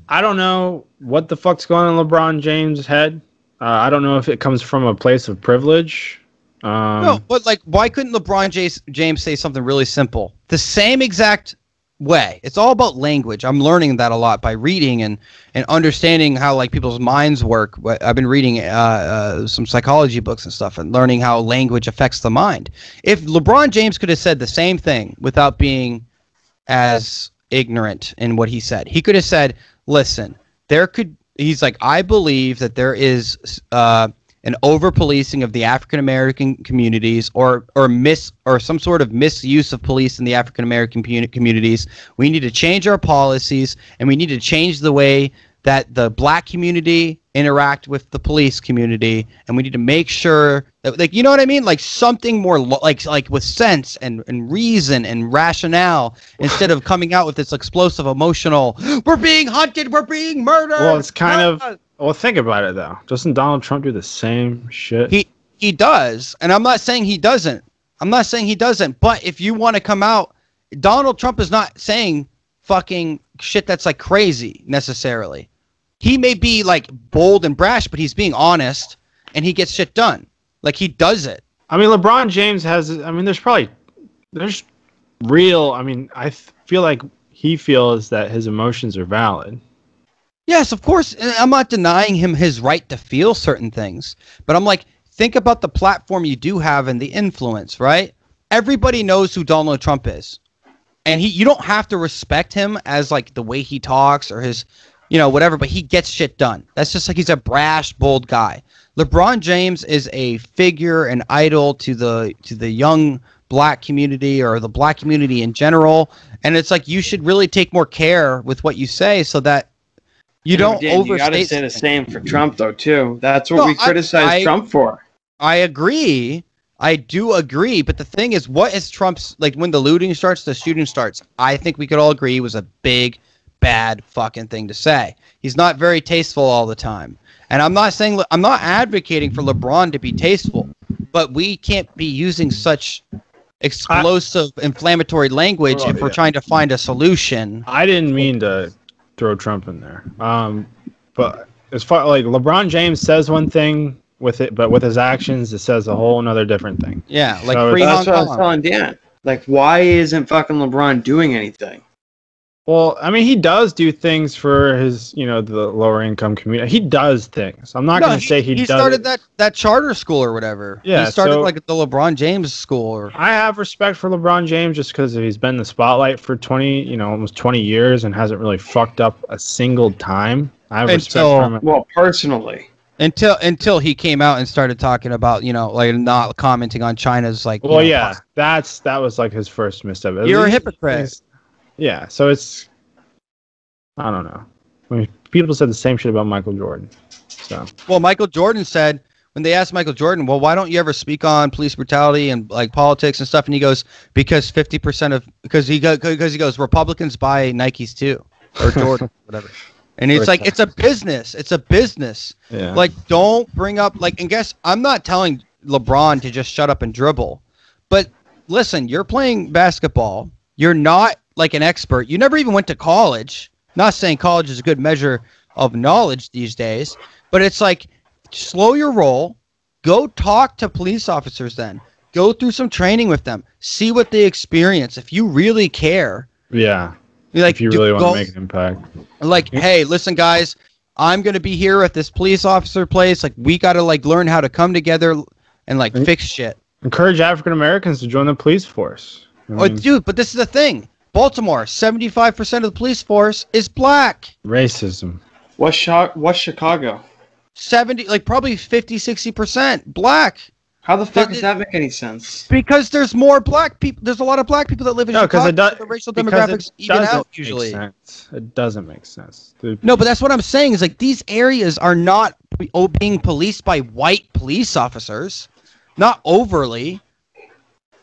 [SPEAKER 5] I don't know what the fuck's going on in LeBron James' head. Uh, I don't know if it comes from a place of privilege. Um,
[SPEAKER 3] No, but like, why couldn't LeBron James, James say something really simple? The same exact way. It's all about language. I'm learning that a lot by reading and and understanding how like people's minds work. Wh- I've been reading uh, uh, some psychology books and stuff and learning how language affects the mind. If LeBron James could have said the same thing without being as ignorant in what he said, he could have said, "Listen, there could." He's like, "I believe that there is." Uh, an over policing of the African American communities or or mis or some sort of misuse of police in the African American pu- communities. We need to change our policies and we need to change the way that the black community interact with the police community and we need to make sure that like you know what I mean like something more lo- like like with sense and and reason and rationale instead of coming out with this explosive emotional we're being hunted we're being murdered
[SPEAKER 5] Well, it's kind of-
[SPEAKER 3] Ah!
[SPEAKER 5] Well, think about it though. Doesn't Donald Trump do the same shit?
[SPEAKER 3] He he does, and I'm not saying he doesn't. I'm not saying he doesn't. But if you want to come out, Donald Trump is not saying fucking shit that's like crazy necessarily. He may be like bold and brash, but he's being honest, and he gets shit done. Like he does it.
[SPEAKER 5] I mean, LeBron James has. I mean, there's probably there's real. I mean, I th- feel like he feels that his emotions are valid.
[SPEAKER 3] Yes, of course. and I'm not denying him his right to feel certain things, but I'm like, think about the platform you do have and the influence, right? Everybody knows who Donald Trump is. And he you don't have to respect him as like the way he talks or his you know, whatever, but he gets shit done. That's just like he's a brash, bold guy. LeBron James is a figure and idol to the to the young black community or the black community in general. And it's like you should really take more care with what you say so that you don't
[SPEAKER 4] Dan, You gotta
[SPEAKER 3] overstate.
[SPEAKER 4] say
[SPEAKER 3] something.
[SPEAKER 4] the same for Trump though too. That's what
[SPEAKER 3] No,
[SPEAKER 4] we
[SPEAKER 3] I-
[SPEAKER 4] criticize
[SPEAKER 3] I-
[SPEAKER 4] Trump for.
[SPEAKER 3] I agree. I do agree, but the thing is, what is Trump's like when the looting starts, the shooting starts? I think we could all agree it was a big, bad fucking thing to say. He's not very tasteful all the time, and I'm not saying I'm not advocating for LeBron to be tasteful, but we can't be using such explosive, inflammatory language
[SPEAKER 5] Oh,
[SPEAKER 3] if we're
[SPEAKER 5] yeah.
[SPEAKER 3] trying to find a solution.
[SPEAKER 5] I didn't mean to throw Trump in there. Um, but as far like LeBron James says one thing with it, but with his actions, it says a whole another different thing.
[SPEAKER 3] Yeah, like
[SPEAKER 5] So
[SPEAKER 3] free Hong
[SPEAKER 5] it's-
[SPEAKER 4] That's what I was
[SPEAKER 3] Kong.
[SPEAKER 4] telling Dan. Like, why isn't fucking LeBron doing anything?
[SPEAKER 5] Well, I mean, he does do things for his, you know, the lower income community. He does things. I'm not
[SPEAKER 3] No,
[SPEAKER 5] going to say he, does.
[SPEAKER 3] started that, that charter school or whatever.
[SPEAKER 5] Yeah,
[SPEAKER 3] he started
[SPEAKER 5] so-
[SPEAKER 3] like the LeBron James school. Or,
[SPEAKER 5] I have respect for LeBron James just because he's been in the spotlight for 20, you know, almost 20 years and hasn't really fucked up a single time. I have respect
[SPEAKER 3] Until-
[SPEAKER 5] for him.
[SPEAKER 4] Well, personally,
[SPEAKER 3] until until he came out and started talking about you know like not commenting on China's like. you
[SPEAKER 5] Well,
[SPEAKER 3] know,
[SPEAKER 5] yeah, that's that was like his first misstep. At
[SPEAKER 3] You're a
[SPEAKER 5] least-
[SPEAKER 3] hypocrite.
[SPEAKER 5] Yeah, so it's I don't know. I mean, people said the same shit about Michael Jordan. So
[SPEAKER 3] Well, Michael Jordan said when they asked Michael Jordan, "Well, why don't you ever speak on police brutality and like politics and stuff?" and he goes, "Because fifty percent of because he go because he goes Republicans buy Nikes too or Jordan whatever." And it's
[SPEAKER 5] Or
[SPEAKER 3] like it's a business. It's a business.
[SPEAKER 5] yeah,
[SPEAKER 3] Like don't bring up like and guess I'm not telling LeBron to just shut up and dribble. But listen, you're playing basketball. You're not like an expert. You never even went to college. Not saying college is a good measure of knowledge these days, but it's like slow your roll. Go talk to police officers then. Go through some training with them. See what they experience. If you really care,
[SPEAKER 5] yeah.
[SPEAKER 3] like
[SPEAKER 5] if you
[SPEAKER 3] do-
[SPEAKER 5] really want
[SPEAKER 3] go-
[SPEAKER 5] to make an impact,
[SPEAKER 3] like hey listen guys i'm gonna be here at this police officer place like we gotta like learn how to come together and like
[SPEAKER 5] Mm.
[SPEAKER 3] fix shit
[SPEAKER 5] encourage African Americans to join the police force. I
[SPEAKER 3] oh
[SPEAKER 5] mean,
[SPEAKER 3] dude but this is the thing baltimore 75% of the police force is black
[SPEAKER 5] racism.
[SPEAKER 4] what's Chi- what's Chicago?
[SPEAKER 3] 70 like probably 50 60% black
[SPEAKER 4] How the
[SPEAKER 3] Th-
[SPEAKER 4] fuck does that make any sense?
[SPEAKER 3] because there's more black people there's a lot of black people that live in
[SPEAKER 5] No, because
[SPEAKER 3] chicago
[SPEAKER 5] it does.
[SPEAKER 3] so the racial
[SPEAKER 5] because
[SPEAKER 3] demographics
[SPEAKER 5] it
[SPEAKER 3] even
[SPEAKER 5] doesn't
[SPEAKER 3] out
[SPEAKER 5] make
[SPEAKER 3] usually
[SPEAKER 5] sense. It doesn't make sense. The-
[SPEAKER 3] No, but that's what I'm saying is like these areas are not be- oh, being policed by white police officers, not overly.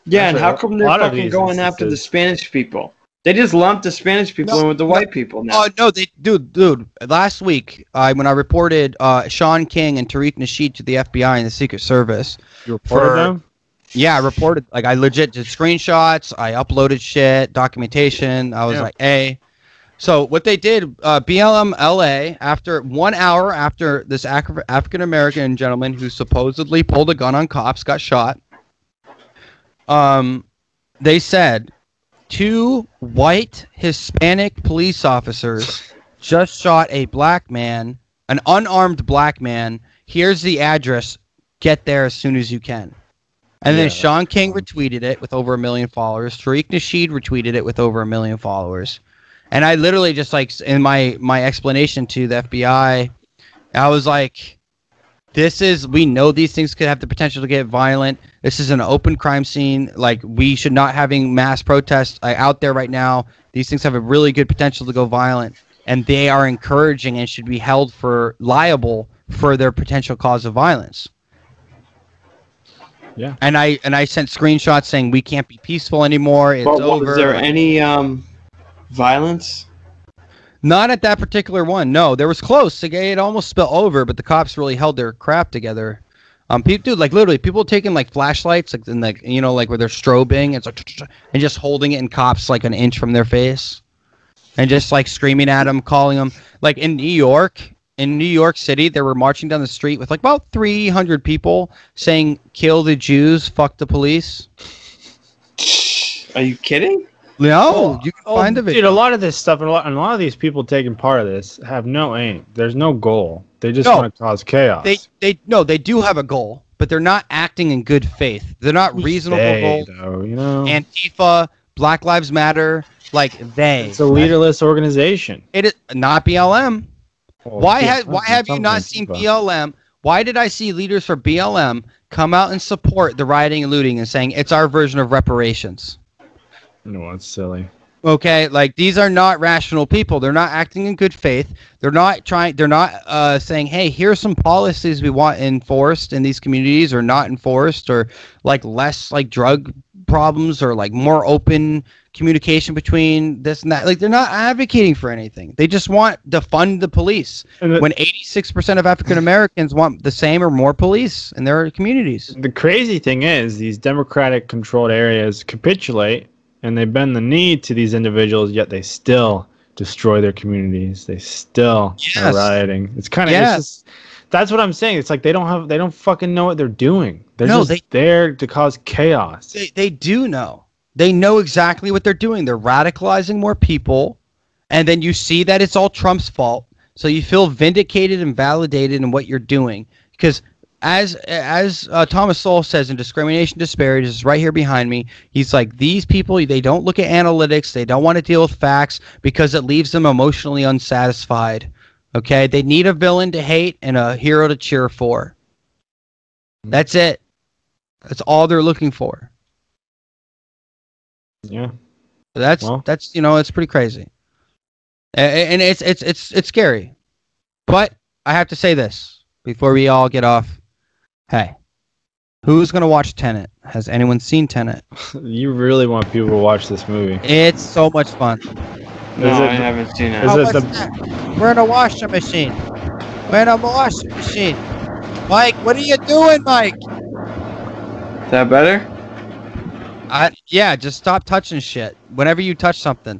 [SPEAKER 4] Yeah, and
[SPEAKER 5] Actually,
[SPEAKER 4] how
[SPEAKER 5] a
[SPEAKER 4] come they're
[SPEAKER 5] lot of
[SPEAKER 4] fucking
[SPEAKER 5] these
[SPEAKER 4] going after the
[SPEAKER 5] instances-
[SPEAKER 4] Spanish people? They just lumped the Spanish people
[SPEAKER 3] No,
[SPEAKER 4] in with the
[SPEAKER 3] no.
[SPEAKER 4] white people now.
[SPEAKER 3] Oh no, they dude, dude. Last week, uh, when I reported uh, Sean King and Tariq Nasheed to the FBI and the Secret Service,
[SPEAKER 5] you reported
[SPEAKER 3] for-
[SPEAKER 5] them.
[SPEAKER 3] yeah, I reported like I legit did screenshots, I uploaded shit, documentation. I was
[SPEAKER 2] Yeah.
[SPEAKER 3] like, hey. So what they did, uh, BLM LA, after one hour after this African American gentleman who supposedly pulled a gun on cops got shot, um, they said two white Hispanic police officers just shot a black man, an unarmed black man. Here's the address. Get there as soon as you can. And
[SPEAKER 5] Yeah,
[SPEAKER 3] then Sean King
[SPEAKER 5] awesome.
[SPEAKER 3] retweeted it with over a million followers. Tariq Nasheed retweeted it with over a million followers. And I literally just like s- in my my explanation to the FBI, I was like, "This is we know these things could have the potential to get violent. This is an open crime scene. Like we should not having mass protests uh, out there right now. These things have a really good potential to go violent, and they are encouraging and should be held for liable for their potential cause of violence."
[SPEAKER 5] Yeah.
[SPEAKER 3] And I and I sent screenshots saying we can't be peaceful anymore. It's
[SPEAKER 4] but
[SPEAKER 3] over.
[SPEAKER 4] was there any um, violence?
[SPEAKER 3] Not at that particular one. No, there was close. Like, it almost spilled over, but the cops really held their crap together. Um, people, dude, like literally, people taking like flashlights, like and like you know, like where they're strobing, it's like and just holding it in cops like an inch from their face, and just like screaming at them, calling them. Like in New York, in New York City, they were marching down the street with like about three hundred people saying, "Kill the Jews, fuck the police."
[SPEAKER 4] Are you kidding?
[SPEAKER 3] No, you can
[SPEAKER 5] Oh,
[SPEAKER 3] find the
[SPEAKER 5] Dude,
[SPEAKER 3] video.
[SPEAKER 5] a lot of this stuff and a lot, and a lot of these people taking part of this have no aim. There's no goal. They just
[SPEAKER 3] No.
[SPEAKER 5] want to cause chaos.
[SPEAKER 3] they they no they do have a goal but they're not acting in good faith they're not reasonable
[SPEAKER 5] They,
[SPEAKER 3] goals
[SPEAKER 5] though, you know,
[SPEAKER 3] antifa black lives matter like they
[SPEAKER 5] it's a leaderless organization.
[SPEAKER 3] it is not blm
[SPEAKER 5] Well,
[SPEAKER 3] why
[SPEAKER 5] Oh, yeah,
[SPEAKER 3] have why have you not seen
[SPEAKER 5] something, but-
[SPEAKER 3] blm why did i see leaders for blm come out and support the rioting and looting and saying it's our version of reparations
[SPEAKER 5] No, it's silly.
[SPEAKER 3] okay like these are not rational people they're not acting in good faith they're not trying they're not uh, saying hey here's some policies we want enforced in these communities or not enforced or like less like drug problems or like more open communication between this and that like they're not advocating for anything they just want to fund the police
[SPEAKER 5] And the,
[SPEAKER 3] when 86% of african americans want the same or more police in their communities
[SPEAKER 5] the crazy thing is, these democratic-controlled areas capitulate and they bend the knee to these individuals, yet they still destroy their communities. They still
[SPEAKER 3] Yes.
[SPEAKER 5] are rioting. It's kind of
[SPEAKER 3] Yes.
[SPEAKER 5] that's what I'm saying. It's like they don't have they don't fucking know what they're doing. They're
[SPEAKER 3] No,
[SPEAKER 5] just
[SPEAKER 3] they-
[SPEAKER 5] there to cause chaos.
[SPEAKER 3] they, they do know. They know exactly what they're doing. They're radicalizing more people and then you see that it's all Trump's fault. So you feel vindicated and validated in what you're doing because as as uh, Thomas Sowell says in discrimination disparities is right here behind me. He's like these people they don't look at analytics, they don't want to deal with facts because it leaves them emotionally unsatisfied. Okay? They need a villain to hate and a hero to cheer for. That's it. That's all they're looking for.
[SPEAKER 5] Yeah.
[SPEAKER 3] That's
[SPEAKER 5] Well.
[SPEAKER 3] that's you know it's pretty crazy, A- a- and it's it's it's it's scary. But I have to say this before we all get off. Hey, who's gonna watch Tenet? Has anyone seen Tenet?
[SPEAKER 5] You really want people to watch this movie.
[SPEAKER 3] It's so much fun.
[SPEAKER 4] No,
[SPEAKER 5] Is it-
[SPEAKER 4] I haven't seen it.
[SPEAKER 5] Is
[SPEAKER 3] How
[SPEAKER 5] it
[SPEAKER 3] much
[SPEAKER 5] the-
[SPEAKER 3] that? We're in a washer machine. We're in a washer machine. Mike, what are you doing, Mike?
[SPEAKER 4] Is that better?
[SPEAKER 3] I, yeah, just stop touching shit. Whenever you touch something,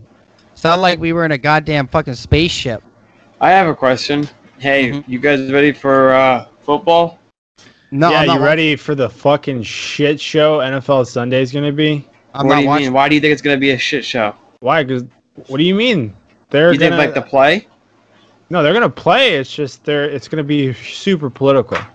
[SPEAKER 3] it's not like we were in a goddamn fucking spaceship.
[SPEAKER 4] I have a question. Hey,
[SPEAKER 3] Mhm.
[SPEAKER 4] you guys ready for uh, football?
[SPEAKER 3] No,
[SPEAKER 5] yeah,
[SPEAKER 3] I'm not,
[SPEAKER 5] you
[SPEAKER 3] wa-
[SPEAKER 5] ready for the fucking shit show NFL Sunday is gonna be?
[SPEAKER 3] I'm
[SPEAKER 4] what
[SPEAKER 3] not
[SPEAKER 4] do you
[SPEAKER 3] watching.
[SPEAKER 4] mean? Why do you think it's gonna be a shit show?
[SPEAKER 5] Why? Because what do you mean? They're
[SPEAKER 4] You think
[SPEAKER 5] gonna
[SPEAKER 4] like the play?
[SPEAKER 5] no, they're gonna play. It's just they're it's gonna be super political.
[SPEAKER 3] Yeah,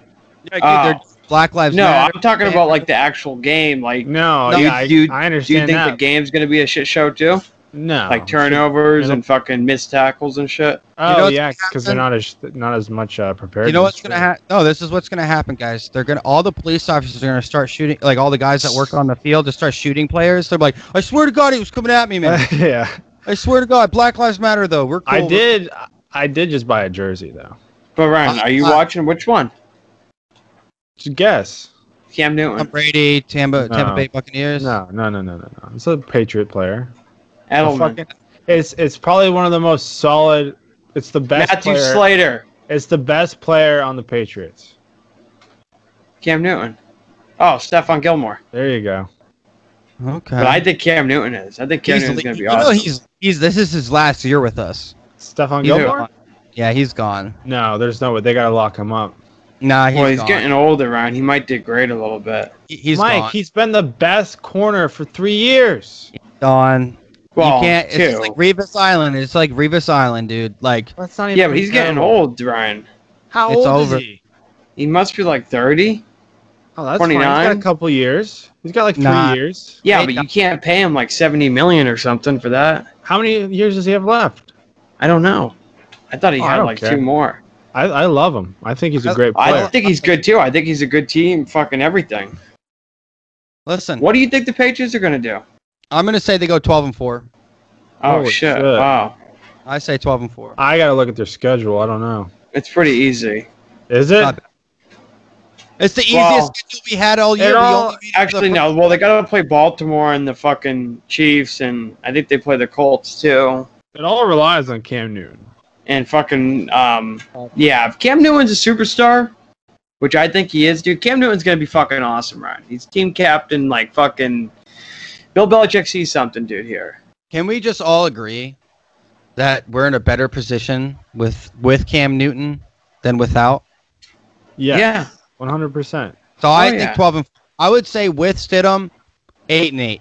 [SPEAKER 3] dude, they're- Uh, Black Lives
[SPEAKER 4] No,
[SPEAKER 3] Matter.
[SPEAKER 4] I'm talking about like the actual game. Like,
[SPEAKER 5] No,
[SPEAKER 4] No,
[SPEAKER 5] yeah, I,
[SPEAKER 4] you-
[SPEAKER 5] I
[SPEAKER 4] do you
[SPEAKER 5] understand
[SPEAKER 4] think
[SPEAKER 5] that.
[SPEAKER 4] the game's gonna be a shit show too?
[SPEAKER 5] no,
[SPEAKER 4] Like turnovers
[SPEAKER 5] It'll-
[SPEAKER 4] and fucking missed tackles and shit.
[SPEAKER 5] Oh
[SPEAKER 3] know what's
[SPEAKER 5] yeah,
[SPEAKER 3] gonna
[SPEAKER 5] because they're
[SPEAKER 3] happen?
[SPEAKER 5] not as not as much uh, prepared.
[SPEAKER 3] You know what's
[SPEAKER 5] for-
[SPEAKER 3] gonna happen? No, this is what's gonna happen, guys. They're gonna all the police officers are gonna start shooting. Like all the guys that work on the field to start shooting players. They're like, I swear to God, he was coming at me, man.
[SPEAKER 5] yeah,
[SPEAKER 3] I swear to God, Black Lives Matter though. We're cool.
[SPEAKER 5] I did. I did just buy a jersey though.
[SPEAKER 4] But Ryan, are you
[SPEAKER 3] Uh, uh,
[SPEAKER 4] watching which one?
[SPEAKER 5] Just guess.
[SPEAKER 4] Cam
[SPEAKER 3] Tom
[SPEAKER 4] Newton.
[SPEAKER 3] Brady, Tampa, Tampa
[SPEAKER 5] No.
[SPEAKER 3] Bay Buccaneers.
[SPEAKER 5] No, no, no, no, no, no. It's a Patriot player. A
[SPEAKER 4] Edelman.
[SPEAKER 5] fucking- it's it's probably one of the most solid. It's the best
[SPEAKER 4] Matthew
[SPEAKER 5] player.
[SPEAKER 4] Slater.
[SPEAKER 5] It's the best player on the Patriots.
[SPEAKER 4] Cam Newton. Oh, Stephon Gilmore.
[SPEAKER 5] There you go.
[SPEAKER 3] Okay.
[SPEAKER 4] But I think Cam Newton is. I think Cam
[SPEAKER 3] Uh-huh. He's
[SPEAKER 4] Newton's
[SPEAKER 3] le-
[SPEAKER 4] gonna be
[SPEAKER 3] you know
[SPEAKER 4] awesome.
[SPEAKER 3] he's he's this is his last year with us.
[SPEAKER 5] Stephon
[SPEAKER 4] He's
[SPEAKER 5] Gilmore?
[SPEAKER 4] gone.
[SPEAKER 3] Yeah, he's gone.
[SPEAKER 5] No, there's no way. They gotta lock him up.
[SPEAKER 3] Nah, he's
[SPEAKER 4] well, he's
[SPEAKER 3] gone.
[SPEAKER 4] getting older, Ryan. He might degrade a little bit.
[SPEAKER 3] He- he's
[SPEAKER 5] Mike,
[SPEAKER 3] gone.
[SPEAKER 5] he's been the best corner for three years.
[SPEAKER 3] gone.
[SPEAKER 4] Well,
[SPEAKER 3] you can't. It's
[SPEAKER 4] too.
[SPEAKER 3] just like Revis Island. It's like Revis Island, dude. Like
[SPEAKER 5] That's not even.
[SPEAKER 4] yeah, but he's getting old, Ryan.
[SPEAKER 5] How
[SPEAKER 3] It's
[SPEAKER 5] old
[SPEAKER 3] over.
[SPEAKER 5] is he?
[SPEAKER 4] He must be like 30.
[SPEAKER 5] Oh, that's fine. He's got
[SPEAKER 4] 29?
[SPEAKER 5] a couple years. He's got like three
[SPEAKER 3] Nah.
[SPEAKER 5] years.
[SPEAKER 4] Yeah,
[SPEAKER 3] Hey,
[SPEAKER 4] but
[SPEAKER 3] Doc-
[SPEAKER 4] you can't pay him like 70 million or something for that.
[SPEAKER 5] How many years does he have left?
[SPEAKER 4] I don't know. I thought he
[SPEAKER 5] Oh, I
[SPEAKER 4] had
[SPEAKER 5] don't
[SPEAKER 4] like
[SPEAKER 5] care.
[SPEAKER 4] two more.
[SPEAKER 5] I, I love him. I think he's a
[SPEAKER 3] I-
[SPEAKER 5] great player.
[SPEAKER 4] I think he's good too. I think he's a good team, fucking everything.
[SPEAKER 3] Listen,
[SPEAKER 4] What do you think the Patriots are going to do?
[SPEAKER 3] I'm gonna say they go 12 and four.
[SPEAKER 4] Oh,
[SPEAKER 5] Holy
[SPEAKER 4] shit.
[SPEAKER 5] shit.
[SPEAKER 4] Wow.
[SPEAKER 3] I say 12 and four.
[SPEAKER 5] I gotta look at their schedule. I don't know.
[SPEAKER 4] It's pretty easy.
[SPEAKER 5] Is it?
[SPEAKER 3] Not It's the easiest
[SPEAKER 4] Well,
[SPEAKER 3] schedule we had all year. We
[SPEAKER 5] all-
[SPEAKER 3] only beat the
[SPEAKER 4] Actually,
[SPEAKER 3] first-
[SPEAKER 4] no. Well, they got to play Baltimore and the fucking Chiefs, and I think they play the Colts too.
[SPEAKER 5] It all relies on Cam Newton.
[SPEAKER 4] And fucking, um, yeah. If Cam Newton's a superstar, which I think he is, dude, Cam Newton's going to be fucking awesome, Ryan. He's team captain, like fucking. Bill Belichick sees something, dude, here.
[SPEAKER 3] Can we just all agree that we're in a better position with with Cam Newton than without?
[SPEAKER 5] Yeah,
[SPEAKER 4] Yeah.
[SPEAKER 5] one hundred percent.
[SPEAKER 3] So I
[SPEAKER 4] Oh, yeah.
[SPEAKER 3] think 12 and I would say with Stidham, eight and eight.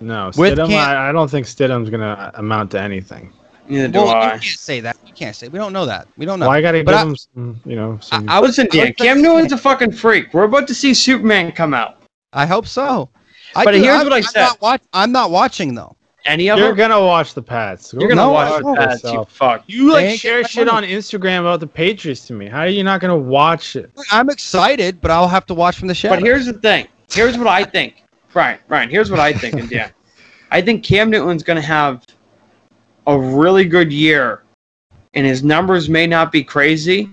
[SPEAKER 5] No,
[SPEAKER 3] With
[SPEAKER 5] Stidham.
[SPEAKER 3] Cam-
[SPEAKER 5] I, I don't think Stidham's gonna amount to anything.
[SPEAKER 4] Neither do
[SPEAKER 3] Well,
[SPEAKER 4] I.
[SPEAKER 3] you can't say that. You can't say. We don't know that. We don't know.
[SPEAKER 5] Well, I gotta
[SPEAKER 3] But
[SPEAKER 5] give
[SPEAKER 3] I-
[SPEAKER 5] him, some, you know, some.
[SPEAKER 3] I, I would.
[SPEAKER 4] Listen,
[SPEAKER 3] I
[SPEAKER 4] Dan,
[SPEAKER 3] would
[SPEAKER 4] Cam
[SPEAKER 3] say-
[SPEAKER 4] Newton's a fucking freak. We're about to see Superman come out.
[SPEAKER 3] I hope so. I
[SPEAKER 4] But
[SPEAKER 3] do-
[SPEAKER 4] here's
[SPEAKER 3] I'm-
[SPEAKER 4] what I
[SPEAKER 3] I'm
[SPEAKER 4] said.
[SPEAKER 3] Not watch, I'm not watching though.
[SPEAKER 4] Any other?
[SPEAKER 5] you're gonna watch the Pats.
[SPEAKER 4] You're gonna
[SPEAKER 3] No,
[SPEAKER 4] watch
[SPEAKER 3] I won't.
[SPEAKER 4] that. You fuck.
[SPEAKER 5] You
[SPEAKER 3] They
[SPEAKER 5] like
[SPEAKER 3] ain't
[SPEAKER 5] share
[SPEAKER 3] getting
[SPEAKER 5] shit
[SPEAKER 3] my
[SPEAKER 5] on Instagram about the Patriots to me. How are you not gonna watch it?
[SPEAKER 3] I'm excited, but I'll have to watch from the shadow.
[SPEAKER 4] But here's the thing. Here's what I think. Brian, Brian, here's what I think, and Dan. I think Cam Newton's gonna have a really good year, and his numbers may not be crazy,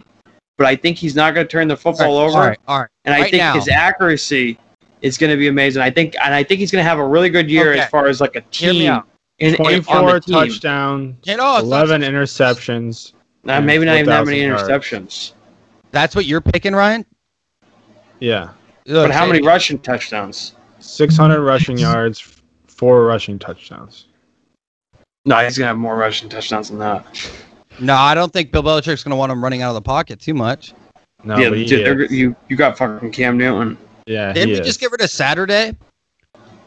[SPEAKER 4] but I think he's not gonna turn the football over,
[SPEAKER 3] All right. All right.
[SPEAKER 4] and I
[SPEAKER 3] right
[SPEAKER 4] think
[SPEAKER 3] now.
[SPEAKER 4] his accuracy is gonna be amazing. I think, and I think he's gonna have a really good year
[SPEAKER 3] Okay.
[SPEAKER 4] as far as like a
[SPEAKER 3] Hear me
[SPEAKER 4] team.
[SPEAKER 3] out.
[SPEAKER 4] in- in- on the
[SPEAKER 5] 24
[SPEAKER 4] team.
[SPEAKER 5] touchdown,
[SPEAKER 3] You know, Oh, it's not-
[SPEAKER 5] 11 interceptions.
[SPEAKER 4] Nah, maybe not even that many
[SPEAKER 5] 4,000 yards.
[SPEAKER 4] interceptions.
[SPEAKER 3] That's what you're picking, Ryan.
[SPEAKER 5] Yeah,
[SPEAKER 4] But how many rushing touchdowns?
[SPEAKER 5] 600 rushing yards, four rushing touchdowns.
[SPEAKER 4] No, he's gonna have more rushing touchdowns than that.
[SPEAKER 3] No, I don't think Bill Belichick's going to want him running out of the pocket too much.
[SPEAKER 5] No,
[SPEAKER 4] yeah,
[SPEAKER 5] but he
[SPEAKER 4] dude, they're-
[SPEAKER 5] is.
[SPEAKER 4] you you got fucking Cam Newton.
[SPEAKER 5] yeah,
[SPEAKER 3] Didn't
[SPEAKER 5] he
[SPEAKER 3] we
[SPEAKER 5] is.
[SPEAKER 3] just get rid of Saturday?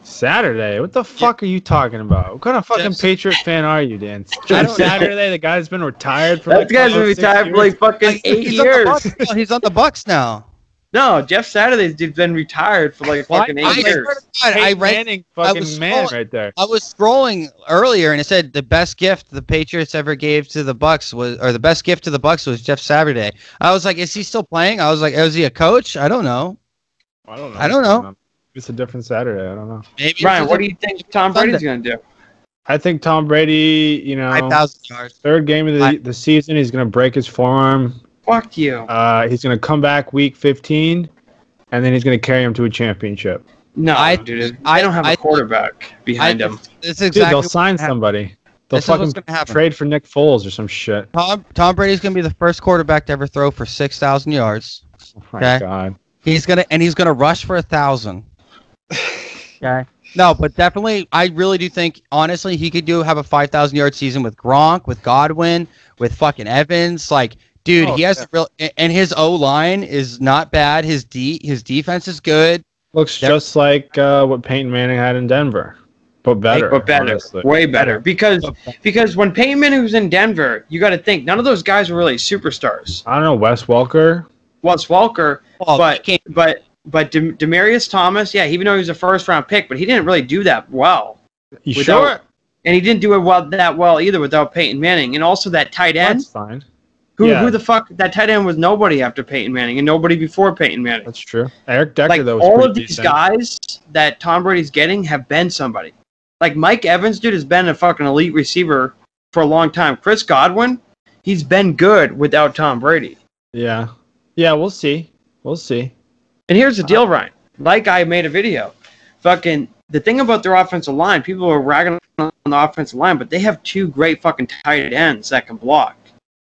[SPEAKER 5] Saturday? What the fuck are you talking about? What kind of fucking
[SPEAKER 3] Yes.
[SPEAKER 5] Patriot fan are you, Dan?
[SPEAKER 3] I
[SPEAKER 5] On
[SPEAKER 3] don't know.
[SPEAKER 5] Saturday, the guy's been retired for
[SPEAKER 4] That
[SPEAKER 5] like
[SPEAKER 4] guy's been
[SPEAKER 5] five or six
[SPEAKER 4] retired for
[SPEAKER 5] years.
[SPEAKER 4] like fucking eight
[SPEAKER 3] he's, on the
[SPEAKER 4] years.
[SPEAKER 3] Bucks now. he's on the Bucks now.
[SPEAKER 4] No, Jeff Saturday's been retired for like
[SPEAKER 5] Why-
[SPEAKER 4] fucking
[SPEAKER 3] I,
[SPEAKER 4] eight
[SPEAKER 3] swear to
[SPEAKER 4] years.
[SPEAKER 3] God, I
[SPEAKER 5] Peyton
[SPEAKER 3] read
[SPEAKER 5] Manning,
[SPEAKER 3] I
[SPEAKER 5] fucking
[SPEAKER 3] was
[SPEAKER 5] man,
[SPEAKER 3] scrolling-
[SPEAKER 5] right there.
[SPEAKER 3] I was scrolling earlier and it said the best gift the Patriots ever gave to the Bucks was, or the best gift to the Bucks was Jeff Saturday. I was like, is he still playing? I was like, is he a coach? I don't know.
[SPEAKER 5] I don't know.
[SPEAKER 3] I don't know.
[SPEAKER 5] It's a different Saturday. I don't know.
[SPEAKER 3] Maybe
[SPEAKER 4] Ryan, what do you think Tom Brady's gonna do?
[SPEAKER 5] I think Tom Brady, you know,
[SPEAKER 3] Five thousand yards.
[SPEAKER 5] third game of
[SPEAKER 3] I-
[SPEAKER 5] the, the season, he's going to break his forearm.
[SPEAKER 4] Fuck you.
[SPEAKER 5] Uh, he's going to come back week 15, and then he's going to carry him to a championship.
[SPEAKER 4] No,
[SPEAKER 3] I-
[SPEAKER 4] dude, I don't have a
[SPEAKER 3] I-
[SPEAKER 4] quarterback behind
[SPEAKER 3] I-
[SPEAKER 4] him.
[SPEAKER 3] That's
[SPEAKER 5] Dude,
[SPEAKER 3] exactly.
[SPEAKER 5] they'll sign
[SPEAKER 3] happened.
[SPEAKER 5] somebody. They'll
[SPEAKER 3] This is what's
[SPEAKER 5] fucking
[SPEAKER 3] gonna happen.
[SPEAKER 5] trade for Nick Foles or some shit.
[SPEAKER 3] Tom Tom Brady's gonna be the first quarterback to ever throw for six thousand yards.
[SPEAKER 5] Oh my
[SPEAKER 3] Okay.
[SPEAKER 5] God.
[SPEAKER 3] He's gonna and he's gonna rush for a thousand. okay. No, but definitely, I really do think, honestly, he could do have a five thousand yard season with Gronk, with Godwin, with fucking Evans. Like, dude,
[SPEAKER 5] Oh,
[SPEAKER 3] he has
[SPEAKER 5] yeah.
[SPEAKER 3] the real a- and his O line is not bad. His D his defense is good.
[SPEAKER 5] Looks
[SPEAKER 3] They're-
[SPEAKER 5] just like uh, what Peyton Manning had in Denver, but better.
[SPEAKER 4] but better,
[SPEAKER 5] honestly.
[SPEAKER 4] way better. Because because when Peyton Manning was in Denver, you got to think none of those guys were really superstars.
[SPEAKER 5] I don't know. Wes Welker.
[SPEAKER 4] Wes Walker,
[SPEAKER 3] Well,
[SPEAKER 4] But-
[SPEAKER 3] Oh, he can't-
[SPEAKER 4] but but De- Demarius Thomas, yeah, even though he was a first round pick, but he didn't really do that well,
[SPEAKER 5] You
[SPEAKER 4] Without-
[SPEAKER 5] sure?
[SPEAKER 4] and he didn't do it well that well either without Peyton Manning, and also that tight end.
[SPEAKER 5] That's fine.
[SPEAKER 4] Who,
[SPEAKER 5] yeah.
[SPEAKER 4] who the fuck that tight end was nobody after Peyton Manning and nobody before Peyton Manning.
[SPEAKER 5] That's true. Eric Decker,
[SPEAKER 4] Like
[SPEAKER 5] though, was
[SPEAKER 4] all
[SPEAKER 5] pretty
[SPEAKER 4] of these
[SPEAKER 5] decent.
[SPEAKER 4] guys that Tom Brady's getting have been somebody. Like Mike Evans, dude, has been a fucking elite receiver for a long time. Chris Godwin, he's been good without Tom Brady.
[SPEAKER 5] Yeah. Yeah, we'll see. We'll see.
[SPEAKER 4] And here's the
[SPEAKER 5] Uh-huh.
[SPEAKER 4] deal, Ryan. Like I made a video, fucking the thing about their offensive line, people are ragging on the offensive line, but they have two great fucking tight ends that can block.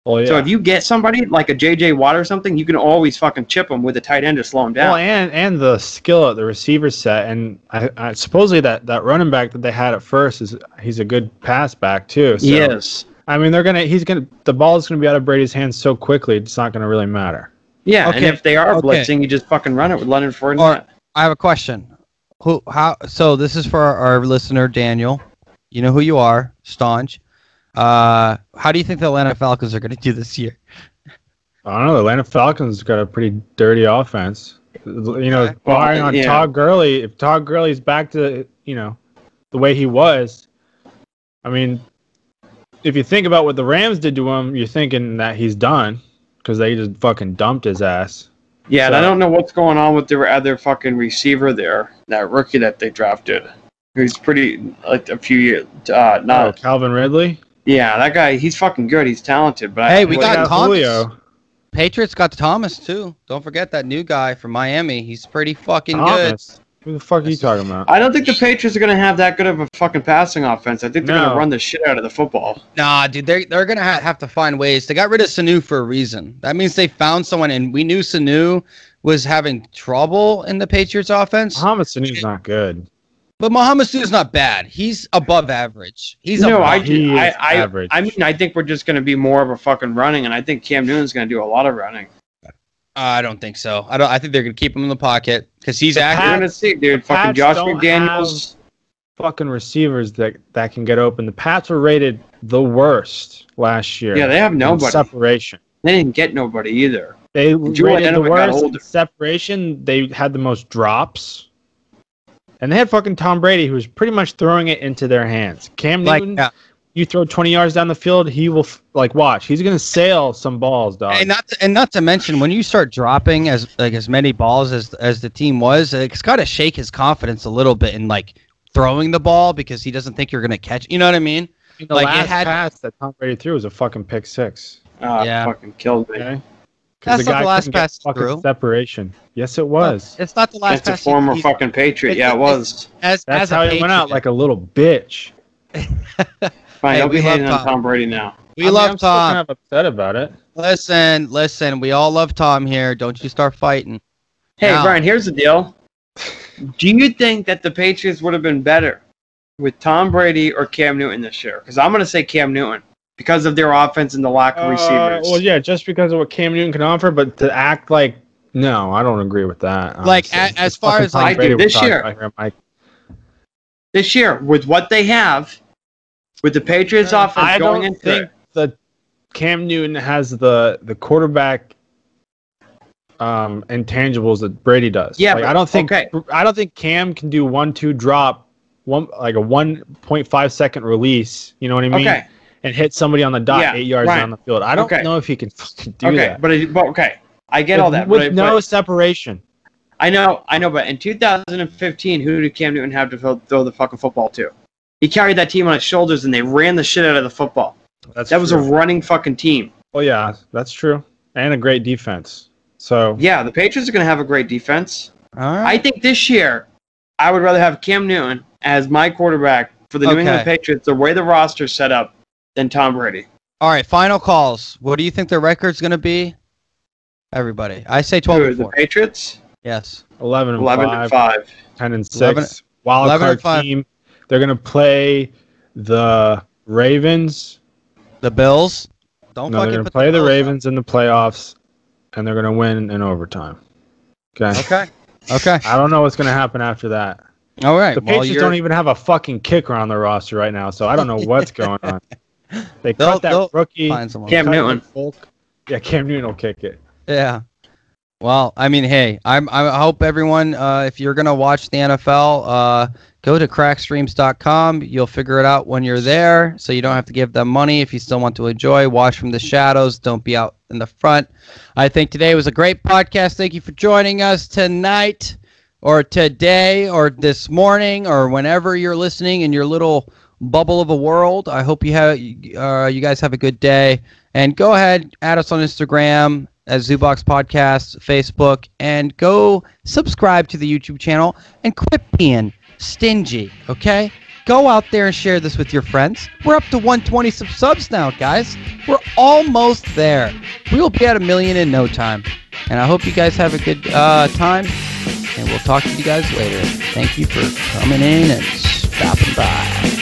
[SPEAKER 5] Well, Oh, yeah.
[SPEAKER 4] So if you get somebody like a JJ Watt or something, you can always fucking chip them with a tight end to slow them down.
[SPEAKER 3] Oh,
[SPEAKER 5] Well, and and the skill at the receiver set, and I, I supposedly that that running back that they had at first is he's a good pass back too. So,
[SPEAKER 4] Yes.
[SPEAKER 5] I mean, they're gonna he's gonna the ball is gonna be out of Brady's hands so quickly it's not gonna really matter.
[SPEAKER 4] Yeah, and
[SPEAKER 3] Okay.
[SPEAKER 4] if they are
[SPEAKER 3] Okay.
[SPEAKER 4] blitzing, you just fucking run it with Leonard Fournette.
[SPEAKER 3] Or- I have a question. Who? How? So this is for our listener, Daniel. You know who you are, staunch. Uh, how do you think the Atlanta Falcons are going to do this year?
[SPEAKER 5] I don't know. The Atlanta Falcons got a pretty dirty offense. You know, barring on
[SPEAKER 4] yeah.
[SPEAKER 5] Todd Gurley, if Todd Gurley's back to you know the way he was, I mean, if you think about what the Rams did to him, you're thinking that he's done because they just fucking dumped his ass.
[SPEAKER 4] yeah, and I
[SPEAKER 5] so-
[SPEAKER 4] don't know what's going on with their other fucking receiver there, that rookie that they drafted. Who's pretty like a few years uh
[SPEAKER 5] Oh,
[SPEAKER 4] not
[SPEAKER 5] Calvin Ridley.
[SPEAKER 4] yeah, that guy he's fucking good, he's talented, but
[SPEAKER 3] Hey,
[SPEAKER 4] I,
[SPEAKER 3] we
[SPEAKER 5] Well,
[SPEAKER 3] got
[SPEAKER 5] yeah,
[SPEAKER 3] Thomas.
[SPEAKER 5] Julio.
[SPEAKER 3] Patriots got Thomas too. Don't forget that new guy from Miami. He's pretty fucking good.
[SPEAKER 5] Thomas. Who the fuck are you
[SPEAKER 3] That's-
[SPEAKER 5] talking about?
[SPEAKER 4] I don't think the Patriots are gonna have that good of a fucking passing offense. I think they're
[SPEAKER 5] No.
[SPEAKER 4] gonna run the shit out of the football.
[SPEAKER 3] Nah, dude, they're they're gonna ha- have to find ways. They got rid of Sanu for a reason. That means they found someone, and we knew Sanu was having trouble in the Patriots offense.
[SPEAKER 4] Uh-huh.
[SPEAKER 5] Thomas Sanu's not good.
[SPEAKER 3] But Mohamed Su's not bad. He's above average. He's
[SPEAKER 4] no,
[SPEAKER 3] above.
[SPEAKER 4] I,
[SPEAKER 5] He
[SPEAKER 4] do- I,
[SPEAKER 5] is
[SPEAKER 4] I,
[SPEAKER 5] average.
[SPEAKER 4] I mean, I think we're just going to be more of a fucking running, and I think Cam Newton's going to do a lot of running.
[SPEAKER 3] I don't think so. I don't. I think they're gonna keep him in the pocket because he's
[SPEAKER 4] You're
[SPEAKER 3] accurate.
[SPEAKER 4] going to see, dude.
[SPEAKER 5] the
[SPEAKER 4] Fucking
[SPEAKER 5] Pats
[SPEAKER 4] Josh
[SPEAKER 5] don't
[SPEAKER 4] McDaniels.
[SPEAKER 5] Fucking receivers that that can get open. The Pats were rated the worst last year.
[SPEAKER 4] yeah, they have
[SPEAKER 5] in
[SPEAKER 4] nobody.
[SPEAKER 5] Separation.
[SPEAKER 4] They didn't get nobody either.
[SPEAKER 5] They
[SPEAKER 4] Julian
[SPEAKER 5] rated the
[SPEAKER 4] Edelman got
[SPEAKER 5] worst in
[SPEAKER 4] older.
[SPEAKER 5] separation. They had the most drops. And they had fucking Tom Brady, who was pretty much throwing it into their hands. Cam
[SPEAKER 3] Like,
[SPEAKER 5] Newton,
[SPEAKER 3] yeah.
[SPEAKER 5] you throw 20 yards down the field, he will, f- like, watch. He's going to sail some balls, dog.
[SPEAKER 3] and not to, and not to mention when you start dropping as like as many balls as as the team was, it's got to shake his confidence a little bit in like throwing the ball because he doesn't think you're gonna catch. You know what I mean?
[SPEAKER 5] the
[SPEAKER 3] like, it
[SPEAKER 5] last
[SPEAKER 3] had-
[SPEAKER 5] pass that Tom Brady threw was a fucking pick six.
[SPEAKER 4] Uh,
[SPEAKER 3] Yeah.
[SPEAKER 4] Fucking killed me.
[SPEAKER 5] Okay? 'Cause
[SPEAKER 3] That's not the last
[SPEAKER 5] couldn't get
[SPEAKER 3] pass he
[SPEAKER 5] fucking
[SPEAKER 3] threw.
[SPEAKER 5] Separation. Yes, it was.
[SPEAKER 3] It's not the last
[SPEAKER 4] That's a
[SPEAKER 3] pass. he-
[SPEAKER 4] former
[SPEAKER 3] he's-
[SPEAKER 4] fucking Patriot.
[SPEAKER 3] It's-
[SPEAKER 4] Yeah, it
[SPEAKER 3] it's-
[SPEAKER 4] was.
[SPEAKER 3] as,
[SPEAKER 5] That's
[SPEAKER 3] as a
[SPEAKER 5] how he went out
[SPEAKER 3] Patriot.
[SPEAKER 5] like a little bitch.
[SPEAKER 4] Fine,
[SPEAKER 3] Hey,
[SPEAKER 4] don't be
[SPEAKER 3] we love
[SPEAKER 4] hating on
[SPEAKER 3] Tom.
[SPEAKER 4] Tom Brady now.
[SPEAKER 3] we
[SPEAKER 5] I mean,
[SPEAKER 3] love
[SPEAKER 5] I'm still
[SPEAKER 3] Tom.
[SPEAKER 5] Kind of upset about it.
[SPEAKER 3] Listen, listen. We all love Tom here. Don't you start fighting.
[SPEAKER 4] Hey,
[SPEAKER 3] Now-
[SPEAKER 4] Brian, here's the deal. Do you think that the Patriots would have been better with Tom Brady or Cam Newton this year? Because I'm going to say Cam Newton because of their offense and the lack of
[SPEAKER 5] Uh,
[SPEAKER 4] receivers.
[SPEAKER 5] well, yeah, just because of what Cam Newton can offer, but to act like no, I don't agree with that.
[SPEAKER 3] Like,
[SPEAKER 5] honestly.
[SPEAKER 3] a- as
[SPEAKER 5] It's
[SPEAKER 3] far
[SPEAKER 5] fucking
[SPEAKER 3] as,
[SPEAKER 5] Tom
[SPEAKER 3] like-
[SPEAKER 5] Brady
[SPEAKER 4] I do this
[SPEAKER 5] we're talking
[SPEAKER 4] year.
[SPEAKER 5] about here, Mike.
[SPEAKER 4] this year with what they have, with the Patriots offense
[SPEAKER 5] Uh, I
[SPEAKER 4] going
[SPEAKER 5] don't
[SPEAKER 4] into
[SPEAKER 5] think
[SPEAKER 4] it.
[SPEAKER 5] that Cam Newton has the the quarterback um, intangibles that Brady does.
[SPEAKER 4] Yeah,
[SPEAKER 5] Like,
[SPEAKER 4] but-
[SPEAKER 5] I don't think
[SPEAKER 4] okay.
[SPEAKER 5] I don't think Cam can do one two drop one like a one point five second release. You know what I mean?
[SPEAKER 4] Okay,
[SPEAKER 5] And hit somebody on the dot
[SPEAKER 4] Yeah,
[SPEAKER 5] eight yards
[SPEAKER 4] right.
[SPEAKER 5] down the field. I don't
[SPEAKER 4] Okay.
[SPEAKER 5] know if he can fucking do
[SPEAKER 4] okay,
[SPEAKER 5] that.
[SPEAKER 4] but, I- but okay, I get
[SPEAKER 5] with,
[SPEAKER 4] all that.
[SPEAKER 5] with
[SPEAKER 4] but I- but,
[SPEAKER 5] no separation.
[SPEAKER 4] I know, I know, but in 2015, who did Cam Newton have to throw, throw the fucking football to? He carried that team on his shoulders, and they ran the shit out of the football.
[SPEAKER 5] That's
[SPEAKER 4] that was a running fucking team.
[SPEAKER 5] oh yeah, that's true, and a great defense. So
[SPEAKER 4] Yeah, the Patriots are going to have a great defense.
[SPEAKER 3] All right.
[SPEAKER 4] I think this year, I would rather have Cam Newton as my quarterback for the New
[SPEAKER 3] Okay.
[SPEAKER 4] England Patriots, the way the roster's set up, than Tom Brady.
[SPEAKER 3] All right, final calls. What do you think the record's going to be? Everybody. I say 12
[SPEAKER 4] Who,
[SPEAKER 3] and
[SPEAKER 4] the
[SPEAKER 3] 4.
[SPEAKER 4] Patriots,
[SPEAKER 3] Yes.
[SPEAKER 5] eleven and
[SPEAKER 4] 11
[SPEAKER 5] five.
[SPEAKER 4] and 5.
[SPEAKER 5] 10 and 6
[SPEAKER 3] 11
[SPEAKER 5] wild
[SPEAKER 3] 11 and
[SPEAKER 5] card
[SPEAKER 3] five.
[SPEAKER 5] team they're going to play the ravens
[SPEAKER 3] The Bills. Don't
[SPEAKER 5] no, they're
[SPEAKER 3] fucking
[SPEAKER 5] going to
[SPEAKER 3] put
[SPEAKER 5] play the,
[SPEAKER 3] Bills up.
[SPEAKER 5] ravens in the playoffs and they're going to win in overtime okay
[SPEAKER 3] Okay. Okay.
[SPEAKER 5] i don't know what's going to happen after that
[SPEAKER 3] All right.
[SPEAKER 5] the
[SPEAKER 3] well,
[SPEAKER 5] patriots
[SPEAKER 3] you're-
[SPEAKER 5] don't even have a fucking kicker on the roster right now so i don't know what's going on they
[SPEAKER 3] They'll-
[SPEAKER 5] cut
[SPEAKER 3] they'll
[SPEAKER 5] that rookie
[SPEAKER 3] find someone.
[SPEAKER 4] Cam
[SPEAKER 5] cut
[SPEAKER 4] Newton.
[SPEAKER 5] Folk. yeah cam newton will kick it
[SPEAKER 3] Yeah. Well, I mean, hey, I'm, I hope everyone, uh, if you're going to watch the NFL, uh, go to crackstreams.com. You'll figure it out when you're there, so you don't have to give them money. If you still want to enjoy, watch from the shadows. Don't be out in the front. I think today was a great podcast. Thank you for joining us tonight or today or this morning or whenever you're listening in your little bubble of a world. I hope you have uh, you guys have a good day. And go ahead, add us on Instagram at Zoobox Podcast, Facebook, and go subscribe to the YouTube channel and quit being stingy, okay? Go out there and share this with your friends. We're up to 120 sub- subs now, guys. We're almost there. We will be at a million in no time. And I hope you guys have a good uh, time. And we'll talk to you guys later. Thank you for coming in and stopping by.